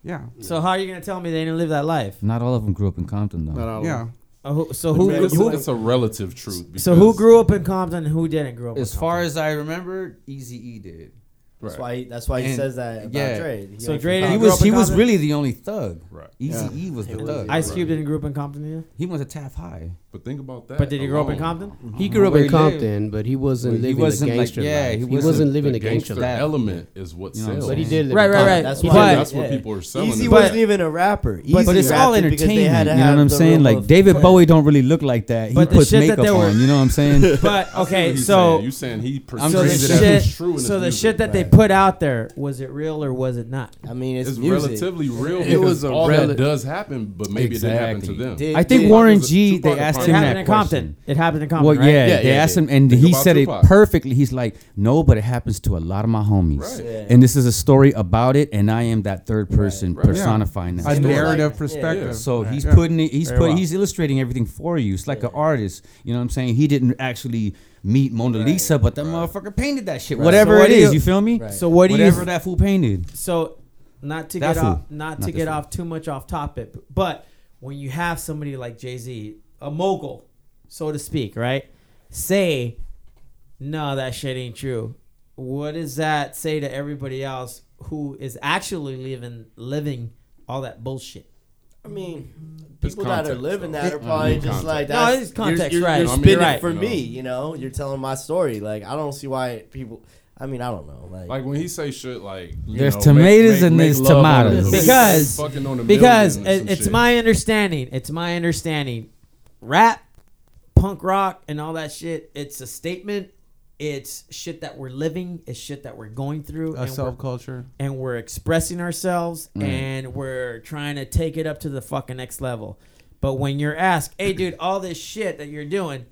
[SPEAKER 6] yeah,
[SPEAKER 4] So how are you gonna tell me they didn't live that life?
[SPEAKER 2] Mm.
[SPEAKER 1] Not all of them grew up in Compton though.
[SPEAKER 3] Not all of
[SPEAKER 6] yeah.
[SPEAKER 3] them.
[SPEAKER 4] Uh, who, so who?
[SPEAKER 8] It's-
[SPEAKER 4] who-
[SPEAKER 2] That's a relative truth.
[SPEAKER 4] so who
[SPEAKER 2] because-
[SPEAKER 4] grew up in Compton? and Who didn't grow up?
[SPEAKER 1] As
[SPEAKER 4] in
[SPEAKER 1] far as I remember, Easy E did.
[SPEAKER 8] That's
[SPEAKER 2] Right.
[SPEAKER 8] why. He, that's why he
[SPEAKER 1] And-
[SPEAKER 8] says that about
[SPEAKER 1] yeah.
[SPEAKER 8] Dre. He
[SPEAKER 4] So
[SPEAKER 8] ain't
[SPEAKER 4] Dre
[SPEAKER 8] from
[SPEAKER 1] He
[SPEAKER 8] Compton.
[SPEAKER 4] didn't grew up
[SPEAKER 1] was
[SPEAKER 4] in
[SPEAKER 1] he was
[SPEAKER 4] Compton?
[SPEAKER 1] really the only thug.
[SPEAKER 2] Right.
[SPEAKER 1] Easy E was the
[SPEAKER 8] He was
[SPEAKER 1] thug.
[SPEAKER 8] the
[SPEAKER 4] Ice Cube didn't grow up in Compton either.
[SPEAKER 1] He went to Taft High.
[SPEAKER 2] But think about that.
[SPEAKER 4] But did he grow up in
[SPEAKER 2] alone.
[SPEAKER 4] Compton?
[SPEAKER 5] He grew up
[SPEAKER 1] Where
[SPEAKER 5] in
[SPEAKER 1] he lived.
[SPEAKER 5] Compton, but he wasn't
[SPEAKER 1] Well, he
[SPEAKER 5] living
[SPEAKER 1] wasn't,
[SPEAKER 5] a
[SPEAKER 1] like,
[SPEAKER 5] gangster
[SPEAKER 1] yeah,
[SPEAKER 5] life.
[SPEAKER 1] he
[SPEAKER 5] He
[SPEAKER 1] wasn't
[SPEAKER 5] wasn't, living
[SPEAKER 2] the
[SPEAKER 5] a gangster
[SPEAKER 2] gangster
[SPEAKER 5] life.
[SPEAKER 1] life.
[SPEAKER 2] element is what
[SPEAKER 1] You know what I'm
[SPEAKER 2] sells.
[SPEAKER 5] But he
[SPEAKER 1] saying?
[SPEAKER 5] did live
[SPEAKER 4] Right,
[SPEAKER 5] in
[SPEAKER 4] right,
[SPEAKER 5] Compton.
[SPEAKER 4] right.
[SPEAKER 5] That's
[SPEAKER 8] That's
[SPEAKER 5] why.
[SPEAKER 8] why.
[SPEAKER 4] But-
[SPEAKER 2] That's what people are selling
[SPEAKER 8] Easy
[SPEAKER 2] it.
[SPEAKER 8] wasn't even a rapper. Easy
[SPEAKER 1] But it's all
[SPEAKER 8] rapped it because they
[SPEAKER 1] entertainment.
[SPEAKER 8] had to
[SPEAKER 1] You know
[SPEAKER 8] have
[SPEAKER 1] what I'm
[SPEAKER 8] the
[SPEAKER 1] saying?
[SPEAKER 8] level
[SPEAKER 1] Like
[SPEAKER 8] of-
[SPEAKER 1] David
[SPEAKER 8] Yeah.
[SPEAKER 1] Bowie don't really look like that. He
[SPEAKER 4] But the
[SPEAKER 1] puts
[SPEAKER 4] shit that
[SPEAKER 1] makeup
[SPEAKER 4] they were-
[SPEAKER 1] on. You know what I'm saying?
[SPEAKER 4] But
[SPEAKER 2] I see what
[SPEAKER 4] okay,
[SPEAKER 2] he's
[SPEAKER 4] so
[SPEAKER 2] saying. you saying he
[SPEAKER 1] I'm
[SPEAKER 4] so
[SPEAKER 2] perceives
[SPEAKER 4] the
[SPEAKER 1] crazy
[SPEAKER 2] it
[SPEAKER 1] that
[SPEAKER 4] shit,
[SPEAKER 2] as true. In
[SPEAKER 4] so
[SPEAKER 2] his
[SPEAKER 4] the
[SPEAKER 2] music.
[SPEAKER 4] shit that they
[SPEAKER 8] Right.
[SPEAKER 4] put out there was it real or was it not?
[SPEAKER 8] I mean, it's,
[SPEAKER 2] It's
[SPEAKER 8] music.
[SPEAKER 2] relatively real.
[SPEAKER 5] It
[SPEAKER 2] because
[SPEAKER 5] was a
[SPEAKER 2] all
[SPEAKER 5] rela-
[SPEAKER 2] that does happen, but maybe it
[SPEAKER 1] Exactly.
[SPEAKER 2] didn't happen to them.
[SPEAKER 8] Did-
[SPEAKER 1] I think
[SPEAKER 8] Tupac
[SPEAKER 1] Warren
[SPEAKER 2] was a-
[SPEAKER 1] G.
[SPEAKER 2] Tupac
[SPEAKER 1] They
[SPEAKER 2] was
[SPEAKER 1] asked
[SPEAKER 4] it
[SPEAKER 1] him
[SPEAKER 2] prime
[SPEAKER 4] happened
[SPEAKER 1] that
[SPEAKER 4] in
[SPEAKER 1] question.
[SPEAKER 4] Compton. It happened in Compton.
[SPEAKER 1] Well,
[SPEAKER 4] right?
[SPEAKER 1] yeah,
[SPEAKER 5] Yeah,
[SPEAKER 1] they
[SPEAKER 5] yeah,
[SPEAKER 1] asked
[SPEAKER 5] yeah.
[SPEAKER 1] him, and
[SPEAKER 2] Think
[SPEAKER 1] he
[SPEAKER 2] about
[SPEAKER 1] said
[SPEAKER 2] Tupac.
[SPEAKER 1] it perfectly. He's like, "No, but it happens to a lot of my homies,
[SPEAKER 2] Right.
[SPEAKER 8] Yeah.
[SPEAKER 1] and this is a story about it, and I am that third person
[SPEAKER 2] Right.
[SPEAKER 1] personifying
[SPEAKER 6] a
[SPEAKER 1] that." story."
[SPEAKER 6] narrative
[SPEAKER 8] Yeah.
[SPEAKER 6] perspective.
[SPEAKER 1] So he's
[SPEAKER 6] Yeah.
[SPEAKER 1] putting it, he's
[SPEAKER 4] Very
[SPEAKER 1] put,
[SPEAKER 4] well.
[SPEAKER 1] he's illustrating everything for you. It's like an artist, you know what I'm saying? He didn't actually meet Mona Lisa, but that motherfucker painted that shit. Whatever
[SPEAKER 4] So what
[SPEAKER 1] it
[SPEAKER 4] do
[SPEAKER 1] is,
[SPEAKER 4] you-
[SPEAKER 1] you, feel me?
[SPEAKER 8] Right.
[SPEAKER 4] So what do you
[SPEAKER 1] Whatever
[SPEAKER 4] th-
[SPEAKER 1] that fool painted.
[SPEAKER 4] So not to
[SPEAKER 1] That
[SPEAKER 4] get
[SPEAKER 1] fool.
[SPEAKER 4] off not,
[SPEAKER 1] Not
[SPEAKER 4] to
[SPEAKER 1] this
[SPEAKER 4] get
[SPEAKER 1] fool.
[SPEAKER 4] off too much off topic, but when you have somebody like Jay Z, a mogul, so to speak, right? Say, no, that shit ain't true. What does that say to everybody else who is actually living living all that bullshit?
[SPEAKER 8] I mean,
[SPEAKER 2] It's
[SPEAKER 8] people that are
[SPEAKER 2] context,
[SPEAKER 8] living
[SPEAKER 2] though.
[SPEAKER 8] that are
[SPEAKER 2] Yeah.
[SPEAKER 8] probably
[SPEAKER 2] Mhm.
[SPEAKER 8] just like
[SPEAKER 2] Context.
[SPEAKER 4] No,
[SPEAKER 8] that's
[SPEAKER 4] it's context,
[SPEAKER 8] you're, you're,
[SPEAKER 4] right.
[SPEAKER 8] You're
[SPEAKER 4] I mean,
[SPEAKER 8] spitting
[SPEAKER 4] you're right.
[SPEAKER 8] for
[SPEAKER 2] No.
[SPEAKER 8] me, you know. You're telling my story. Like I don't see why people. I mean, I don't know. Like,
[SPEAKER 2] Like when he say shit like you
[SPEAKER 1] There's
[SPEAKER 2] know,
[SPEAKER 1] tomatoes
[SPEAKER 2] make, make,
[SPEAKER 1] and
[SPEAKER 2] make
[SPEAKER 1] there's
[SPEAKER 2] love on the
[SPEAKER 1] tomatoes.
[SPEAKER 2] loose,
[SPEAKER 4] Because-
[SPEAKER 2] fucking on the
[SPEAKER 4] because
[SPEAKER 2] million and
[SPEAKER 4] it,
[SPEAKER 2] some
[SPEAKER 4] it's
[SPEAKER 2] shit.
[SPEAKER 4] my understanding. It's my understanding. Rap, punk rock, and all that shit. It's a statement. It's shit that we're living. It's shit that we're going through,
[SPEAKER 6] A
[SPEAKER 4] and we're,
[SPEAKER 6] self culture.
[SPEAKER 4] and we're expressing ourselves, and we're trying to take it up to the fucking next level. But when you're asked, "Hey, dude, all this shit that you're doing,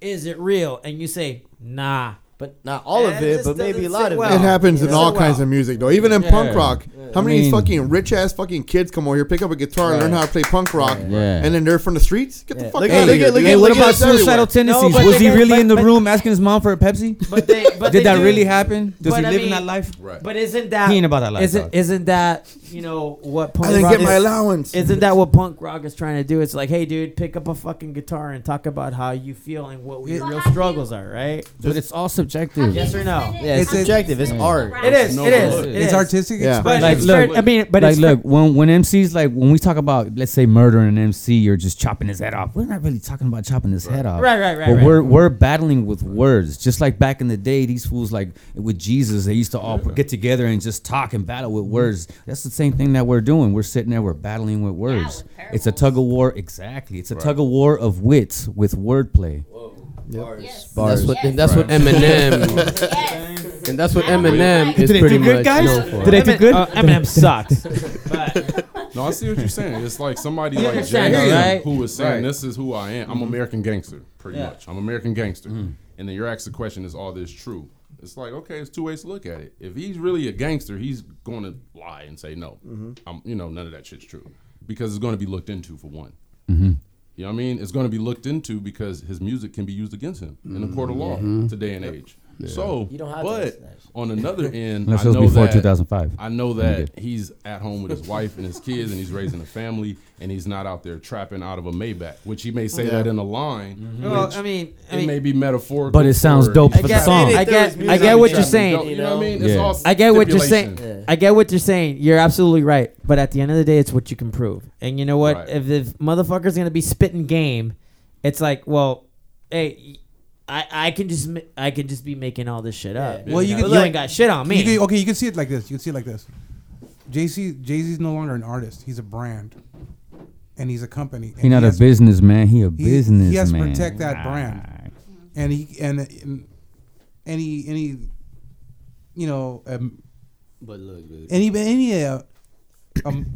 [SPEAKER 4] is it real?" and you say, "Nah,"
[SPEAKER 8] but not all
[SPEAKER 4] Yeah,
[SPEAKER 8] of
[SPEAKER 4] it
[SPEAKER 8] it,
[SPEAKER 4] just
[SPEAKER 8] but maybe a
[SPEAKER 4] doesn't
[SPEAKER 8] lot
[SPEAKER 4] sit
[SPEAKER 8] of
[SPEAKER 4] well.
[SPEAKER 8] it.
[SPEAKER 3] It happens
[SPEAKER 4] Yeah.
[SPEAKER 3] in all
[SPEAKER 4] So,
[SPEAKER 3] kinds
[SPEAKER 4] wow.
[SPEAKER 3] of music, though. Even in punk
[SPEAKER 1] Yeah.
[SPEAKER 3] rock, how
[SPEAKER 1] I
[SPEAKER 3] many
[SPEAKER 1] mean-
[SPEAKER 3] fucking rich ass fucking kids come over here, pick up a guitar, and learn how to play punk rock,
[SPEAKER 1] Yeah.
[SPEAKER 3] and then they're from the streets? Get the
[SPEAKER 8] Yeah.
[SPEAKER 3] fuck
[SPEAKER 8] Look
[SPEAKER 3] out
[SPEAKER 8] at-
[SPEAKER 3] of
[SPEAKER 8] look
[SPEAKER 3] here.
[SPEAKER 8] at- look
[SPEAKER 3] dude.
[SPEAKER 1] Hey, what
[SPEAKER 8] look
[SPEAKER 1] about
[SPEAKER 8] at us
[SPEAKER 1] suicidal
[SPEAKER 8] everywhere.
[SPEAKER 1] tendencies?
[SPEAKER 4] No, but
[SPEAKER 1] Was
[SPEAKER 4] they
[SPEAKER 1] he
[SPEAKER 4] don't-
[SPEAKER 1] really
[SPEAKER 4] but-
[SPEAKER 1] in the
[SPEAKER 4] but-
[SPEAKER 1] room asking his mom for a Pepsi?
[SPEAKER 4] but they, but
[SPEAKER 1] Did
[SPEAKER 4] they
[SPEAKER 1] that
[SPEAKER 4] do-
[SPEAKER 1] really happen? Does he
[SPEAKER 4] but I
[SPEAKER 1] live in
[SPEAKER 4] mean-
[SPEAKER 1] that life?
[SPEAKER 2] Right.
[SPEAKER 4] But isn't that
[SPEAKER 1] He ain't about that life,
[SPEAKER 4] Isn't
[SPEAKER 1] dog.
[SPEAKER 4] isn't that you know what punk
[SPEAKER 3] I didn't
[SPEAKER 4] rock
[SPEAKER 3] get
[SPEAKER 4] is-
[SPEAKER 3] my allowance.
[SPEAKER 4] Isn't that what punk rock is trying to do? It's like, hey, dude, pick up a fucking guitar and talk about how you feel and what your
[SPEAKER 6] Yeah.
[SPEAKER 4] real struggles are, right?
[SPEAKER 1] But it's all subjective.
[SPEAKER 4] Yes or no?
[SPEAKER 8] Yeah, it's
[SPEAKER 6] It's a-
[SPEAKER 8] subjective. It's art.
[SPEAKER 4] It is.
[SPEAKER 2] No,
[SPEAKER 4] it is.
[SPEAKER 2] look.
[SPEAKER 4] It
[SPEAKER 6] It's
[SPEAKER 4] is.
[SPEAKER 6] artistic
[SPEAKER 3] Yeah.
[SPEAKER 4] But
[SPEAKER 6] expression.
[SPEAKER 1] Like,
[SPEAKER 4] it's
[SPEAKER 1] look,
[SPEAKER 4] fair- I mean, but
[SPEAKER 1] like,
[SPEAKER 4] it's
[SPEAKER 1] look, when when MCs like when we talk about let's say murdering an MC, you're just chopping his head off. We're not really talking about chopping his head off.
[SPEAKER 4] Right, right, right,
[SPEAKER 1] But
[SPEAKER 4] right.
[SPEAKER 1] we're we're battling with words, just like back in the day, these fools like with Jesus, they used to all get together and just talk and battle with words. That's the same thing that we're doing. We're sitting there, we're battling with words.
[SPEAKER 10] with
[SPEAKER 1] it's a
[SPEAKER 10] parables.
[SPEAKER 1] tug of war, exactly. It's a tug of war of wits with wordplay.
[SPEAKER 10] Yes.
[SPEAKER 5] That's what
[SPEAKER 10] Yes.
[SPEAKER 5] and that's what Eminem
[SPEAKER 10] Yes.
[SPEAKER 5] and that's what
[SPEAKER 10] I don't
[SPEAKER 5] Eminem
[SPEAKER 10] like-
[SPEAKER 5] is
[SPEAKER 10] Did
[SPEAKER 1] they
[SPEAKER 5] pretty
[SPEAKER 1] do good,
[SPEAKER 5] much
[SPEAKER 1] guys?
[SPEAKER 5] known for.
[SPEAKER 1] Did they do
[SPEAKER 4] Emin-
[SPEAKER 1] good?
[SPEAKER 4] uh, Eminem sucks. but
[SPEAKER 2] No, I see what you're saying. It's like somebody
[SPEAKER 4] You
[SPEAKER 2] like Jay
[SPEAKER 4] understand, right?
[SPEAKER 2] who was saying, "This is who I am.
[SPEAKER 1] Mm-hmm.
[SPEAKER 2] I'm American gangster, pretty much. I'm American gangster." And then you're asking the question, "Is all this true?" It's like, okay, it's two ways to look at it. If he's really a gangster, he's going to lie and say no.
[SPEAKER 1] Mm-hmm.
[SPEAKER 2] I'm, you know, none of that shit's true because it's going to be looked into for one.
[SPEAKER 1] Mm-hmm.
[SPEAKER 2] You know what I mean? It's going to be looked into because his music can be used against him in a court of law
[SPEAKER 1] Mm-hmm.
[SPEAKER 2] today and age. So,
[SPEAKER 8] You don't have to
[SPEAKER 2] but
[SPEAKER 8] listen to that shit.
[SPEAKER 2] on another end,
[SPEAKER 1] Unless
[SPEAKER 2] I
[SPEAKER 1] it was
[SPEAKER 2] know
[SPEAKER 1] before
[SPEAKER 2] that
[SPEAKER 1] 2005.
[SPEAKER 2] I know that he's at home with his wife and his kids, and he's raising a family, and he's not out there trapping out of a Maybach, which he may say that in a line.
[SPEAKER 4] Mm-hmm. well,
[SPEAKER 2] which
[SPEAKER 4] I mean, I
[SPEAKER 2] it may
[SPEAKER 4] mean,
[SPEAKER 2] be metaphorical,
[SPEAKER 1] But it sounds
[SPEAKER 2] for-
[SPEAKER 1] dope
[SPEAKER 4] I
[SPEAKER 1] for the
[SPEAKER 4] get,
[SPEAKER 1] song.
[SPEAKER 4] I get, I get what you're saying.
[SPEAKER 2] You know what I mean? It's
[SPEAKER 1] Yeah.
[SPEAKER 2] all
[SPEAKER 4] I get what you're saying.
[SPEAKER 2] stipulation.
[SPEAKER 4] I get what you're saying. You're absolutely right. But at the end of the day, it's what you can prove. And you know what?
[SPEAKER 2] Right.
[SPEAKER 4] If the motherfucker's gonna be spitting game, it's like, well, hey, I, I can just ma- I can just be making all this shit up.
[SPEAKER 8] Yeah.
[SPEAKER 6] Well, you
[SPEAKER 4] you,
[SPEAKER 6] can-
[SPEAKER 4] ain't got shit on me.
[SPEAKER 6] You can, okay, you can see it like this. You can see it like this. JC Jay Z's no longer an artist. He's a brand, and he's a company.
[SPEAKER 1] He
[SPEAKER 6] and
[SPEAKER 1] not
[SPEAKER 6] he
[SPEAKER 1] a
[SPEAKER 6] has-
[SPEAKER 1] businessman. He a
[SPEAKER 6] he has to
[SPEAKER 1] businessman.
[SPEAKER 6] protect that brand. and he and and any any you know um,
[SPEAKER 5] But look, dude.
[SPEAKER 6] any any uh, um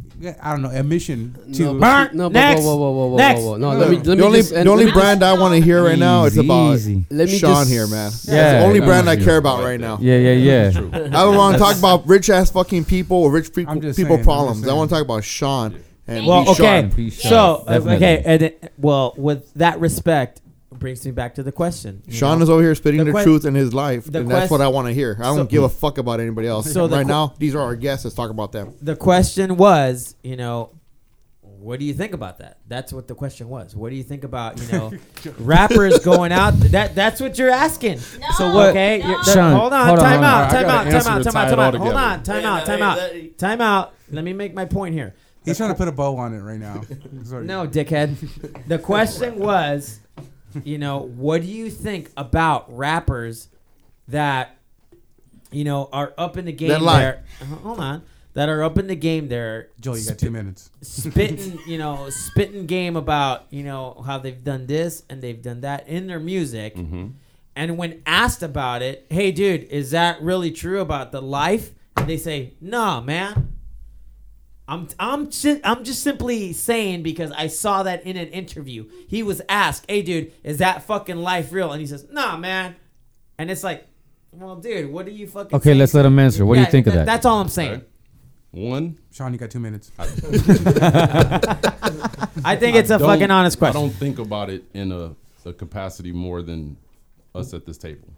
[SPEAKER 6] I don't know admission to
[SPEAKER 5] No,
[SPEAKER 4] Burn.
[SPEAKER 5] but- no, but
[SPEAKER 4] Next.
[SPEAKER 5] whoa, whoa, whoa, whoa,
[SPEAKER 4] Next.
[SPEAKER 5] whoa, whoa. No, let me, let me
[SPEAKER 3] the only,
[SPEAKER 5] just end-
[SPEAKER 3] the only
[SPEAKER 5] let me-
[SPEAKER 3] brand I want to hear right now is
[SPEAKER 1] Easy,
[SPEAKER 3] about
[SPEAKER 1] easy.
[SPEAKER 5] Let me
[SPEAKER 3] Sean
[SPEAKER 5] just-
[SPEAKER 3] here, man. That's
[SPEAKER 1] Yeah.
[SPEAKER 3] the only
[SPEAKER 1] Yeah.
[SPEAKER 3] brand I care
[SPEAKER 2] I
[SPEAKER 3] about
[SPEAKER 2] like
[SPEAKER 3] right
[SPEAKER 2] that.
[SPEAKER 3] now.
[SPEAKER 1] Yeah, yeah, yeah.
[SPEAKER 3] I don't want to talk about rich ass fucking people or rich people,
[SPEAKER 6] just
[SPEAKER 3] people
[SPEAKER 6] saying, I'm just
[SPEAKER 3] problems. I
[SPEAKER 6] saying.
[SPEAKER 3] want to talk about Sean. And
[SPEAKER 10] Well,
[SPEAKER 3] be Sean.
[SPEAKER 4] okay.
[SPEAKER 1] Be
[SPEAKER 4] So
[SPEAKER 1] sharp,
[SPEAKER 4] uh,
[SPEAKER 1] definitely.
[SPEAKER 4] okay, and it- well, with that respect, brings me back to the question. you
[SPEAKER 3] Sean
[SPEAKER 4] know?
[SPEAKER 3] is over here spitting
[SPEAKER 4] The
[SPEAKER 3] the,
[SPEAKER 4] que-
[SPEAKER 3] truth in his life,
[SPEAKER 4] the
[SPEAKER 3] and that's
[SPEAKER 4] quest-
[SPEAKER 3] what I want to hear. I don't
[SPEAKER 4] So-
[SPEAKER 3] give a fuck about anybody else.
[SPEAKER 4] So the
[SPEAKER 3] right
[SPEAKER 4] que-
[SPEAKER 3] now, these are our guests. Let's talk about them.
[SPEAKER 4] the question was, you know, what do you think about that? That's what the question was. What do you think about, you know, rappers going out? That that's what you're asking.
[SPEAKER 10] No,
[SPEAKER 4] so what? Okay,
[SPEAKER 10] no.
[SPEAKER 4] you're-
[SPEAKER 1] Sean,
[SPEAKER 4] hold on,
[SPEAKER 1] hold on,
[SPEAKER 4] time
[SPEAKER 1] hold on.
[SPEAKER 4] out,
[SPEAKER 2] I
[SPEAKER 4] time
[SPEAKER 2] gotta
[SPEAKER 4] out, time
[SPEAKER 2] answer
[SPEAKER 4] out,
[SPEAKER 2] to
[SPEAKER 4] time out,
[SPEAKER 2] tie
[SPEAKER 4] time
[SPEAKER 2] it all
[SPEAKER 4] out. Hold
[SPEAKER 2] together.
[SPEAKER 4] on, time
[SPEAKER 8] Yeah,
[SPEAKER 4] out,
[SPEAKER 8] no,
[SPEAKER 4] time
[SPEAKER 8] hey,
[SPEAKER 4] out,
[SPEAKER 8] that-
[SPEAKER 4] time out. Let me make my point here.
[SPEAKER 6] he's trying to put a bow on it right now. Sorry.
[SPEAKER 4] No, dickhead. The question was, you know, what do you think about rappers that, you know, are up in the game
[SPEAKER 3] That lie.
[SPEAKER 4] there? Uh, Hold on. That are up in the game there.
[SPEAKER 6] Joel, you got two minutes.
[SPEAKER 4] spitting, you know, spitting game about, you know, how they've done this and they've done that in their music.
[SPEAKER 2] Mm-hmm.
[SPEAKER 4] And when asked about it, hey, dude, is that really true about the life? And they say, nah, man. I'm I'm si- I'm just simply saying because I saw that in an interview. He was asked, "Hey, dude, is that fucking life real?" And he says, "Nah, man." And it's like, "Well, dude, what do you fucking?"
[SPEAKER 1] Okay,
[SPEAKER 4] say?"
[SPEAKER 1] let's let him answer. What do
[SPEAKER 4] Yeah,
[SPEAKER 1] you think of that?
[SPEAKER 4] That's all I'm saying.
[SPEAKER 2] Okay. One,
[SPEAKER 6] Sean, you got two minutes.
[SPEAKER 4] I think it's a
[SPEAKER 2] don't-
[SPEAKER 4] fucking honest question.
[SPEAKER 2] I don't think about it in a, a capacity more than us at this table.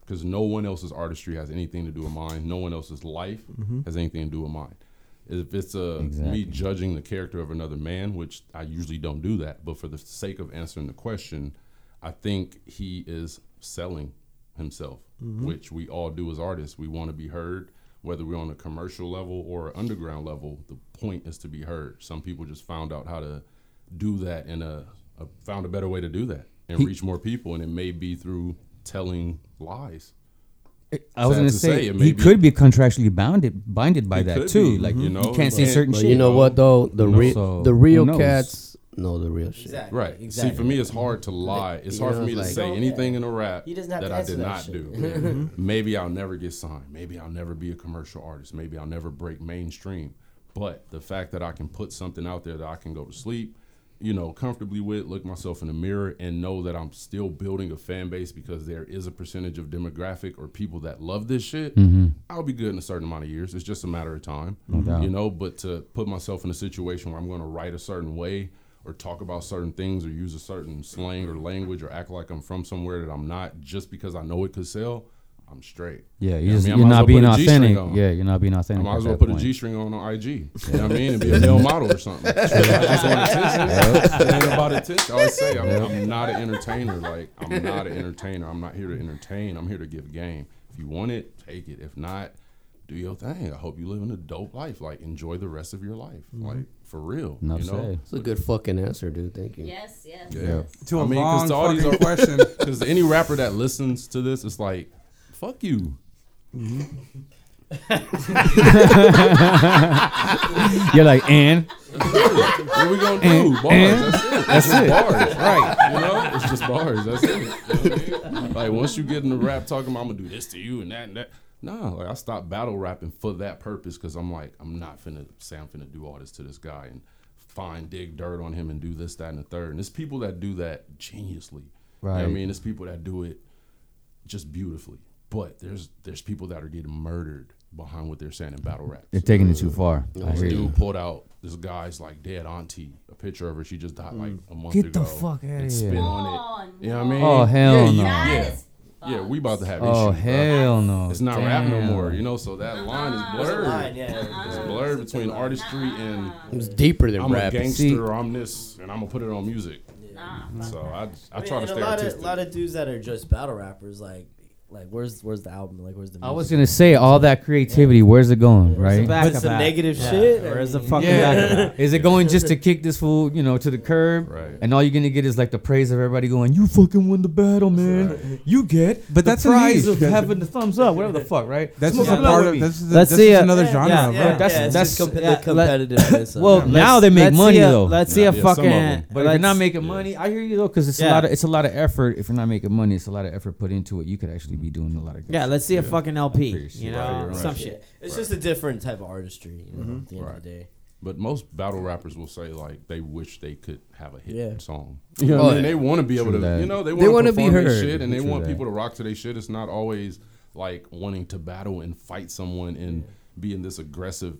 [SPEAKER 2] Because no one else's artistry has anything to do with mine. No one else's life has anything to do with mine. If it's uh, me
[SPEAKER 1] Exactly.
[SPEAKER 2] judging the character of another man, which I usually don't do that, but for the sake of answering the question, I think he is selling himself, which we all do as artists. We want to be heard, whether we're on a commercial level or an underground level. The point is to be heard. Some people just found out how to do that and uh, uh, found a better way to do that and reach more people, and it may be through telling lies.
[SPEAKER 1] I was
[SPEAKER 2] Sad
[SPEAKER 1] gonna
[SPEAKER 2] to say,
[SPEAKER 1] say,
[SPEAKER 2] it may
[SPEAKER 1] he
[SPEAKER 2] be-
[SPEAKER 1] could be contractually bounded, binded by
[SPEAKER 2] He
[SPEAKER 1] that
[SPEAKER 2] could
[SPEAKER 1] too.
[SPEAKER 2] be,
[SPEAKER 1] Like
[SPEAKER 2] you
[SPEAKER 1] you
[SPEAKER 2] know,
[SPEAKER 1] know, you can't say
[SPEAKER 2] but-
[SPEAKER 1] certain
[SPEAKER 5] But
[SPEAKER 1] shit.
[SPEAKER 5] you know what though? The
[SPEAKER 2] No.
[SPEAKER 5] real
[SPEAKER 1] So,
[SPEAKER 5] the
[SPEAKER 1] who
[SPEAKER 5] real
[SPEAKER 1] knows?
[SPEAKER 5] cats know the real shit.
[SPEAKER 8] Exactly.
[SPEAKER 2] Right.
[SPEAKER 8] Exactly.
[SPEAKER 2] See, for me, it's hard to lie. It's
[SPEAKER 5] you
[SPEAKER 2] hard
[SPEAKER 5] know,
[SPEAKER 2] for me
[SPEAKER 5] it's
[SPEAKER 2] to
[SPEAKER 5] like-
[SPEAKER 2] say
[SPEAKER 8] Oh,
[SPEAKER 2] anything
[SPEAKER 8] yeah.
[SPEAKER 2] in a rap
[SPEAKER 8] He doesn't have
[SPEAKER 2] that
[SPEAKER 8] to
[SPEAKER 2] I
[SPEAKER 8] answer
[SPEAKER 2] did
[SPEAKER 8] that
[SPEAKER 2] not
[SPEAKER 8] shit. Mm-hmm.
[SPEAKER 2] do. Maybe I'll never get signed. Maybe I'll never be a commercial artist. Maybe I'll never break mainstream. But the fact that I can put something out there that I can go to sleep, you know, comfortably with, look myself in the mirror, and know that I'm still building a fan base because there is a percentage of demographic or people that love this shit. I'll be good in a certain amount of years. It's just a matter of time, you know. But to put myself in a situation where I'm going to write a certain way or talk about certain things or use a certain slang or language or act like I'm from somewhere that I'm not just because I know it could sell, I'm straight.
[SPEAKER 1] Yeah,
[SPEAKER 2] You know
[SPEAKER 1] you're, just,
[SPEAKER 2] what I mean? I
[SPEAKER 1] you're
[SPEAKER 2] might as
[SPEAKER 1] not
[SPEAKER 2] well
[SPEAKER 1] being
[SPEAKER 2] put a G-string
[SPEAKER 1] authentic.
[SPEAKER 2] on.
[SPEAKER 1] Yeah, you're not being
[SPEAKER 2] I
[SPEAKER 1] authentic.
[SPEAKER 2] might
[SPEAKER 1] at
[SPEAKER 2] as well
[SPEAKER 1] that
[SPEAKER 2] put a
[SPEAKER 1] point.
[SPEAKER 2] G string on on IG. You know what I mean? And be a male model or something. I just want attention. It ain't about attention. I always say I'm, I'm not an entertainer. Like I'm not an entertainer. I'm not here to entertain. I'm here to give game. If you want it, take it. If not, do your thing. I hope you live an adult life. Like enjoy the rest of your life. Like for real.
[SPEAKER 1] Mm-hmm. Enough
[SPEAKER 2] you know.
[SPEAKER 1] said.
[SPEAKER 5] That's a good fucking answer, dude. Thank you.
[SPEAKER 10] Yes, yes.
[SPEAKER 2] Yeah.
[SPEAKER 10] yes.
[SPEAKER 6] To a
[SPEAKER 2] I mean,
[SPEAKER 6] long
[SPEAKER 2] because all these
[SPEAKER 6] fucking
[SPEAKER 2] are
[SPEAKER 6] question.
[SPEAKER 2] Because any rapper that listens to this, it's like, fuck you.
[SPEAKER 1] You're like, and
[SPEAKER 2] What we gonna do? Bars. that's it. That's, it. Bars. Right. You know, it's just bars. That's it. You know what I mean? Like once you get in the rap talking, about, I'm gonna do this to you and that and that. Nah, like I stopped battle rapping for that purpose because I'm like, I'm not finna say I'm finna do all this to this guy and find dig dirt on him and do this, that, and the third. And it's people that do that geniusly. You know what I
[SPEAKER 1] Right.
[SPEAKER 2] mean, it's people that do it just beautifully. But there's there's people that are getting murdered behind what they're saying in battle rap.
[SPEAKER 1] they're taking it too far. I
[SPEAKER 2] This
[SPEAKER 1] hear you.
[SPEAKER 2] dude pulled out this guy's like dead auntie, a picture of her. She just died like a month
[SPEAKER 1] Get
[SPEAKER 2] ago.
[SPEAKER 1] the fuck outta
[SPEAKER 2] and
[SPEAKER 1] here.
[SPEAKER 2] Spit on
[SPEAKER 10] Oh,
[SPEAKER 2] it. You know what I mean?
[SPEAKER 1] Oh, hell
[SPEAKER 2] yeah, you-
[SPEAKER 1] no.
[SPEAKER 2] Yeah,
[SPEAKER 10] That
[SPEAKER 2] yeah, we about to have
[SPEAKER 1] Oh
[SPEAKER 2] issues. bro.
[SPEAKER 1] hell no!
[SPEAKER 2] It's not rap no
[SPEAKER 1] Damn.
[SPEAKER 2] more. You know, so that line is blurred.
[SPEAKER 8] line, yeah.
[SPEAKER 2] It's blurred between artistry and
[SPEAKER 5] It was deeper than
[SPEAKER 2] I'm a
[SPEAKER 5] rap.
[SPEAKER 2] gangster.
[SPEAKER 1] See-
[SPEAKER 2] or I'm this, and I'm gonna put it on music. So I I try to
[SPEAKER 8] and
[SPEAKER 2] stay
[SPEAKER 8] a lot
[SPEAKER 2] artistic.
[SPEAKER 8] of lot of dudes that are just battle rappers, like like where's where's the album? Like where's the?
[SPEAKER 1] I was
[SPEAKER 8] music?
[SPEAKER 1] gonna say all that creativity. Where's it going,
[SPEAKER 8] Where's the
[SPEAKER 1] right?
[SPEAKER 8] back
[SPEAKER 4] Back
[SPEAKER 8] But some
[SPEAKER 4] about.
[SPEAKER 8] negative
[SPEAKER 4] Yeah.
[SPEAKER 8] shit. I
[SPEAKER 4] Where's the
[SPEAKER 8] mean,
[SPEAKER 4] fucking back about?
[SPEAKER 1] Yeah. Is it going just to kick this fool, you know, to the curb?
[SPEAKER 2] Right.
[SPEAKER 1] And all you're gonna get is like the praise of everybody going, "You fucking won the battle, man. You get,
[SPEAKER 6] But
[SPEAKER 1] the
[SPEAKER 6] that's a
[SPEAKER 1] prize of
[SPEAKER 6] niche.
[SPEAKER 1] having the thumbs up, whatever the fuck, right?
[SPEAKER 6] That's
[SPEAKER 1] Smoke
[SPEAKER 6] just a
[SPEAKER 1] blow
[SPEAKER 6] part
[SPEAKER 1] with
[SPEAKER 6] of.
[SPEAKER 1] me.
[SPEAKER 6] That's,
[SPEAKER 4] Let's
[SPEAKER 6] that's
[SPEAKER 4] see
[SPEAKER 6] just
[SPEAKER 4] it.
[SPEAKER 6] another
[SPEAKER 4] Yeah,
[SPEAKER 6] genre,
[SPEAKER 4] yeah,
[SPEAKER 6] bro.
[SPEAKER 4] yeah.
[SPEAKER 8] that's
[SPEAKER 1] that's-
[SPEAKER 8] that's just
[SPEAKER 1] that's-
[SPEAKER 8] compa-
[SPEAKER 4] yeah,
[SPEAKER 8] the competitiveness. of
[SPEAKER 1] well,
[SPEAKER 8] it.
[SPEAKER 1] now they make
[SPEAKER 4] let's
[SPEAKER 1] money
[SPEAKER 4] see a,
[SPEAKER 1] though.
[SPEAKER 4] Let's see
[SPEAKER 2] Yeah,
[SPEAKER 4] a
[SPEAKER 2] some of
[SPEAKER 4] fucking.
[SPEAKER 2] them.
[SPEAKER 1] but if you're not
[SPEAKER 4] let's-
[SPEAKER 1] making money, I hear you though, because it's a
[SPEAKER 4] Yeah.
[SPEAKER 1] lot. Of, it's a lot of effort. If you're not making money, it's a lot of effort put into it. You could actually be doing a lot of. Good
[SPEAKER 4] Yeah, let's see a fucking LP.
[SPEAKER 1] Appreciate
[SPEAKER 4] You
[SPEAKER 1] it.
[SPEAKER 4] know,
[SPEAKER 2] Right,
[SPEAKER 4] some
[SPEAKER 2] right.
[SPEAKER 4] shit.
[SPEAKER 8] It's just a different type of artistry. You know, at the end of
[SPEAKER 2] Right.
[SPEAKER 8] the day.
[SPEAKER 2] But most battle rappers will say like they wish they could have a hit
[SPEAKER 8] Yeah.
[SPEAKER 2] song. You know what
[SPEAKER 5] Oh,
[SPEAKER 2] I mean?
[SPEAKER 5] yeah.
[SPEAKER 2] They want to be able to,
[SPEAKER 1] that.
[SPEAKER 2] you know, they
[SPEAKER 5] wanna
[SPEAKER 2] want to
[SPEAKER 5] be
[SPEAKER 2] perform their
[SPEAKER 5] heard.
[SPEAKER 2] shit and they
[SPEAKER 1] True
[SPEAKER 2] want
[SPEAKER 1] that.
[SPEAKER 2] people to rock to their shit. It's not always like wanting to battle and fight someone and be in this aggressive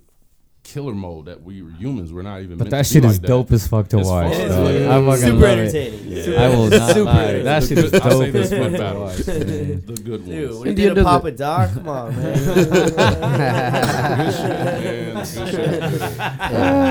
[SPEAKER 2] killer mode that we were humans. We're not even.
[SPEAKER 1] But
[SPEAKER 2] meant
[SPEAKER 1] that
[SPEAKER 2] to be
[SPEAKER 1] shit
[SPEAKER 2] like
[SPEAKER 1] is
[SPEAKER 2] that.
[SPEAKER 1] dope as fuck to
[SPEAKER 2] It's
[SPEAKER 1] watch.
[SPEAKER 2] fun.
[SPEAKER 1] dog.
[SPEAKER 2] Yeah.
[SPEAKER 1] I fucking
[SPEAKER 8] Super
[SPEAKER 1] love it.
[SPEAKER 8] entertaining. Super
[SPEAKER 1] I will not
[SPEAKER 8] Super
[SPEAKER 1] lie. That shit is
[SPEAKER 2] Good- I say
[SPEAKER 1] dope
[SPEAKER 2] this
[SPEAKER 1] as fuck
[SPEAKER 2] one
[SPEAKER 1] to
[SPEAKER 2] battle.
[SPEAKER 1] watch.
[SPEAKER 2] the good
[SPEAKER 8] Dude,
[SPEAKER 2] ones.
[SPEAKER 8] when you
[SPEAKER 5] At the end
[SPEAKER 8] did a
[SPEAKER 5] of the-
[SPEAKER 8] Papa Doc, come on, man.
[SPEAKER 2] Good shit, man. Good shit.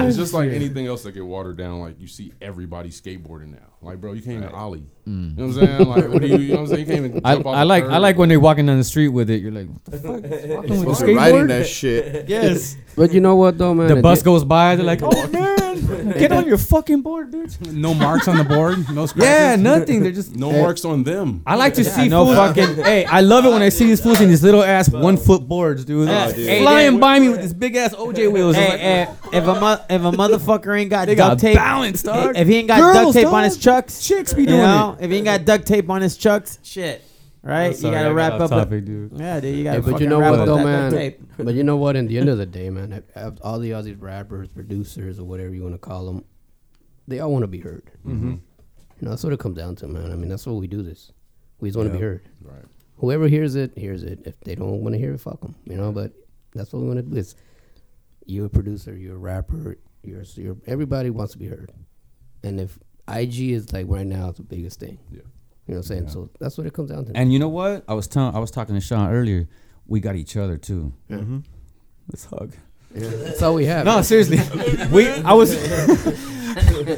[SPEAKER 2] it's just like anything else that get watered down. Like you see everybody skateboarding now. Like bro, you can't even ollie. You know what I'm saying? Like what do you? You know what I'm saying? You can't
[SPEAKER 1] Mm.
[SPEAKER 2] even.
[SPEAKER 1] I,
[SPEAKER 2] jump off
[SPEAKER 1] I
[SPEAKER 2] a
[SPEAKER 1] like I
[SPEAKER 2] curb.
[SPEAKER 1] like when they're walking down the street with it. You're like, what the fuck? is walking with
[SPEAKER 3] Supposed
[SPEAKER 1] a
[SPEAKER 3] to be riding
[SPEAKER 1] skateboard?
[SPEAKER 3] that shit.
[SPEAKER 1] Yes.
[SPEAKER 5] But you know what though, man?
[SPEAKER 1] The
[SPEAKER 5] At
[SPEAKER 1] bus goes by. They're like, oh man, get on your fucking board, bitch.
[SPEAKER 6] No marks on the board. No scratches.
[SPEAKER 1] Yeah, nothing. They're just.
[SPEAKER 2] No marks on them.
[SPEAKER 1] I like to see no fucking. hey, I love it when I see these fools in these little ass one foot boards, dude. They're
[SPEAKER 4] dude.
[SPEAKER 1] flying
[SPEAKER 4] Hey,
[SPEAKER 1] by me with this big ass OJ wheels. I'm like, eh.
[SPEAKER 4] Hey, if, if a mo- if a motherfucker ain't got
[SPEAKER 1] They got
[SPEAKER 4] duct tape,
[SPEAKER 1] balance, dog.
[SPEAKER 4] If he ain't got
[SPEAKER 1] Girls,
[SPEAKER 4] duct tape
[SPEAKER 1] dog.
[SPEAKER 4] on his chucks,
[SPEAKER 1] Chicks be
[SPEAKER 4] you
[SPEAKER 1] doing
[SPEAKER 4] know, if he ain't got duct tape on his chucks, shit, right?
[SPEAKER 1] it. Sorry,
[SPEAKER 4] you
[SPEAKER 1] I
[SPEAKER 4] gotta
[SPEAKER 1] got
[SPEAKER 4] wrap
[SPEAKER 1] off
[SPEAKER 4] up. with-
[SPEAKER 1] topic, dude.
[SPEAKER 4] yeah, dude, you gotta.
[SPEAKER 5] Yeah, but you
[SPEAKER 4] fucking
[SPEAKER 5] know
[SPEAKER 4] wrap
[SPEAKER 5] what
[SPEAKER 4] up
[SPEAKER 5] though,
[SPEAKER 4] that
[SPEAKER 5] man.
[SPEAKER 4] duct tape.
[SPEAKER 5] But you know what? In the end of the day, man, if- if all the all these rappers, producers, or whatever you want to call them, they all want to be heard. Mm-hmm. You know, that's what it comes down to, man. I mean, that's why we do this. We just want to be heard.
[SPEAKER 2] Right.
[SPEAKER 5] Whoever hears it, hears it. If they don't want to hear it, fuck them. You know, but that's what we want to do. Is you a producer, you're a rapper, you're, you're everybody wants to be heard. And if IG is like right now, it's the biggest thing.
[SPEAKER 2] Yeah.
[SPEAKER 5] You know what I'm saying? So that's what it comes down to.
[SPEAKER 1] And you know Mm-hmm. what? I was telling I was talking to Sean earlier. We got each other too. Let's hug.
[SPEAKER 5] Yeah, that's all we have.
[SPEAKER 1] No, seriously. we I was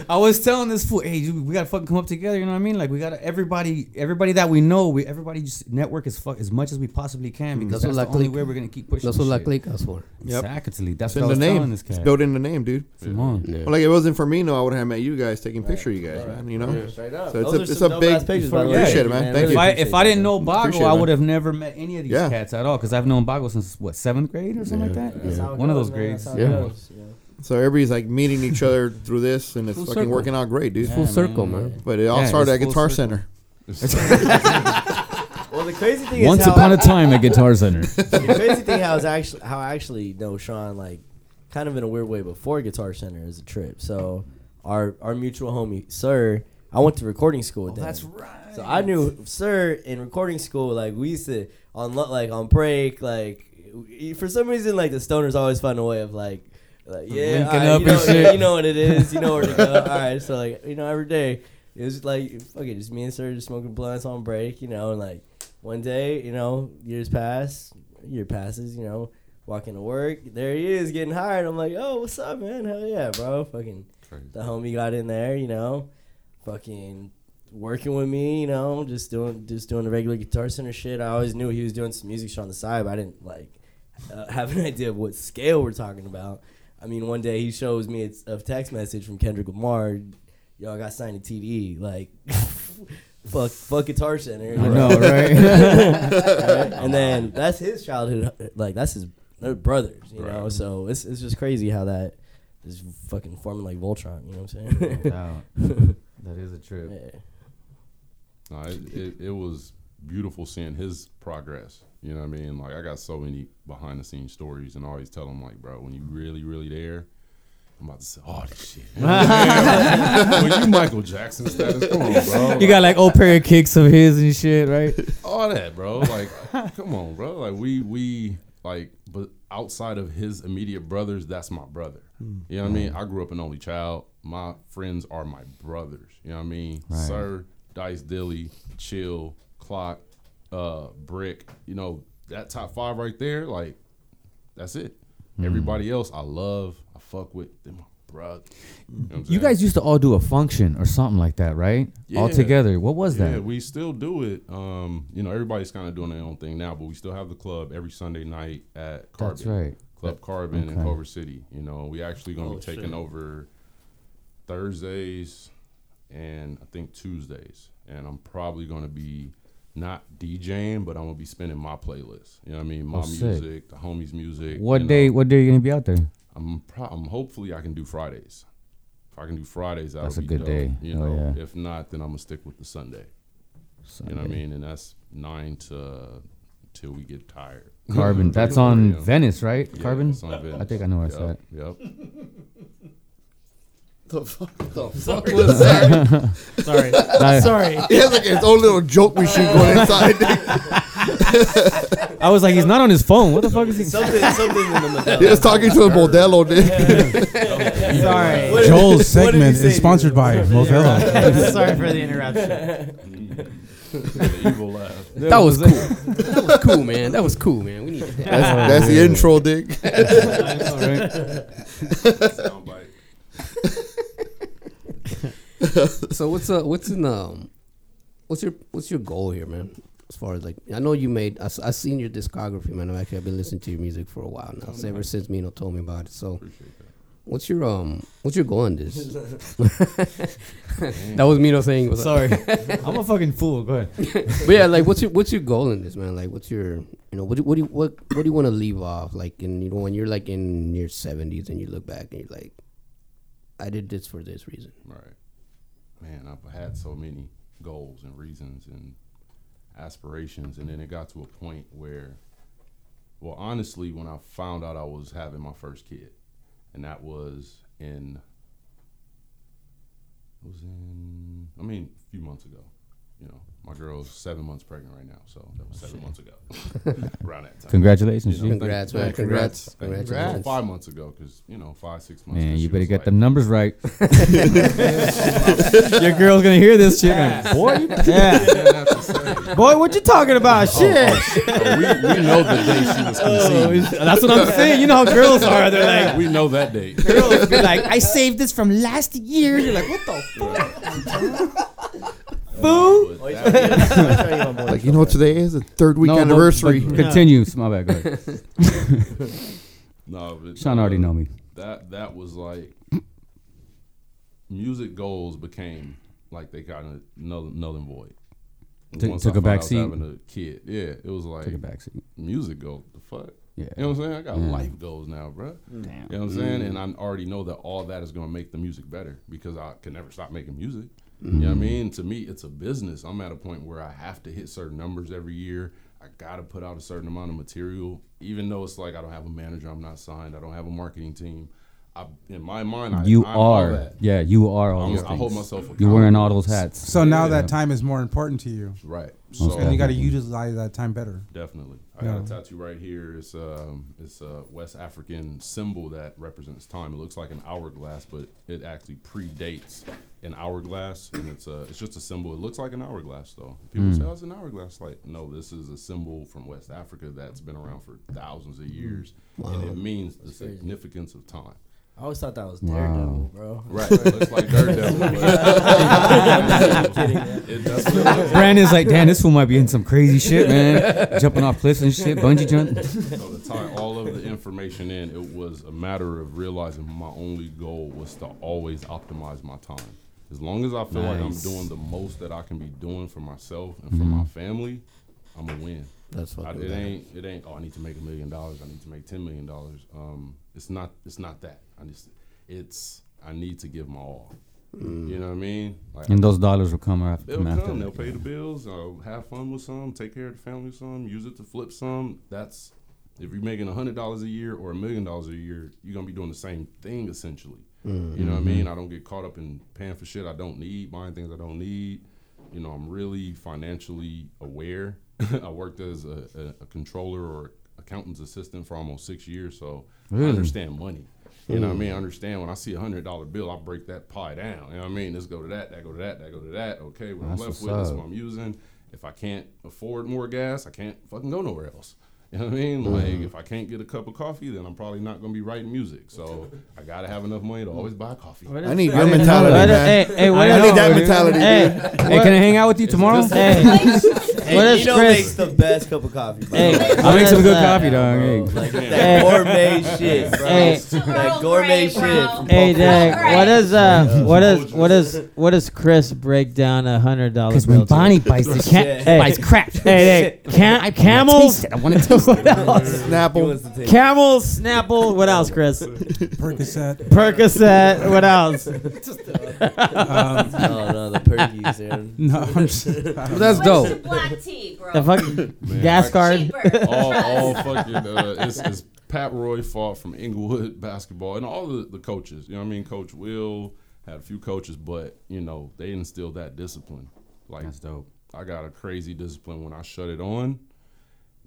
[SPEAKER 1] I was telling this fool, hey, dude, we gotta fucking come up together. You know what I mean? Like we gotta everybody, everybody that we know, we everybody just network as fuck as much as we possibly can because
[SPEAKER 5] That's what
[SPEAKER 1] Mm, that's,
[SPEAKER 5] La
[SPEAKER 1] the only
[SPEAKER 5] Clique-
[SPEAKER 1] way we're gonna keep pushing.
[SPEAKER 5] That's
[SPEAKER 1] this
[SPEAKER 5] what La
[SPEAKER 1] shit.
[SPEAKER 5] Clique us for.
[SPEAKER 3] Yep.
[SPEAKER 1] Exactly. That's
[SPEAKER 3] It's
[SPEAKER 1] what
[SPEAKER 3] in
[SPEAKER 1] I
[SPEAKER 3] the
[SPEAKER 1] was telling
[SPEAKER 3] name.
[SPEAKER 1] this guy.
[SPEAKER 3] It's built in the name, dude.
[SPEAKER 1] Simone.
[SPEAKER 5] Yeah.
[SPEAKER 3] Well, like if it wasn't for me, no, I would have met you guys taking picture of you guys, man. You know, so it's a it's a big appreciate it, man. Thank
[SPEAKER 1] If
[SPEAKER 3] you.
[SPEAKER 1] I if I didn't know Bago,
[SPEAKER 3] Appreciate it,
[SPEAKER 1] I
[SPEAKER 3] man.
[SPEAKER 1] would have never met any of these
[SPEAKER 3] Yeah.
[SPEAKER 1] cats at all because I've known Bago since what seventh grade or something like that. One of those grades.
[SPEAKER 5] Yeah.
[SPEAKER 3] So everybody's like meeting each other through this, and it's
[SPEAKER 5] Full
[SPEAKER 3] fucking
[SPEAKER 5] circle.
[SPEAKER 3] working out great, dude.
[SPEAKER 5] Full circle, man.
[SPEAKER 3] But it all
[SPEAKER 1] Yeah,
[SPEAKER 3] started at
[SPEAKER 1] it's full
[SPEAKER 3] Guitar
[SPEAKER 1] circle.
[SPEAKER 3] Center.
[SPEAKER 8] Well, the crazy thing
[SPEAKER 1] Once
[SPEAKER 8] is how
[SPEAKER 1] upon a time at Guitar Center.
[SPEAKER 8] the crazy thing how is actually how I actually know Sean like kind of in a weird way before Guitar Center is a trip. So our our mutual homie Sir, I went to recording school. with him.
[SPEAKER 9] Oh, that's right.
[SPEAKER 8] So I knew Sir in recording school. Like we used to on lo- like on break. Like we- for some reason, like the stoners always find a way of like. Like, yeah,
[SPEAKER 1] Linking
[SPEAKER 8] all right,
[SPEAKER 1] up
[SPEAKER 8] you, know,
[SPEAKER 1] and shit.
[SPEAKER 8] you know what it is. You know where to go. All right, so like you know, every day it was like fuck it, just me and Sir just smoking blunts on break. You know, and like one day, you know, years pass, year passes, you know, walking to work, there he is getting hired. I'm like, oh, what's up, man? Hell yeah, bro. Fucking the homie got in there, you know, fucking working with me, you know, just doing just doing the regular guitar center shit. I always knew he was doing some music shit on the side, but I didn't like uh, have an idea of what scale we're talking about. I mean, one day he shows me it's a text message from Kendrick Lamar. Y'all got signed to TDE, like. Fuck, fuck Guitar Center.
[SPEAKER 1] I know, right?
[SPEAKER 8] and then that's his childhood. Like that's his they're brothers, you know. So it's it's just crazy how that is fucking forming like Voltron. You know what I'm saying?
[SPEAKER 1] Wow. That is a trip.
[SPEAKER 8] Yeah.
[SPEAKER 2] No, it, it, it was beautiful seeing his progress. You know what I mean? Like I got so many behind the scenes stories, and I always tell him like, bro, when you really, really there, I'm about to say all this shit. when you Michael Jackson status, come on, bro.
[SPEAKER 1] You got like old pair of kicks of his and shit, right?
[SPEAKER 2] all that, bro. Like, come on, bro. Like, we we like, but outside of his immediate brothers, that's my brother.
[SPEAKER 1] Hmm.
[SPEAKER 2] You know what I mean? I grew up an only child. My friends are my brothers. You know what I mean?
[SPEAKER 1] Right.
[SPEAKER 2] Sir, Dice Dilly, Chill, Clock, uh, Brick. You know that top five right there. Like, that's it.
[SPEAKER 1] Hmm.
[SPEAKER 2] Everybody else, I love. I fuck with. They're my brother. You, know what I'm
[SPEAKER 1] You
[SPEAKER 2] saying?
[SPEAKER 1] guys used to all do a function or something like that, right? All
[SPEAKER 2] Yeah.
[SPEAKER 1] together. What was
[SPEAKER 2] Yeah,
[SPEAKER 1] that?
[SPEAKER 2] we still do it. Um, you know, everybody's kind of doing their own thing now, but we still have the club every Sunday night at Carbon.
[SPEAKER 1] That's right.
[SPEAKER 2] Club Carbon in
[SPEAKER 1] okay.
[SPEAKER 2] Culver City. You know, we actually going to be taking over Thursdays and I think Tuesdays, and I'm probably going to be not DJing, but I'm gonna be spinning my playlist. You know what I mean? My
[SPEAKER 1] Oh, sick.
[SPEAKER 2] music, the homies' music.
[SPEAKER 1] What
[SPEAKER 2] you know.
[SPEAKER 1] day? What day are you gonna be out there?
[SPEAKER 2] I'm, pro- I'm hopefully I can do Fridays. If I can do Fridays, that'll
[SPEAKER 1] That's a
[SPEAKER 2] be
[SPEAKER 1] good
[SPEAKER 2] dope,
[SPEAKER 1] day.
[SPEAKER 2] You
[SPEAKER 1] Hell
[SPEAKER 2] know,
[SPEAKER 1] yeah.
[SPEAKER 2] if not, then I'm gonna stick with the Sunday. You know what I mean? And that's nine to till we get tired.
[SPEAKER 1] Carbon. That's on
[SPEAKER 2] Yeah.
[SPEAKER 1] Venice, right?
[SPEAKER 2] Yeah,
[SPEAKER 1] Carbon.
[SPEAKER 2] it's on Venice.
[SPEAKER 1] I think I know where it's
[SPEAKER 2] yep,
[SPEAKER 1] at.
[SPEAKER 2] Yep.
[SPEAKER 3] The fuck, the fuck was that?
[SPEAKER 4] Sorry.
[SPEAKER 1] Nah,
[SPEAKER 4] Sorry.
[SPEAKER 3] He has like his own little joke machine going inside.
[SPEAKER 1] I was like, he's not on his phone. What the fuck is he?
[SPEAKER 8] something something in the middle.
[SPEAKER 3] he was talking to a Modelo, dude.
[SPEAKER 4] Sorry.
[SPEAKER 8] What- what did
[SPEAKER 6] Joel's
[SPEAKER 8] he
[SPEAKER 6] segment
[SPEAKER 8] say to
[SPEAKER 6] is sponsored
[SPEAKER 8] you?
[SPEAKER 6] by Modelo.
[SPEAKER 4] Sorry for the interruption.
[SPEAKER 2] The evil laugh.
[SPEAKER 5] That was cool. that was cool, man. That was cool, man. We need that.
[SPEAKER 3] That's, that's the intro, dick.
[SPEAKER 2] Soundbite.
[SPEAKER 5] So what's uh what's in um what's your what's your goal here, man? As far as like I know you made I s- I seen your discography, man. I've actually I've been listening to your music for a while now, so ever since Mino told me about it. So
[SPEAKER 2] Appreciate that.
[SPEAKER 5] what's your um what's your goal in this? that was Mino saying. Was
[SPEAKER 1] Sorry, I'm a fucking fool. Go ahead.
[SPEAKER 5] but yeah, like what's your what's your goal in this, man? Like what's your you know what do, what do you, what what do you want to leave off? Like in you know when you're like in your seventies and you look back and you're like, I did this for this reason.
[SPEAKER 2] Right. Man, I've had so many goals and reasons and aspirations, and then it got to a point where, well, honestly, when I found out I was having my first kid, and that was in, it was in, I mean, a few months ago, you know, my girl's seven months pregnant right now, so that was
[SPEAKER 1] Oh,
[SPEAKER 2] seven months ago, around that time.
[SPEAKER 1] Congratulations,
[SPEAKER 2] You know,
[SPEAKER 1] G.
[SPEAKER 5] Congrats, man.
[SPEAKER 2] thank- thank you.
[SPEAKER 5] Congrats.
[SPEAKER 2] Thank you.
[SPEAKER 5] Congratulations.
[SPEAKER 2] Well, Five months ago, because you know, five six months.
[SPEAKER 1] Man,
[SPEAKER 2] 'cause
[SPEAKER 1] you
[SPEAKER 2] she
[SPEAKER 1] better
[SPEAKER 2] was
[SPEAKER 1] get
[SPEAKER 2] like-
[SPEAKER 1] them numbers right. Your girl's gonna hear this shit. Like, Boy, you
[SPEAKER 4] Yeah.
[SPEAKER 2] Didn't have to say.
[SPEAKER 4] Boy, what you talking about? Shit.
[SPEAKER 2] Oh, we, we know the day she was conceived.
[SPEAKER 1] That's what I'm saying. You know how girls are. They're like,
[SPEAKER 2] we know that date.
[SPEAKER 1] girls be like, I saved this from last year. You're like, what the fuck?
[SPEAKER 4] Boo.
[SPEAKER 2] But that was-
[SPEAKER 3] Like you know, what today is the third week
[SPEAKER 1] No, but-
[SPEAKER 3] anniversary.
[SPEAKER 1] but Continue. My bad. Go ahead.
[SPEAKER 2] no, but,
[SPEAKER 1] Sean already
[SPEAKER 2] uh,
[SPEAKER 1] know me.
[SPEAKER 2] That that was like music goals became like they kind of null, null and void.
[SPEAKER 1] Took-
[SPEAKER 2] Once
[SPEAKER 1] took
[SPEAKER 2] I
[SPEAKER 1] a
[SPEAKER 2] found out I
[SPEAKER 1] back
[SPEAKER 2] was
[SPEAKER 1] seat.
[SPEAKER 2] Having a kid, yeah, it was like
[SPEAKER 1] Take a backseat.
[SPEAKER 2] music goals. The fuck,
[SPEAKER 1] Yeah.
[SPEAKER 2] you know what I'm saying? I got
[SPEAKER 1] Mm.
[SPEAKER 2] life goals now, bruh. You know what I'm saying? And I already know that all that is going to make the music better because I can never stop making music. You know
[SPEAKER 1] Mm.
[SPEAKER 2] what I mean? To me, it's a business. I'm at a point where I have to hit certain numbers every year. I got to put out a certain amount of material, even though it's like I don't have a manager, I'm not signed, I don't have a marketing team. I, in my mind, I,
[SPEAKER 1] You
[SPEAKER 2] I'm all
[SPEAKER 1] are.
[SPEAKER 2] that.
[SPEAKER 1] Yeah, you are all
[SPEAKER 2] I'm-
[SPEAKER 1] those
[SPEAKER 2] I
[SPEAKER 1] things.
[SPEAKER 2] hold myself accountable.
[SPEAKER 1] You're wearing all those hats.
[SPEAKER 6] So now that time is more important to you,
[SPEAKER 2] Right.
[SPEAKER 6] and you
[SPEAKER 2] So
[SPEAKER 6] got to utilize that time better.
[SPEAKER 2] definitely, I got a tattoo right here. It's um, it's a West African symbol that represents time. It looks like an hourglass, but it actually predates an hourglass, and it's a it's just a symbol. It looks like an hourglass, though. People say oh, it's an hourglass. Like, no, this is a symbol from West Africa that's been around for thousands of years, and it means the significance of time.
[SPEAKER 8] I always thought that was Daredevil, bro.
[SPEAKER 2] Right, it looks like Daredevil.
[SPEAKER 8] I'm kidding. yeah.
[SPEAKER 2] It- that's what it looks
[SPEAKER 1] Brandon's like, damn, this fool might be in some crazy shit, man. Jumping off cliffs and shit, bungee jumping.
[SPEAKER 2] So to tie all of the information in, it was a matter of realizing my only goal was to always optimize my time. As long as I feel like I'm
[SPEAKER 1] Nice.
[SPEAKER 2] doing the most that I can be doing for myself and for my family, I'm a win.
[SPEAKER 5] That's
[SPEAKER 2] I,
[SPEAKER 5] fucking
[SPEAKER 2] it
[SPEAKER 5] bad.
[SPEAKER 2] ain't it ain't oh I need to make a million dollars, I need to make ten million dollars. Um it's not it's not that. I just it's I need to give my all. You know what I mean? Like
[SPEAKER 1] And those dollars will come after.
[SPEAKER 2] They'll
[SPEAKER 1] come after.
[SPEAKER 2] come. They'll pay the bills. Uh, have fun with some. Take care of the family. Some use it to flip some. That's if you're making a hundred dollars a year or a million dollars a year, you're gonna be doing the same thing essentially. You know what I mean? I don't get caught up in paying for shit I don't need, buying things I don't need. You know, I'm really financially aware. I worked as a, a, a controller or accountant's assistant for almost six years, so I understand money. You know what I
[SPEAKER 1] Mm.
[SPEAKER 2] mean? I understand when I see a hundred dollar bill, I break that pie down. You know what I mean? Let's go to that, that go to that, that go to that. Okay, what
[SPEAKER 1] That's
[SPEAKER 2] I'm
[SPEAKER 1] what's
[SPEAKER 2] left with is
[SPEAKER 1] up.
[SPEAKER 2] what I'm using. If I can't afford more gas, I can't fucking go nowhere else. You know what I mean?
[SPEAKER 1] Mm-hmm.
[SPEAKER 2] Like if I can't get a cup of coffee, then I'm probably not gonna be writing music. So I gotta have enough money to always buy coffee.
[SPEAKER 3] I need
[SPEAKER 1] I
[SPEAKER 3] your
[SPEAKER 1] didn't
[SPEAKER 3] mentality,
[SPEAKER 1] know
[SPEAKER 4] What
[SPEAKER 1] that.
[SPEAKER 3] man.
[SPEAKER 4] hey, hey, what
[SPEAKER 3] I
[SPEAKER 4] is-
[SPEAKER 3] need that mentality.
[SPEAKER 4] Hey,
[SPEAKER 1] Hey, can I hang out with you tomorrow?
[SPEAKER 4] hey, what
[SPEAKER 8] Hey,
[SPEAKER 4] is
[SPEAKER 8] Eno makes
[SPEAKER 4] Chris? uh,
[SPEAKER 8] the best cup of coffee. bro.
[SPEAKER 4] Hey,
[SPEAKER 8] Like,
[SPEAKER 1] I'll make some good
[SPEAKER 4] Hey.
[SPEAKER 1] coffee, dog.
[SPEAKER 8] bro,
[SPEAKER 1] Hey.
[SPEAKER 8] like
[SPEAKER 4] Hey.
[SPEAKER 8] that gourmet shit. bro.
[SPEAKER 4] Hey.
[SPEAKER 8] That gourmet
[SPEAKER 10] Earl Grey,
[SPEAKER 8] shit.
[SPEAKER 10] bro.
[SPEAKER 8] from
[SPEAKER 4] Hey,
[SPEAKER 8] Buffalo.
[SPEAKER 4] Jack, what is uh, what is
[SPEAKER 2] Soldiers.
[SPEAKER 4] what is what does Chris break down a hundred dollar
[SPEAKER 1] Because
[SPEAKER 4] bill?
[SPEAKER 1] when
[SPEAKER 4] to?
[SPEAKER 1] Bonnie bites, the cat
[SPEAKER 8] Shit.
[SPEAKER 1] bites crap.
[SPEAKER 4] Hey, hey, cam- camels,
[SPEAKER 1] I want to taste it.
[SPEAKER 8] He
[SPEAKER 3] Snapple.
[SPEAKER 8] wants to take-
[SPEAKER 4] camels, Snapple. What else, Chris?
[SPEAKER 6] Percocet.
[SPEAKER 4] Percocet. What else?
[SPEAKER 6] Um,
[SPEAKER 8] No, no, the perkies, dude.
[SPEAKER 6] no, I'm just, I don't-
[SPEAKER 10] What's
[SPEAKER 1] That's
[SPEAKER 10] the
[SPEAKER 1] dope.
[SPEAKER 10] black tea, bro?
[SPEAKER 4] The fucking
[SPEAKER 2] Man,
[SPEAKER 4] gas
[SPEAKER 2] I-
[SPEAKER 4] card.
[SPEAKER 10] Cheaper.
[SPEAKER 2] all, all fucking uh, it's, it's Pat Roy fought from Inglewood basketball and all the, the coaches. You know what I mean? Coach Will had a few coaches, but you know they instilled that discipline. Like
[SPEAKER 1] That's dope.
[SPEAKER 2] I got a crazy discipline when I shut it on.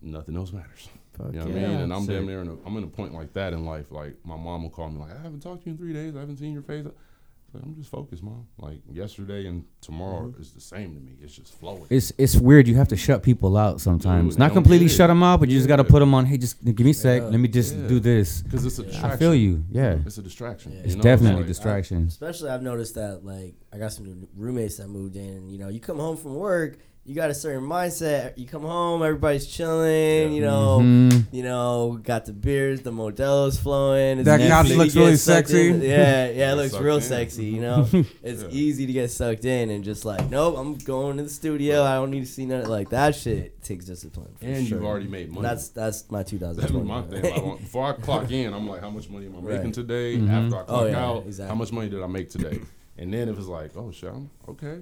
[SPEAKER 2] Nothing else matters. you know what I mean? And I'm damn near in a, I'm in a point like that in life. Like my mom will call me like I haven't talked to you in three days. I haven't seen your face. It's Like, I'm just focused, mom. Like yesterday and tomorrow is the same to me. It's just flowing.
[SPEAKER 1] Mm-hmm. It's it's weird. You have to shut people out sometimes.
[SPEAKER 2] Dude,
[SPEAKER 1] Not
[SPEAKER 2] don't
[SPEAKER 1] completely
[SPEAKER 2] do it.
[SPEAKER 1] shut them out, but you just got to
[SPEAKER 2] Yeah.
[SPEAKER 1] put them on. Hey, just give me a sec. Let me just
[SPEAKER 2] Yeah.
[SPEAKER 1] do this.
[SPEAKER 2] Because it's a distraction.
[SPEAKER 1] I feel you. Yeah,
[SPEAKER 2] It's a distraction.
[SPEAKER 1] it's
[SPEAKER 2] you know?
[SPEAKER 1] definitely
[SPEAKER 2] like,
[SPEAKER 1] distraction.
[SPEAKER 8] Especially, I've noticed that like I got some new roommates that moved in. And, you know, you come home from work, you got a certain mindset. You come home, everybody's chilling. You
[SPEAKER 2] Oh,
[SPEAKER 8] know,
[SPEAKER 1] Mhm.
[SPEAKER 8] you know, got the beers, the Modelo's flowing. It's
[SPEAKER 6] That
[SPEAKER 8] easy
[SPEAKER 6] couch
[SPEAKER 8] to
[SPEAKER 6] looks
[SPEAKER 8] get
[SPEAKER 6] really
[SPEAKER 8] sucked
[SPEAKER 6] sexy.
[SPEAKER 8] in. Yeah, yeah,
[SPEAKER 2] Get
[SPEAKER 8] it looks
[SPEAKER 2] sucked
[SPEAKER 8] real
[SPEAKER 2] in.
[SPEAKER 8] sexy. You know, it's easy to get sucked in and just like, nope, I'm going to the studio. I don't need to see none of like that shit. Takes discipline. for
[SPEAKER 2] And you've
[SPEAKER 8] sure.
[SPEAKER 2] already made money.
[SPEAKER 8] That's that's my
[SPEAKER 2] That's
[SPEAKER 8] 2020.
[SPEAKER 2] my thing. Like, when- before I clock in, I'm like, how much money am I making
[SPEAKER 8] Right. Mm-hmm. Oh,
[SPEAKER 2] today? After I clock
[SPEAKER 8] yeah,
[SPEAKER 2] out,
[SPEAKER 8] exactly.
[SPEAKER 2] how much money did I make today? And then if it's like, oh, shit, I'm okay.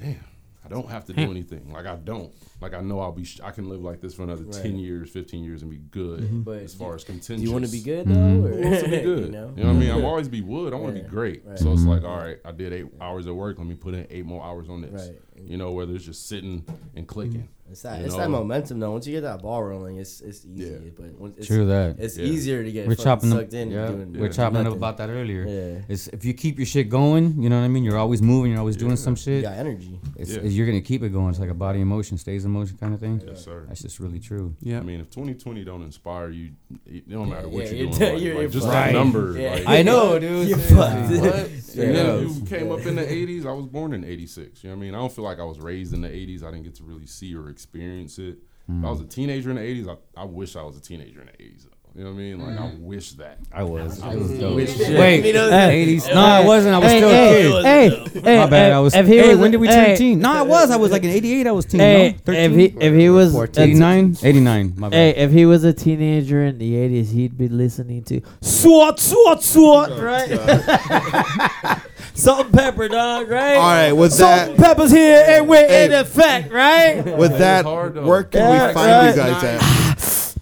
[SPEAKER 2] Damn, I don't have to do anything. Like I don't. Like I know I'll be. Sh- I can live like this for another ten
[SPEAKER 8] Right. Mm-hmm.
[SPEAKER 2] years, fifteen years, and be good.
[SPEAKER 8] But
[SPEAKER 2] as far as
[SPEAKER 8] Do
[SPEAKER 2] contention,
[SPEAKER 8] you want to be good though?
[SPEAKER 1] Mhm.
[SPEAKER 8] Or,
[SPEAKER 2] Mm-hmm. Who wants to be good?
[SPEAKER 8] You know?
[SPEAKER 2] what I mean? I'm always be wood. I want to
[SPEAKER 8] Yeah,
[SPEAKER 2] be great.
[SPEAKER 8] right. Mm-hmm.
[SPEAKER 2] So it's like, all right, I did eight hours at work. Let me put in eight more hours on this.
[SPEAKER 8] Right. Mm-hmm.
[SPEAKER 2] You know, whether it's just sitting and clicking.
[SPEAKER 8] It's that
[SPEAKER 2] you
[SPEAKER 8] it's that
[SPEAKER 2] know?
[SPEAKER 8] momentum though. Once you get that ball rolling, it's it's easy. But when it's,
[SPEAKER 1] True that.
[SPEAKER 8] It's
[SPEAKER 2] Yeah.
[SPEAKER 8] easier to get
[SPEAKER 1] we're
[SPEAKER 8] fucking
[SPEAKER 1] chopping up,
[SPEAKER 8] sucked in.
[SPEAKER 1] yeah,
[SPEAKER 8] doing
[SPEAKER 1] we're chopping up
[SPEAKER 8] nothing.
[SPEAKER 1] about that earlier.
[SPEAKER 8] Yeah.
[SPEAKER 1] It's if you keep your shit going, you know what I mean. You're always moving. You're always doing some
[SPEAKER 8] You
[SPEAKER 1] shit.
[SPEAKER 8] got energy.
[SPEAKER 1] It's,
[SPEAKER 2] Yeah.
[SPEAKER 1] it's- you're gonna keep it going. It's like a body in motion stays in motion kind of thing.
[SPEAKER 2] Yes, sir.
[SPEAKER 1] That's just really true.
[SPEAKER 2] I
[SPEAKER 6] Yeah.
[SPEAKER 2] mean, if 2020 don't inspire you, it don't matter
[SPEAKER 8] yeah,
[SPEAKER 2] what
[SPEAKER 8] you're
[SPEAKER 2] you're doing.
[SPEAKER 8] done-
[SPEAKER 2] like-
[SPEAKER 8] you're-
[SPEAKER 2] like,
[SPEAKER 8] you're
[SPEAKER 2] just
[SPEAKER 8] fucked.
[SPEAKER 2] that number.
[SPEAKER 8] Yeah.
[SPEAKER 2] like,
[SPEAKER 1] I know, dude.
[SPEAKER 8] You're
[SPEAKER 1] Seriously.
[SPEAKER 8] fucked.
[SPEAKER 2] What?
[SPEAKER 8] Yeah.
[SPEAKER 2] You know,
[SPEAKER 8] Yeah.
[SPEAKER 2] you came up in the 80s. I was born in 86. You know what I mean? I don't feel like I was raised in the 80s. I didn't get to really see or experience it. If I
[SPEAKER 8] Mm.
[SPEAKER 2] was a teenager in the 80s, I, I wish I was a teenager in the 80s. Though. You know what I mean? Like,
[SPEAKER 8] Mm.
[SPEAKER 2] I wish that.
[SPEAKER 1] I was. It was dope.
[SPEAKER 8] Wish shit.
[SPEAKER 1] Wait,
[SPEAKER 8] You know,
[SPEAKER 1] eighties? No, I wasn't. I was
[SPEAKER 4] Hey,
[SPEAKER 1] still
[SPEAKER 4] hey,
[SPEAKER 1] a kid.
[SPEAKER 4] hey, hey,
[SPEAKER 1] My bad.
[SPEAKER 4] if-
[SPEAKER 1] I was.
[SPEAKER 4] If he
[SPEAKER 1] hey,
[SPEAKER 4] was,
[SPEAKER 1] when did we
[SPEAKER 4] hey,
[SPEAKER 1] turn teen? No, I was. I was like in '88. I was teen.
[SPEAKER 4] Hey,
[SPEAKER 1] no?
[SPEAKER 4] if he if he was a-
[SPEAKER 1] 89? 89. My bad.
[SPEAKER 4] Hey, if he was a teenager in the eighties, he'd be listening to SWAT, SWAT, SWAT, right? Salt and pepper, dog, right?
[SPEAKER 3] All right, with
[SPEAKER 4] Salt
[SPEAKER 3] that-
[SPEAKER 4] and pepper's here, and we're
[SPEAKER 3] Hey.
[SPEAKER 4] in effect, right?
[SPEAKER 3] With that,
[SPEAKER 2] hard, though.
[SPEAKER 3] where can
[SPEAKER 4] Yeah,
[SPEAKER 3] we find
[SPEAKER 4] right.
[SPEAKER 3] you guys at?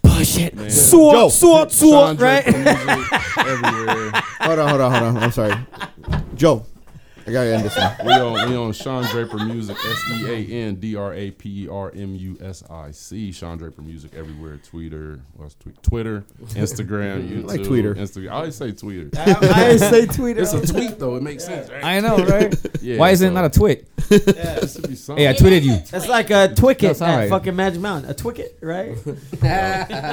[SPEAKER 4] Push it, Oh, SWAT,
[SPEAKER 3] Yo,
[SPEAKER 4] SWAT, SWAT, right?
[SPEAKER 2] everywhere.
[SPEAKER 3] Hold on, hold on, hold on. I'm sorry, Joe. I gotta end this one.
[SPEAKER 2] We on, we on Sean Draper Music, S E A N D R A P E R M U S I C. Sean Draper Music everywhere. Twitter, what's tweet? Twitter, Instagram, YouTube.
[SPEAKER 3] like Twitter.
[SPEAKER 2] Instagram. I always say Twitter.
[SPEAKER 8] I say tweet.
[SPEAKER 2] It's a tweet, though. It makes sense. right?
[SPEAKER 1] I know, right?
[SPEAKER 2] Yeah,
[SPEAKER 1] Why isn't it
[SPEAKER 2] so-
[SPEAKER 1] not a twit?
[SPEAKER 2] This should be something.
[SPEAKER 1] Hey, I tweeted you.
[SPEAKER 4] That's like a twicket
[SPEAKER 1] That's all
[SPEAKER 4] at
[SPEAKER 1] right.
[SPEAKER 4] fucking Magic Mountain. A twicket, right?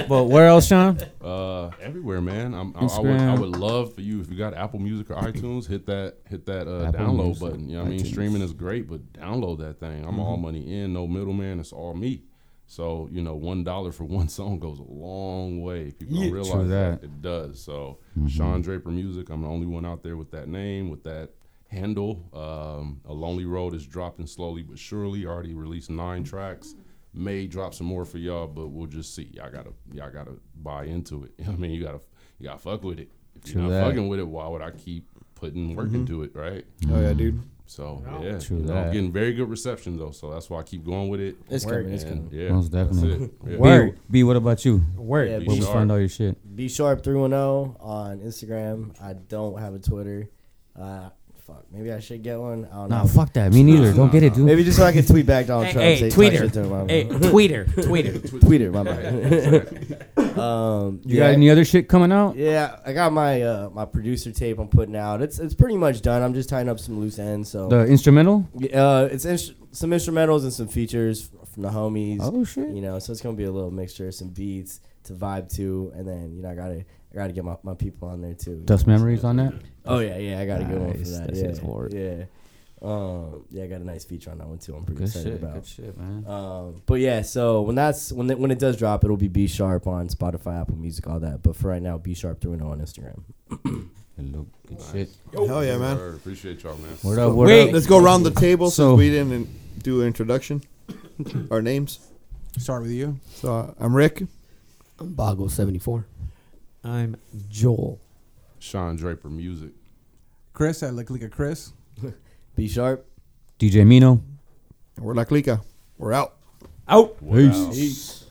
[SPEAKER 1] But where else, Sean?
[SPEAKER 2] Uh, everywhere, man. I'm, I, I, would, I
[SPEAKER 1] Instagram.
[SPEAKER 2] would love for you if you got Apple Music or iTunes, hit that hit that uh,
[SPEAKER 1] Apple
[SPEAKER 2] download
[SPEAKER 1] Music,
[SPEAKER 2] button. You know what I mean?
[SPEAKER 1] iTunes. Mm-hmm.
[SPEAKER 2] Streaming is great, but download that thing. I'm all money in, no middleman. It's all me. So you know, one dollar for one song goes a long way. People don't realize that.
[SPEAKER 1] that.
[SPEAKER 2] it does. So
[SPEAKER 1] Mm-hmm.
[SPEAKER 2] Sean Draper Music. I'm the only one out there with that name, with that handle. Um, a Lonely Road is dropping slowly but surely. Already released nine tracks. May drop some more for y'all, but we'll just see. Y'all gotta, y'all gotta buy into it. You know what I mean, you gotta, you gotta fuck with it. If you're
[SPEAKER 1] True
[SPEAKER 2] not
[SPEAKER 1] that.
[SPEAKER 2] fucking with it, why would I keep putting work
[SPEAKER 3] Mm-hmm.
[SPEAKER 2] into it, right?
[SPEAKER 3] Oh yeah, dude.
[SPEAKER 2] So yeah,
[SPEAKER 1] True
[SPEAKER 2] you know,
[SPEAKER 1] that.
[SPEAKER 2] I'm getting very good reception though, so that's why I keep going with it.
[SPEAKER 8] It's coming, it's
[SPEAKER 2] And,
[SPEAKER 8] coming.
[SPEAKER 2] Yeah,
[SPEAKER 1] Most
[SPEAKER 2] that's
[SPEAKER 1] definitely.
[SPEAKER 2] it. Yeah.
[SPEAKER 1] B, B, what about you?
[SPEAKER 4] Word.
[SPEAKER 8] Yeah,
[SPEAKER 2] Be
[SPEAKER 1] Where we
[SPEAKER 2] sharp.
[SPEAKER 1] find all your shit?
[SPEAKER 8] B Sharp three one zero on Instagram. I don't have a Twitter. Uh, fuck. Maybe I should get one. I don't
[SPEAKER 1] Nah,
[SPEAKER 8] know.
[SPEAKER 1] fuck that. Me neither. Don't get it, dude.
[SPEAKER 8] Maybe just so I can tweet back Donald
[SPEAKER 4] Hey,
[SPEAKER 8] Trump.
[SPEAKER 4] hey,
[SPEAKER 8] say- talk
[SPEAKER 4] tweeter.
[SPEAKER 8] shit to him, I don't
[SPEAKER 4] Hey,
[SPEAKER 8] know.
[SPEAKER 4] tweeter, tweeter.
[SPEAKER 8] Tweeter, my bad. um,
[SPEAKER 1] You
[SPEAKER 8] yeah.
[SPEAKER 1] got any other shit coming out?
[SPEAKER 8] Yeah, I got my uh, my producer tape I'm putting out. It's it's pretty much done. I'm just tying up some loose ends. So
[SPEAKER 1] The instrumental?
[SPEAKER 8] uh, it's ins- some instrumentals and some features f- from the homies.
[SPEAKER 1] Oh, shit.
[SPEAKER 8] You know, so it's gonna be a little mixture, some beats to vibe to, and then you know I gotta I gotta get my, my people on there too.
[SPEAKER 1] Dust Memories on that?
[SPEAKER 8] Oh yeah, yeah, I got a good one for
[SPEAKER 1] Nice,
[SPEAKER 8] that.
[SPEAKER 1] that
[SPEAKER 8] yeah,
[SPEAKER 1] shit's hard.
[SPEAKER 8] yeah, um, yeah. I got a nice feature on that one too. I'm pretty
[SPEAKER 1] Good
[SPEAKER 8] excited
[SPEAKER 1] shit.
[SPEAKER 8] about.
[SPEAKER 1] Good shit, man.
[SPEAKER 8] Um, but yeah, so when that's when it, when it does drop, it'll be B sharp on Spotify, Apple Music, all that. But for right now, B sharp through and on Instagram.
[SPEAKER 1] Hello. Good shit.
[SPEAKER 3] Hell yeah, man.
[SPEAKER 2] Word. Appreciate y'all, man.
[SPEAKER 1] Word up, word
[SPEAKER 4] Wait.
[SPEAKER 1] up.
[SPEAKER 3] Let's go around the table
[SPEAKER 1] So-
[SPEAKER 3] since we didn't in- do an introduction. Our names.
[SPEAKER 6] Start with you.
[SPEAKER 3] So uh, I'm Rick.
[SPEAKER 5] I'm Boggle seventy four.
[SPEAKER 4] I'm Joel.
[SPEAKER 2] Sean Draper Music.
[SPEAKER 6] Chris, I look like a Chris.
[SPEAKER 8] B sharp.
[SPEAKER 1] DJ Mino.
[SPEAKER 3] We're La Clica. We're out.
[SPEAKER 4] Out.
[SPEAKER 2] Peace.